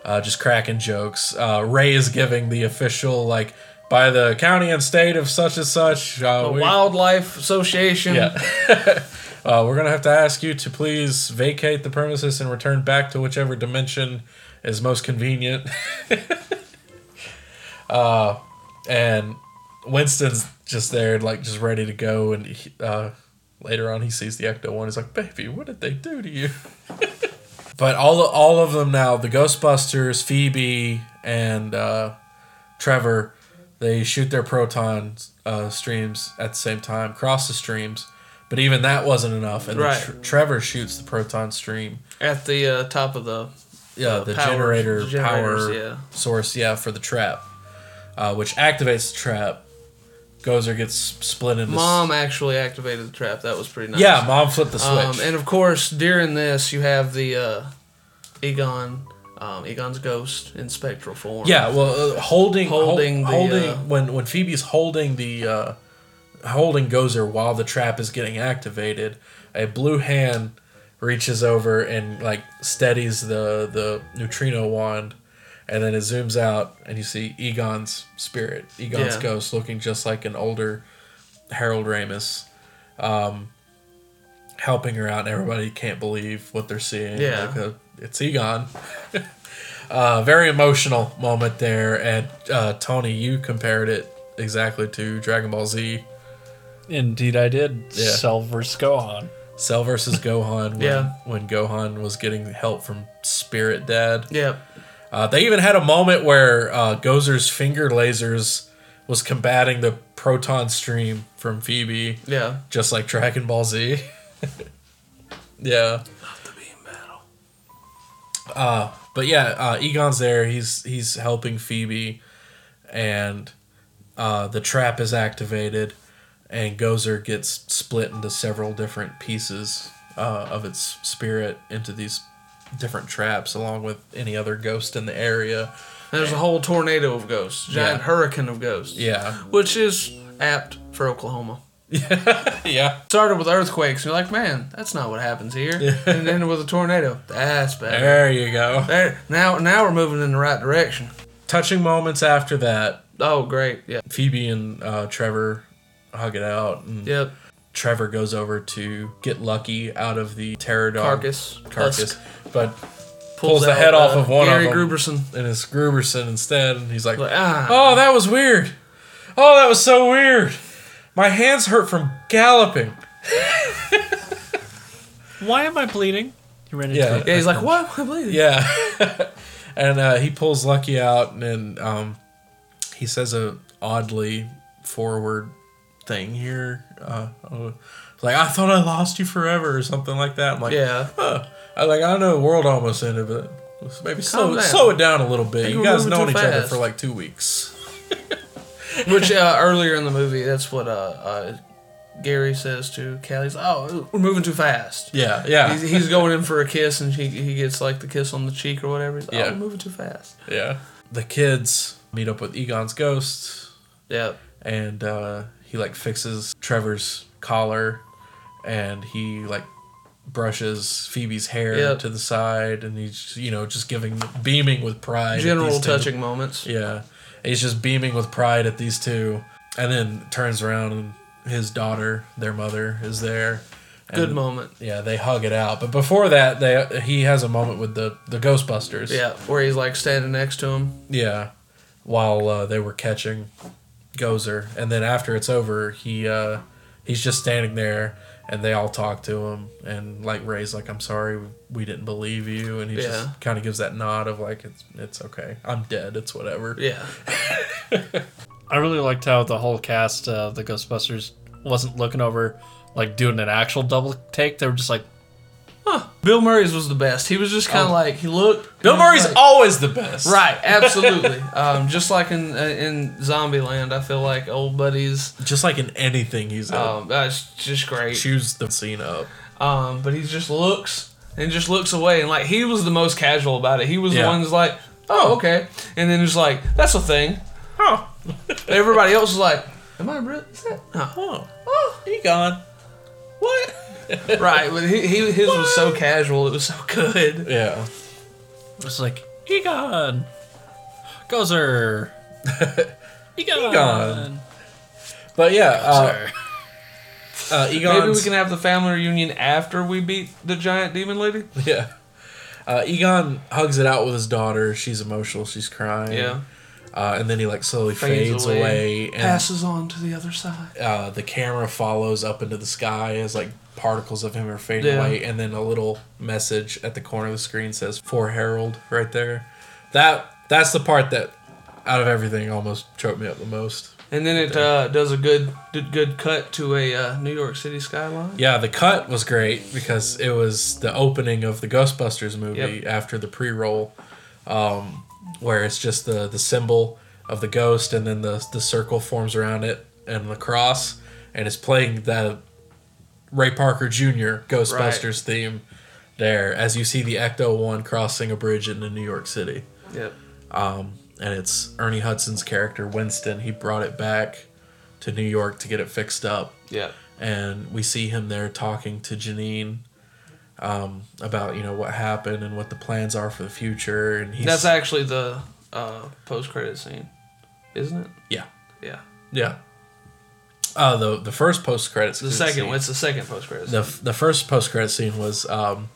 [SPEAKER 3] Uh, just cracking jokes. Uh, Ray is giving the official, like, by the county and state of such and such. Uh,
[SPEAKER 5] The
[SPEAKER 3] we-
[SPEAKER 5] Wildlife Association.
[SPEAKER 3] yeah. uh, we're going to have to ask you to please vacate the premises and return back to whichever dimension is most convenient. uh, and Winston's just there, like, just ready to go. And he, uh, later on, he sees the Ecto 1. He's like, baby, what did they do to you? but all, all of them now the Ghostbusters, Phoebe, and uh, Trevor. They shoot their proton uh, streams at the same time, cross the streams, but even that wasn't enough. And
[SPEAKER 5] Right.
[SPEAKER 3] tr- Trevor shoots the proton stream
[SPEAKER 5] At the uh, top of the
[SPEAKER 3] yeah,
[SPEAKER 5] uh,
[SPEAKER 3] the
[SPEAKER 5] power-
[SPEAKER 3] generator
[SPEAKER 5] generators,
[SPEAKER 3] power
[SPEAKER 5] Yeah.
[SPEAKER 3] source, yeah, for the trap, uh, which activates the trap. Gozer gets split into. s-
[SPEAKER 5] Mom actually activated the trap. That was pretty nice.
[SPEAKER 3] Yeah, mom flipped the
[SPEAKER 5] Um,
[SPEAKER 3] switch.
[SPEAKER 5] and of course, during this, you have the uh, Egon, um, Egon's ghost in spectral form.
[SPEAKER 3] yeah, well, uh, holding,
[SPEAKER 5] Holding
[SPEAKER 3] holding,
[SPEAKER 5] the,
[SPEAKER 3] holding
[SPEAKER 5] uh,
[SPEAKER 3] when when Phoebe's holding the uh, holding Gozer while the trap is getting activated, a blue hand reaches over and like steadies the the neutrino wand, and then it zooms out and you see Egon's spirit, Egon's
[SPEAKER 5] Yeah.
[SPEAKER 3] ghost, looking just like an older Harold Ramis, um, helping her out, and everybody can't believe what they're seeing.
[SPEAKER 5] Yeah.
[SPEAKER 3] Like, uh, it's Egon. uh, very emotional moment there, and uh, Tony, you compared it exactly to Dragon Ball Z.
[SPEAKER 6] Indeed, I did.
[SPEAKER 3] Yeah.
[SPEAKER 6] Cell versus Gohan.
[SPEAKER 3] Cell versus Gohan. When,
[SPEAKER 6] Yeah.
[SPEAKER 3] When Gohan was getting help from Spirit Dad.
[SPEAKER 5] Yep.
[SPEAKER 3] Uh, they even had a moment where uh, Gozer's finger lasers was combating the proton stream from Phoebe.
[SPEAKER 5] Yeah.
[SPEAKER 3] Just like Dragon Ball Z. yeah. Uh, but yeah, uh, Egon's there. He's he's helping Phoebe, and uh, the trap is activated, and Gozer gets split into several different pieces uh, of its spirit into these different traps, along with any other ghost in the area.
[SPEAKER 5] And there's a whole tornado of ghosts, giant
[SPEAKER 3] Yeah.
[SPEAKER 5] hurricane of ghosts.
[SPEAKER 3] Yeah.
[SPEAKER 5] Which is apt for Oklahoma.
[SPEAKER 3] yeah.
[SPEAKER 5] Started with earthquakes. You're like, man, that's not what happens here. and ended with a tornado. That's bad.
[SPEAKER 3] There you go.
[SPEAKER 5] There, now, now we're moving in the right direction.
[SPEAKER 3] Touching moments after that.
[SPEAKER 5] Oh, great. Yeah.
[SPEAKER 3] Phoebe and uh, Trevor hug it out. And
[SPEAKER 5] yep.
[SPEAKER 3] Trevor goes over to get Lucky out of the terror dog
[SPEAKER 5] Carcass.
[SPEAKER 3] Carcass.
[SPEAKER 5] Husk.
[SPEAKER 3] But pulls,
[SPEAKER 5] Pulls
[SPEAKER 3] the
[SPEAKER 5] out,
[SPEAKER 3] head off
[SPEAKER 5] uh,
[SPEAKER 3] of one
[SPEAKER 5] Gary
[SPEAKER 3] of them.
[SPEAKER 5] Gruberson.
[SPEAKER 3] And it's Gruberson instead. And he's like,
[SPEAKER 5] ah.
[SPEAKER 3] oh, that was weird. Oh, that was so weird. My hands hurt from galloping.
[SPEAKER 16] Why am I bleeding? He ran into
[SPEAKER 3] Yeah.
[SPEAKER 16] it.
[SPEAKER 3] Yeah, he's like,
[SPEAKER 5] What? I believe it.
[SPEAKER 3] Yeah. and uh, he pulls Lucky out and then um, he says a oddly forward thing here. Uh, oh, like, I thought I lost you forever or something like that. I'm like,
[SPEAKER 5] Yeah.
[SPEAKER 3] Huh. I like I know the world almost ended, but let's maybe slow,
[SPEAKER 5] down.
[SPEAKER 3] slow it down a little bit.
[SPEAKER 5] Think
[SPEAKER 3] You
[SPEAKER 5] we're
[SPEAKER 3] guys
[SPEAKER 5] moving
[SPEAKER 3] known
[SPEAKER 5] too
[SPEAKER 3] each other
[SPEAKER 5] fast.
[SPEAKER 3] for like two weeks.
[SPEAKER 5] Which uh, earlier in the movie, that's what uh, uh, Gary says to Callie's. Oh, we're moving too fast.
[SPEAKER 3] Yeah, yeah.
[SPEAKER 5] He's, he's going in for a kiss, and he, he gets like the kiss on the cheek or whatever. He's like,
[SPEAKER 3] Yeah.
[SPEAKER 5] Oh, we're moving too fast.
[SPEAKER 3] Yeah. The kids meet up with Egon's ghost.
[SPEAKER 5] Yeah.
[SPEAKER 3] And uh, he like fixes Trevor's collar, and he like brushes Phoebe's hair
[SPEAKER 5] Yep.
[SPEAKER 3] to the side, and he's you know just giving beaming with pride. at
[SPEAKER 5] General
[SPEAKER 3] these two.
[SPEAKER 5] touching moments.
[SPEAKER 3] Yeah. He's just beaming with pride at these two, and then turns around and his daughter, their mother, is there. And,
[SPEAKER 5] Good moment.
[SPEAKER 3] Yeah, they hug it out. But before that, they he has a moment with the the Ghostbusters.
[SPEAKER 5] Yeah, where he's like standing next to him.
[SPEAKER 3] Yeah, while uh, they were catching Gozer, and then after it's over, he uh, he's just standing there, and they all talk to him, and like Ray's like, "I'm sorry, we didn't believe you," and he
[SPEAKER 5] Yeah.
[SPEAKER 3] just kind of gives that nod of like, "It's it's okay, I'm dead, it's whatever."
[SPEAKER 5] Yeah.
[SPEAKER 6] I really liked how the whole cast of the Ghostbusters wasn't looking over, like doing an actual double take. They were just like,
[SPEAKER 5] Bill Murray's was the best. He was just kind of
[SPEAKER 6] Oh.
[SPEAKER 5] like he looked.
[SPEAKER 6] Bill
[SPEAKER 5] he was
[SPEAKER 6] Murray's
[SPEAKER 5] like-
[SPEAKER 3] always the best.
[SPEAKER 5] Right, absolutely. um, just like in uh, in Zombieland, I feel like old buddies.
[SPEAKER 3] Just like in anything he's in.
[SPEAKER 5] um, that's just great.
[SPEAKER 3] Choose the scene up.
[SPEAKER 5] Um, but he just looks and just looks away, and like he was the most casual about it. He was
[SPEAKER 3] Yeah.
[SPEAKER 5] the one that's like, "Oh, okay," and then just like, "That's a thing." Huh. Everybody else was like, "Am I real? Is that?" Huh.
[SPEAKER 3] Oh, oh, he gone. What?
[SPEAKER 5] right, but he, he his was so casual. It was so good.
[SPEAKER 3] Yeah.
[SPEAKER 6] "It's like Egon, Gozer, Egon."
[SPEAKER 3] Egon. But yeah, uh, uh, Egon's,
[SPEAKER 5] Maybe we can have the family reunion after we beat the giant demon lady.
[SPEAKER 3] Yeah. Uh, Egon hugs it out with his daughter. She's emotional. She's crying.
[SPEAKER 5] Yeah.
[SPEAKER 3] Uh, and then he like slowly fades,
[SPEAKER 5] Fades
[SPEAKER 3] away.
[SPEAKER 5] away.
[SPEAKER 3] and
[SPEAKER 5] Passes on to the other side.
[SPEAKER 3] uh, the camera follows up into the sky as like particles of him are fading
[SPEAKER 5] Yeah.
[SPEAKER 3] away, and then a little message at the corner of the screen says "For Harold" right there. That that's the part that out of everything almost choked me up the most.
[SPEAKER 5] And then it uh, does a good did good cut to a uh, New York City skyline.
[SPEAKER 3] Yeah, the cut was great because it was the opening of the Ghostbusters movie
[SPEAKER 5] Yep.
[SPEAKER 3] after the pre-roll, um, where it's just the the symbol of the ghost and then the the circle forms around it and the cross, and it's playing the Ray Parker Jr. Ghostbusters theme there as you see the Ecto One crossing a bridge in New York City.
[SPEAKER 5] Yep.
[SPEAKER 3] Um, and it's Ernie Hudson's character Winston. He brought it back to New York to get it fixed up
[SPEAKER 5] Yeah.
[SPEAKER 3] and we see him there talking to Janine um, about you know what happened and what the plans are for the future. And he's
[SPEAKER 5] That's actually the uh, post credit scene, isn't it?
[SPEAKER 3] yeah
[SPEAKER 5] Yeah.
[SPEAKER 3] yeah. Uh, the the first post credits.
[SPEAKER 5] The second one. It's the second post credit
[SPEAKER 3] the, the first post credit scene was um,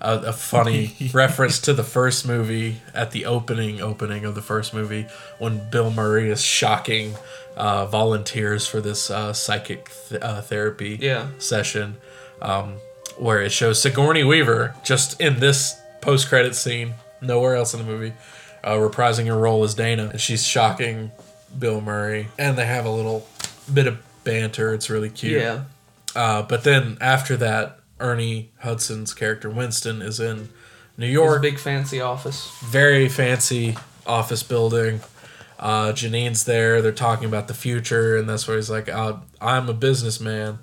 [SPEAKER 3] a, a funny reference to the first movie at the opening opening of the first movie when Bill Murray is shocking uh, volunteers for this uh, psychic th- uh, therapy
[SPEAKER 5] Yeah.
[SPEAKER 3] session, um, where it shows Sigourney Weaver just in this post credit scene, nowhere else in the movie, uh, reprising her role as Dana, and she's shocking Bill Murray, and they have a little bit of banter. It's really cute.
[SPEAKER 5] Yeah.
[SPEAKER 3] Uh, but then after that, Ernie Hudson's character Winston is in New York,
[SPEAKER 5] big fancy office,
[SPEAKER 3] very fancy office building. Uh, Janine's there. They're talking about the future, and that's where he's like, uh, "I'm a businessman,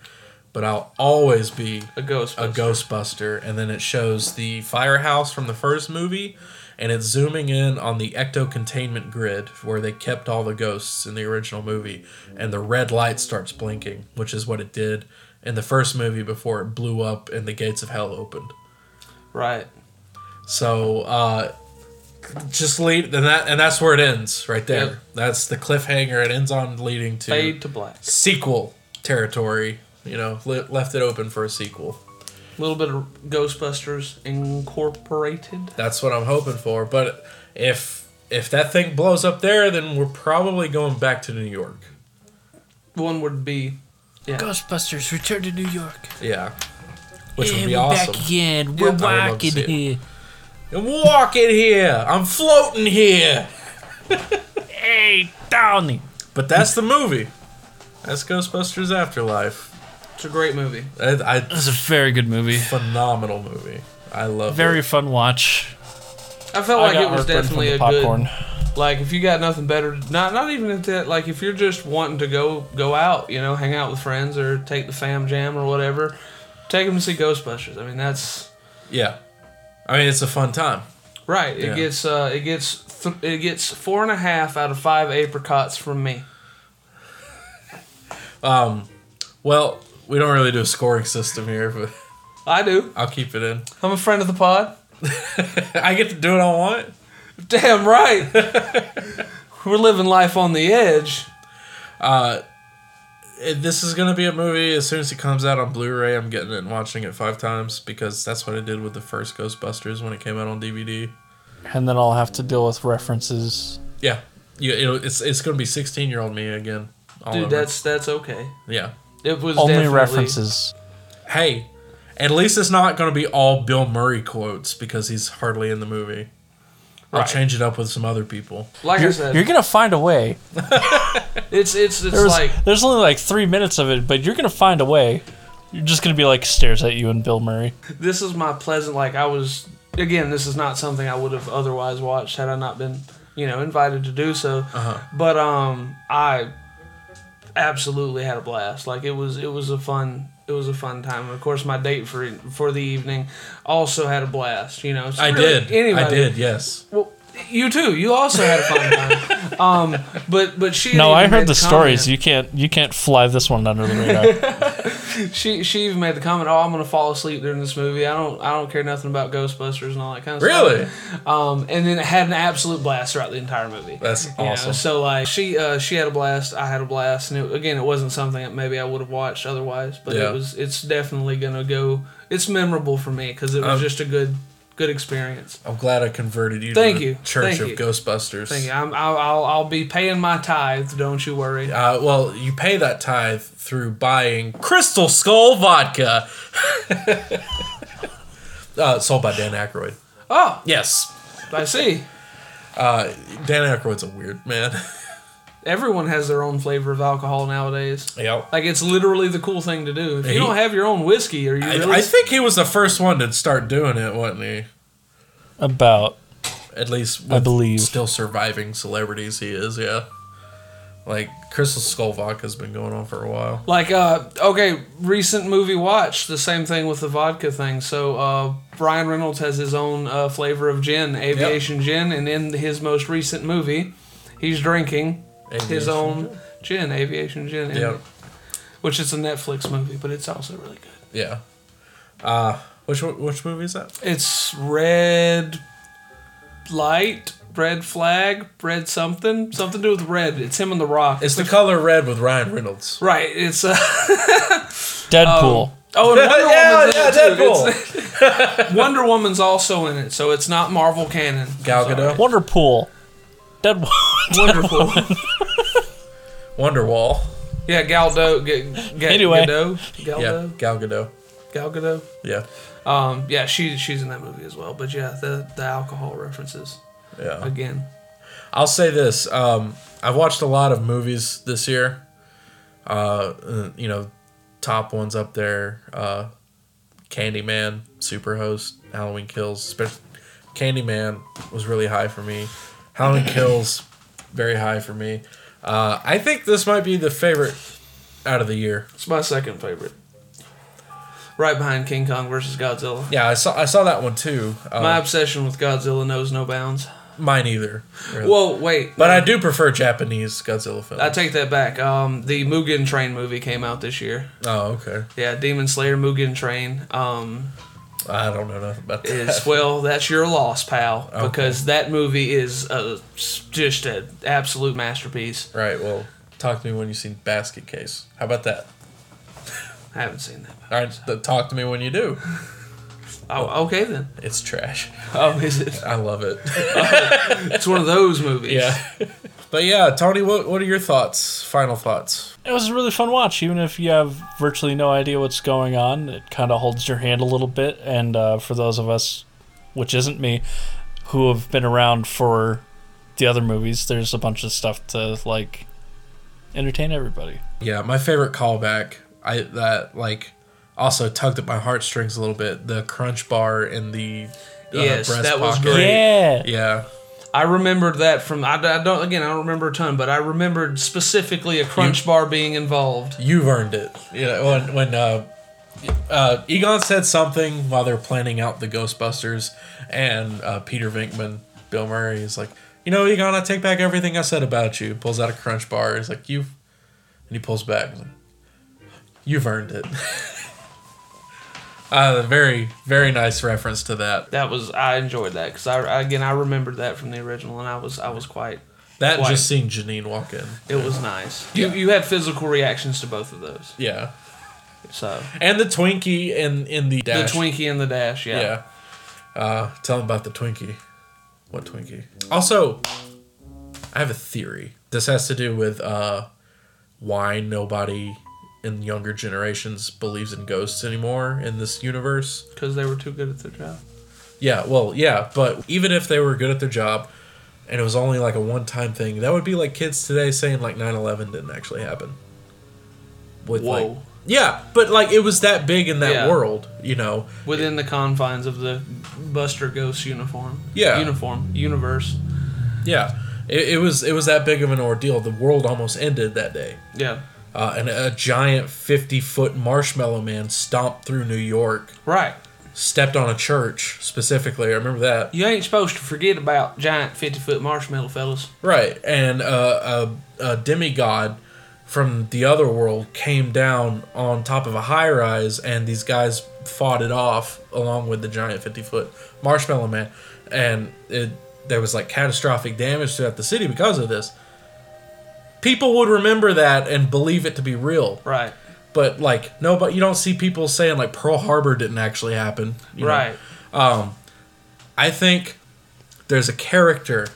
[SPEAKER 3] but I'll always be
[SPEAKER 5] a ghostbuster.
[SPEAKER 3] a ghostbuster." And then it shows the firehouse from the first movie, and it's zooming in on the ecto containment grid where they kept all the ghosts in the original movie, and the red light starts blinking, which is what it did in the first movie before it blew up and the gates of hell opened.
[SPEAKER 5] Right.
[SPEAKER 3] So uh, just lead, and that and that's where it ends right there.
[SPEAKER 5] Yep.
[SPEAKER 3] That's the cliffhanger. It ends on leading to
[SPEAKER 5] Fade to black.
[SPEAKER 3] sequel territory. You know, le- left it open for a sequel.
[SPEAKER 5] A little bit of Ghostbusters Incorporated.
[SPEAKER 3] That's what I'm hoping for. But if if that thing blows up there, then we're probably going back to New York.
[SPEAKER 5] One would be yeah.
[SPEAKER 16] Ghostbusters Return to New York.
[SPEAKER 3] Yeah, which
[SPEAKER 16] Yeah,
[SPEAKER 3] would be
[SPEAKER 16] we're back
[SPEAKER 3] awesome.
[SPEAKER 16] again. We're
[SPEAKER 3] I would love to
[SPEAKER 16] walking
[SPEAKER 3] see it.
[SPEAKER 16] here.
[SPEAKER 3] I'm walking here. I'm floating here.
[SPEAKER 16] Hey, Downey.
[SPEAKER 3] But that's the movie. That's Ghostbusters Afterlife.
[SPEAKER 5] It's a great movie.
[SPEAKER 3] I, I,
[SPEAKER 16] It's a very good movie.
[SPEAKER 3] phenomenal movie. I love
[SPEAKER 16] Very
[SPEAKER 3] it.
[SPEAKER 16] fun watch.
[SPEAKER 5] I felt
[SPEAKER 16] I
[SPEAKER 5] like
[SPEAKER 16] got
[SPEAKER 5] it was
[SPEAKER 16] heartburn from
[SPEAKER 5] definitely
[SPEAKER 16] the
[SPEAKER 5] a
[SPEAKER 16] popcorn.
[SPEAKER 5] good. Like if you got nothing better, not not even if that. Like if you're just wanting to go go out, you know, hang out with friends or take the fam jam or whatever, take them to see Ghostbusters. I mean that's
[SPEAKER 3] Yeah. I mean, it's a fun time.
[SPEAKER 5] right. It
[SPEAKER 3] Yeah.
[SPEAKER 5] gets uh it gets th- it gets four and a half out of five apricots from me.
[SPEAKER 3] Um, well, we don't really do a scoring system here, but
[SPEAKER 5] I do.
[SPEAKER 3] I'll keep it in.
[SPEAKER 5] I'm a friend of the pod.
[SPEAKER 3] I get to do what I want.
[SPEAKER 5] Damn right. We're living life on the edge.
[SPEAKER 3] Uh, it- this is gonna be a movie. As soon as it comes out on Blu-ray, I'm getting it and watching it five times because that's what I did with the first Ghostbusters when it came out on DVD.
[SPEAKER 6] And then I'll have to deal with references.
[SPEAKER 3] Yeah, you, it'll, it's it's gonna be 16 year old me again. all
[SPEAKER 5] Dude,
[SPEAKER 3] over.
[SPEAKER 5] that's that's okay.
[SPEAKER 3] yeah.
[SPEAKER 5] It was
[SPEAKER 6] Only
[SPEAKER 5] definitely-
[SPEAKER 6] references.
[SPEAKER 3] Hey, at least it's not gonna be all Bill Murray quotes because he's hardly in the movie. I'll
[SPEAKER 5] Right.
[SPEAKER 3] change it up with some other people.
[SPEAKER 5] Like I
[SPEAKER 6] You're,
[SPEAKER 5] said,
[SPEAKER 6] you're gonna find a way.
[SPEAKER 5] it's it's it's
[SPEAKER 6] There was-
[SPEAKER 5] like
[SPEAKER 6] there's only like three minutes of it, but you're gonna find a way. You're just gonna be like stares at you and Bill Murray.
[SPEAKER 5] this is my pleasant like i was again this is not something i would have otherwise watched had i not been you know invited to do so
[SPEAKER 3] Uh-huh.
[SPEAKER 5] but um i absolutely had a blast like it was it was a fun it was a fun time and of course my date for for the evening also had a blast you know so
[SPEAKER 3] I
[SPEAKER 5] really,
[SPEAKER 3] did.
[SPEAKER 5] anybody,
[SPEAKER 3] I did. Yes.
[SPEAKER 5] well you too you also had a fun time um but but she
[SPEAKER 6] No,
[SPEAKER 5] even
[SPEAKER 6] I
[SPEAKER 5] made
[SPEAKER 6] heard the
[SPEAKER 5] comment-
[SPEAKER 6] stories. You can't you can't fly this one under the radar.
[SPEAKER 5] she she even made the comment, "Oh, I'm gonna fall asleep during this movie. I don't I don't care nothing about Ghostbusters and all that kind of
[SPEAKER 3] Really?
[SPEAKER 5] stuff." Really? Um, and then it had an absolute blast throughout the entire movie.
[SPEAKER 3] That's
[SPEAKER 5] You know,
[SPEAKER 3] awesome.
[SPEAKER 5] so like she uh, she had a blast, I had a blast, and it, again, it wasn't something that maybe I would have watched otherwise, but
[SPEAKER 3] Yeah.
[SPEAKER 5] it was it's definitely gonna go. It's memorable for me because it was
[SPEAKER 3] Um,
[SPEAKER 5] just a good good experience.
[SPEAKER 3] I'm glad I converted you
[SPEAKER 5] Thank
[SPEAKER 3] to the
[SPEAKER 5] you.
[SPEAKER 3] Church
[SPEAKER 5] Thank
[SPEAKER 3] of
[SPEAKER 5] you.
[SPEAKER 3] Ghostbusters.
[SPEAKER 5] Thank you. I'm, I'll, I'll I'll be paying my tithe. Don't you worry.
[SPEAKER 3] Uh, well, you pay that tithe through buying Crystal Skull vodka. uh, sold by Dan Aykroyd.
[SPEAKER 5] Oh,
[SPEAKER 3] Yes.
[SPEAKER 5] I see.
[SPEAKER 3] Uh, Dan Aykroyd's a weird man.
[SPEAKER 5] Everyone has their own flavor of alcohol nowadays.
[SPEAKER 3] yep.
[SPEAKER 5] Like it's literally the cool thing to do. If you
[SPEAKER 3] He-
[SPEAKER 5] don't have your own whiskey, are you
[SPEAKER 3] I,
[SPEAKER 5] really?
[SPEAKER 3] I think he was the first one to start doing it, wasn't he?
[SPEAKER 6] About
[SPEAKER 3] At least
[SPEAKER 6] I
[SPEAKER 3] with
[SPEAKER 6] believe.
[SPEAKER 3] still surviving celebrities, he is. Yeah. Like Crystal Skull vodka's been going on for a while.
[SPEAKER 5] like uh okay, recent movie watch, the same thing with the vodka thing. So uh Brian Reynolds has his own uh, flavor of gin, aviation gin, and in his most recent movie, he's drinking his
[SPEAKER 3] Aviation
[SPEAKER 5] own gin, aviation gin. and-
[SPEAKER 3] Yep.
[SPEAKER 5] Which is a Netflix movie, but it's also really good.
[SPEAKER 3] Yeah. Uh, Which one- which movie is that?
[SPEAKER 5] It's red light, red flag, red something, something to do with red. It's him and the Rock.
[SPEAKER 3] It's the color red with Ryan Reynolds.
[SPEAKER 5] Right. It's uh, Um,
[SPEAKER 3] Deadpool.
[SPEAKER 5] oh, and Wonder
[SPEAKER 3] Yeah,
[SPEAKER 5] Woman's in
[SPEAKER 3] yeah,
[SPEAKER 5] it too. It's- Wonder Woman's also in it, so it's not Marvel canon.
[SPEAKER 3] Gal Gadot.
[SPEAKER 5] Wonderpool. Dead. Wonderful.
[SPEAKER 3] Wonderwall.
[SPEAKER 5] yeah, Gal Gadot. Ga- Ga-
[SPEAKER 3] Anyway.
[SPEAKER 5] Gadot. Gal
[SPEAKER 3] yeah,
[SPEAKER 5] Gadot.
[SPEAKER 3] Gal Gadot.
[SPEAKER 5] Gal Gadot.
[SPEAKER 3] Yeah.
[SPEAKER 5] Um, yeah, she she's in that movie as well. But yeah, the the alcohol references.
[SPEAKER 3] Yeah.
[SPEAKER 5] Again.
[SPEAKER 3] I'll say this. Um, I've watched a lot of movies this year. Uh, Uh, you know, top ones up there: uh, Candyman, Superhost, Halloween Kills. Especially Candyman was really high for me. Halloween Kills, very high for me. Uh, I think this might be the favorite out of the year.
[SPEAKER 5] It's my second favorite. Right behind King Kong versus Godzilla.
[SPEAKER 3] Yeah, I saw I saw that one too. Uh,
[SPEAKER 5] my obsession with Godzilla knows no bounds.
[SPEAKER 3] mine either. really.
[SPEAKER 5] Whoa, wait.
[SPEAKER 3] But
[SPEAKER 5] no.
[SPEAKER 3] I do prefer Japanese Godzilla films.
[SPEAKER 5] I take that back. Um, the Mugen Train movie came out this year.
[SPEAKER 3] Oh, okay.
[SPEAKER 5] Yeah, Demon Slayer Mugen Train. Um,
[SPEAKER 3] I don't know nothing about that.
[SPEAKER 5] is well, that's your loss, pal,
[SPEAKER 3] Okay.
[SPEAKER 5] because that movie is uh just an absolute masterpiece.
[SPEAKER 3] Right. Well, talk to me when you see Basket Case. How about that?
[SPEAKER 5] I haven't seen that.
[SPEAKER 3] All right. th- talk to me when you do.
[SPEAKER 5] Oh, okay then.
[SPEAKER 3] It's trash.
[SPEAKER 5] Oh, is it?
[SPEAKER 3] I love it.
[SPEAKER 5] it's one of those movies.
[SPEAKER 3] Yeah. But yeah, Tony, what what are your thoughts? Final thoughts.
[SPEAKER 6] It was a really fun watch, even if you have virtually no idea what's going on. It kind of holds your hand a little bit, and uh, for those of us, which isn't me, who have been around for the other movies, there's a bunch of stuff to like entertain everybody.
[SPEAKER 3] Yeah, my favorite callback. I that like also tugged at my heartstrings a little bit. The crunch bar in the uh,
[SPEAKER 5] Yes,
[SPEAKER 3] breast
[SPEAKER 5] that was
[SPEAKER 3] pocket.
[SPEAKER 5] great. Yeah.
[SPEAKER 3] Yeah.
[SPEAKER 5] I remembered that from I, I don't again I don't remember a ton, but I remembered specifically a crunch bar being involved.
[SPEAKER 3] You've earned it. You know, when when uh, uh, Egon said something while they're planning out the Ghostbusters, and uh, Peter Venkman, Bill Murray is like, you know, Egon, I take back everything I said about you. Pulls out a Crunch bar. He's like, you, and he pulls back. He's like, You've earned it. uh, very very nice reference to that.
[SPEAKER 5] That was I enjoyed that because I I- again I remembered that from the original and I was I was quite
[SPEAKER 3] That and
[SPEAKER 5] quite-
[SPEAKER 3] just seeing Janine walk in.
[SPEAKER 5] it was nice. You you had physical reactions to both of those.
[SPEAKER 3] Yeah.
[SPEAKER 5] So
[SPEAKER 3] And the Twinkie in in the dash.
[SPEAKER 5] Twinkie and the dash, yeah.
[SPEAKER 3] Yeah. Uh, tell them about the Twinkie. What Twinkie? Also, I have a theory. This has to do with uh, why nobody in younger generations believes in ghosts anymore in this universe.
[SPEAKER 5] because they were too good at their job.
[SPEAKER 3] Yeah, well, yeah, but even if they were good at their job and it was only like a one time thing, that would be like kids today saying like 9 11 didn't actually happen. With
[SPEAKER 5] Whoa.
[SPEAKER 3] like. Yeah, but like it was that big in that
[SPEAKER 5] Yeah.
[SPEAKER 3] world, you know.
[SPEAKER 5] Within the confines of the Buster Ghost uniform.
[SPEAKER 3] Yeah.
[SPEAKER 5] Uniform universe.
[SPEAKER 3] Yeah, it, it was it was that big of an ordeal. The world almost ended that day.
[SPEAKER 5] Yeah.
[SPEAKER 3] Uh, and a giant fifty foot marshmallow man stomped through New York.
[SPEAKER 5] Right.
[SPEAKER 3] Stepped on a church specifically. I remember that.
[SPEAKER 5] You ain't supposed to forget about giant fifty foot marshmallow fellas.
[SPEAKER 3] Right, and uh, a, a demigod from the other world came down on top of a high rise, and these guys fought it off along with the giant fifty foot marshmallow man, and it there was like catastrophic damage throughout the city because of this. People would remember that and believe it to be real.
[SPEAKER 5] Right.
[SPEAKER 3] But like nobody, you don't see people saying like Pearl Harbor didn't actually happen. you know?
[SPEAKER 5] Right.
[SPEAKER 3] Um, I think there's a character,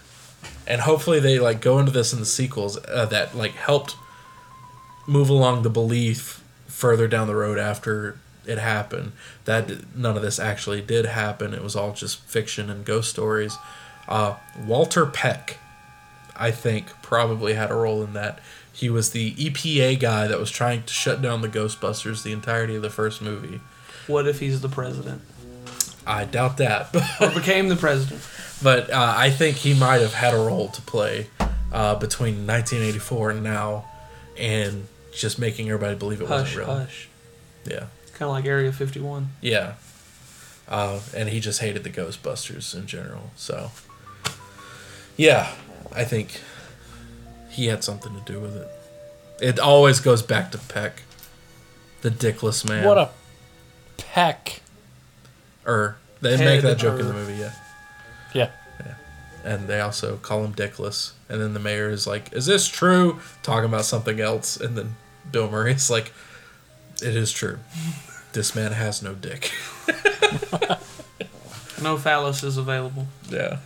[SPEAKER 3] and hopefully they like go into this in the sequels uh, that like helped move along the belief further down the road after it happened that none of this actually did happen. It was all just fiction and ghost stories. Uh, Walter Peck, I think, probably had a role in that. He was the EPA guy that was trying to shut down the Ghostbusters the entirety of the first movie.
[SPEAKER 5] What if he's the president?
[SPEAKER 3] I doubt that.
[SPEAKER 5] Or became the president.
[SPEAKER 3] but uh, I think he might have had a role to play uh, between 1984 and now, and just making everybody believe it
[SPEAKER 5] Hush,
[SPEAKER 3] wasn't real.
[SPEAKER 5] hush.
[SPEAKER 3] Yeah,
[SPEAKER 5] Kind of like Area 51.
[SPEAKER 3] yeah. Uh, and he just hated the Ghostbusters in general. So, yeah, I think he had something to do with it. It always goes back to Peck, the dickless man.
[SPEAKER 6] What a peck!
[SPEAKER 3] Or Er, they make
[SPEAKER 6] Head
[SPEAKER 3] that joke in
[SPEAKER 6] or-
[SPEAKER 5] er,
[SPEAKER 3] the movie, yeah.
[SPEAKER 6] Yeah.
[SPEAKER 3] Yeah. And they also call him Dickless. And then the mayor is like, Is this true? Talking about something else. And then Bill Murray's like, It is true. This man has no dick.
[SPEAKER 5] No phallus is available.
[SPEAKER 3] Yeah.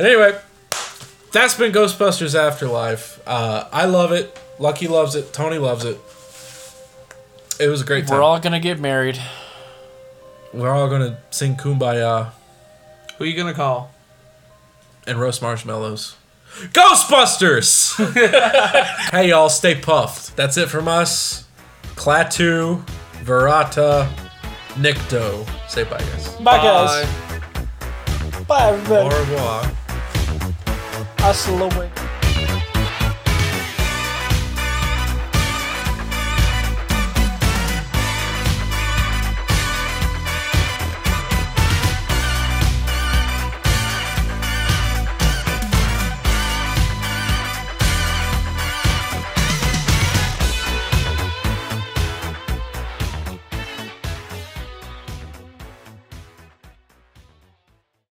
[SPEAKER 3] Anyway, that's been Ghostbusters Afterlife. Uh, I love it. Lucky loves it. Tony loves it. It was a great time.
[SPEAKER 6] We're all gonna get married.
[SPEAKER 3] We're all gonna sing Kumbaya
[SPEAKER 5] Who you gonna call?
[SPEAKER 3] and roast marshmallows. Ghostbusters! hey y'all, stay puffed. That's it from us. Klaatu, Verata, Nikto. Say bye guys.
[SPEAKER 6] Bye, guys. Bye,
[SPEAKER 3] Au
[SPEAKER 6] everybody.
[SPEAKER 3] revoir.
[SPEAKER 6] Hasta luego.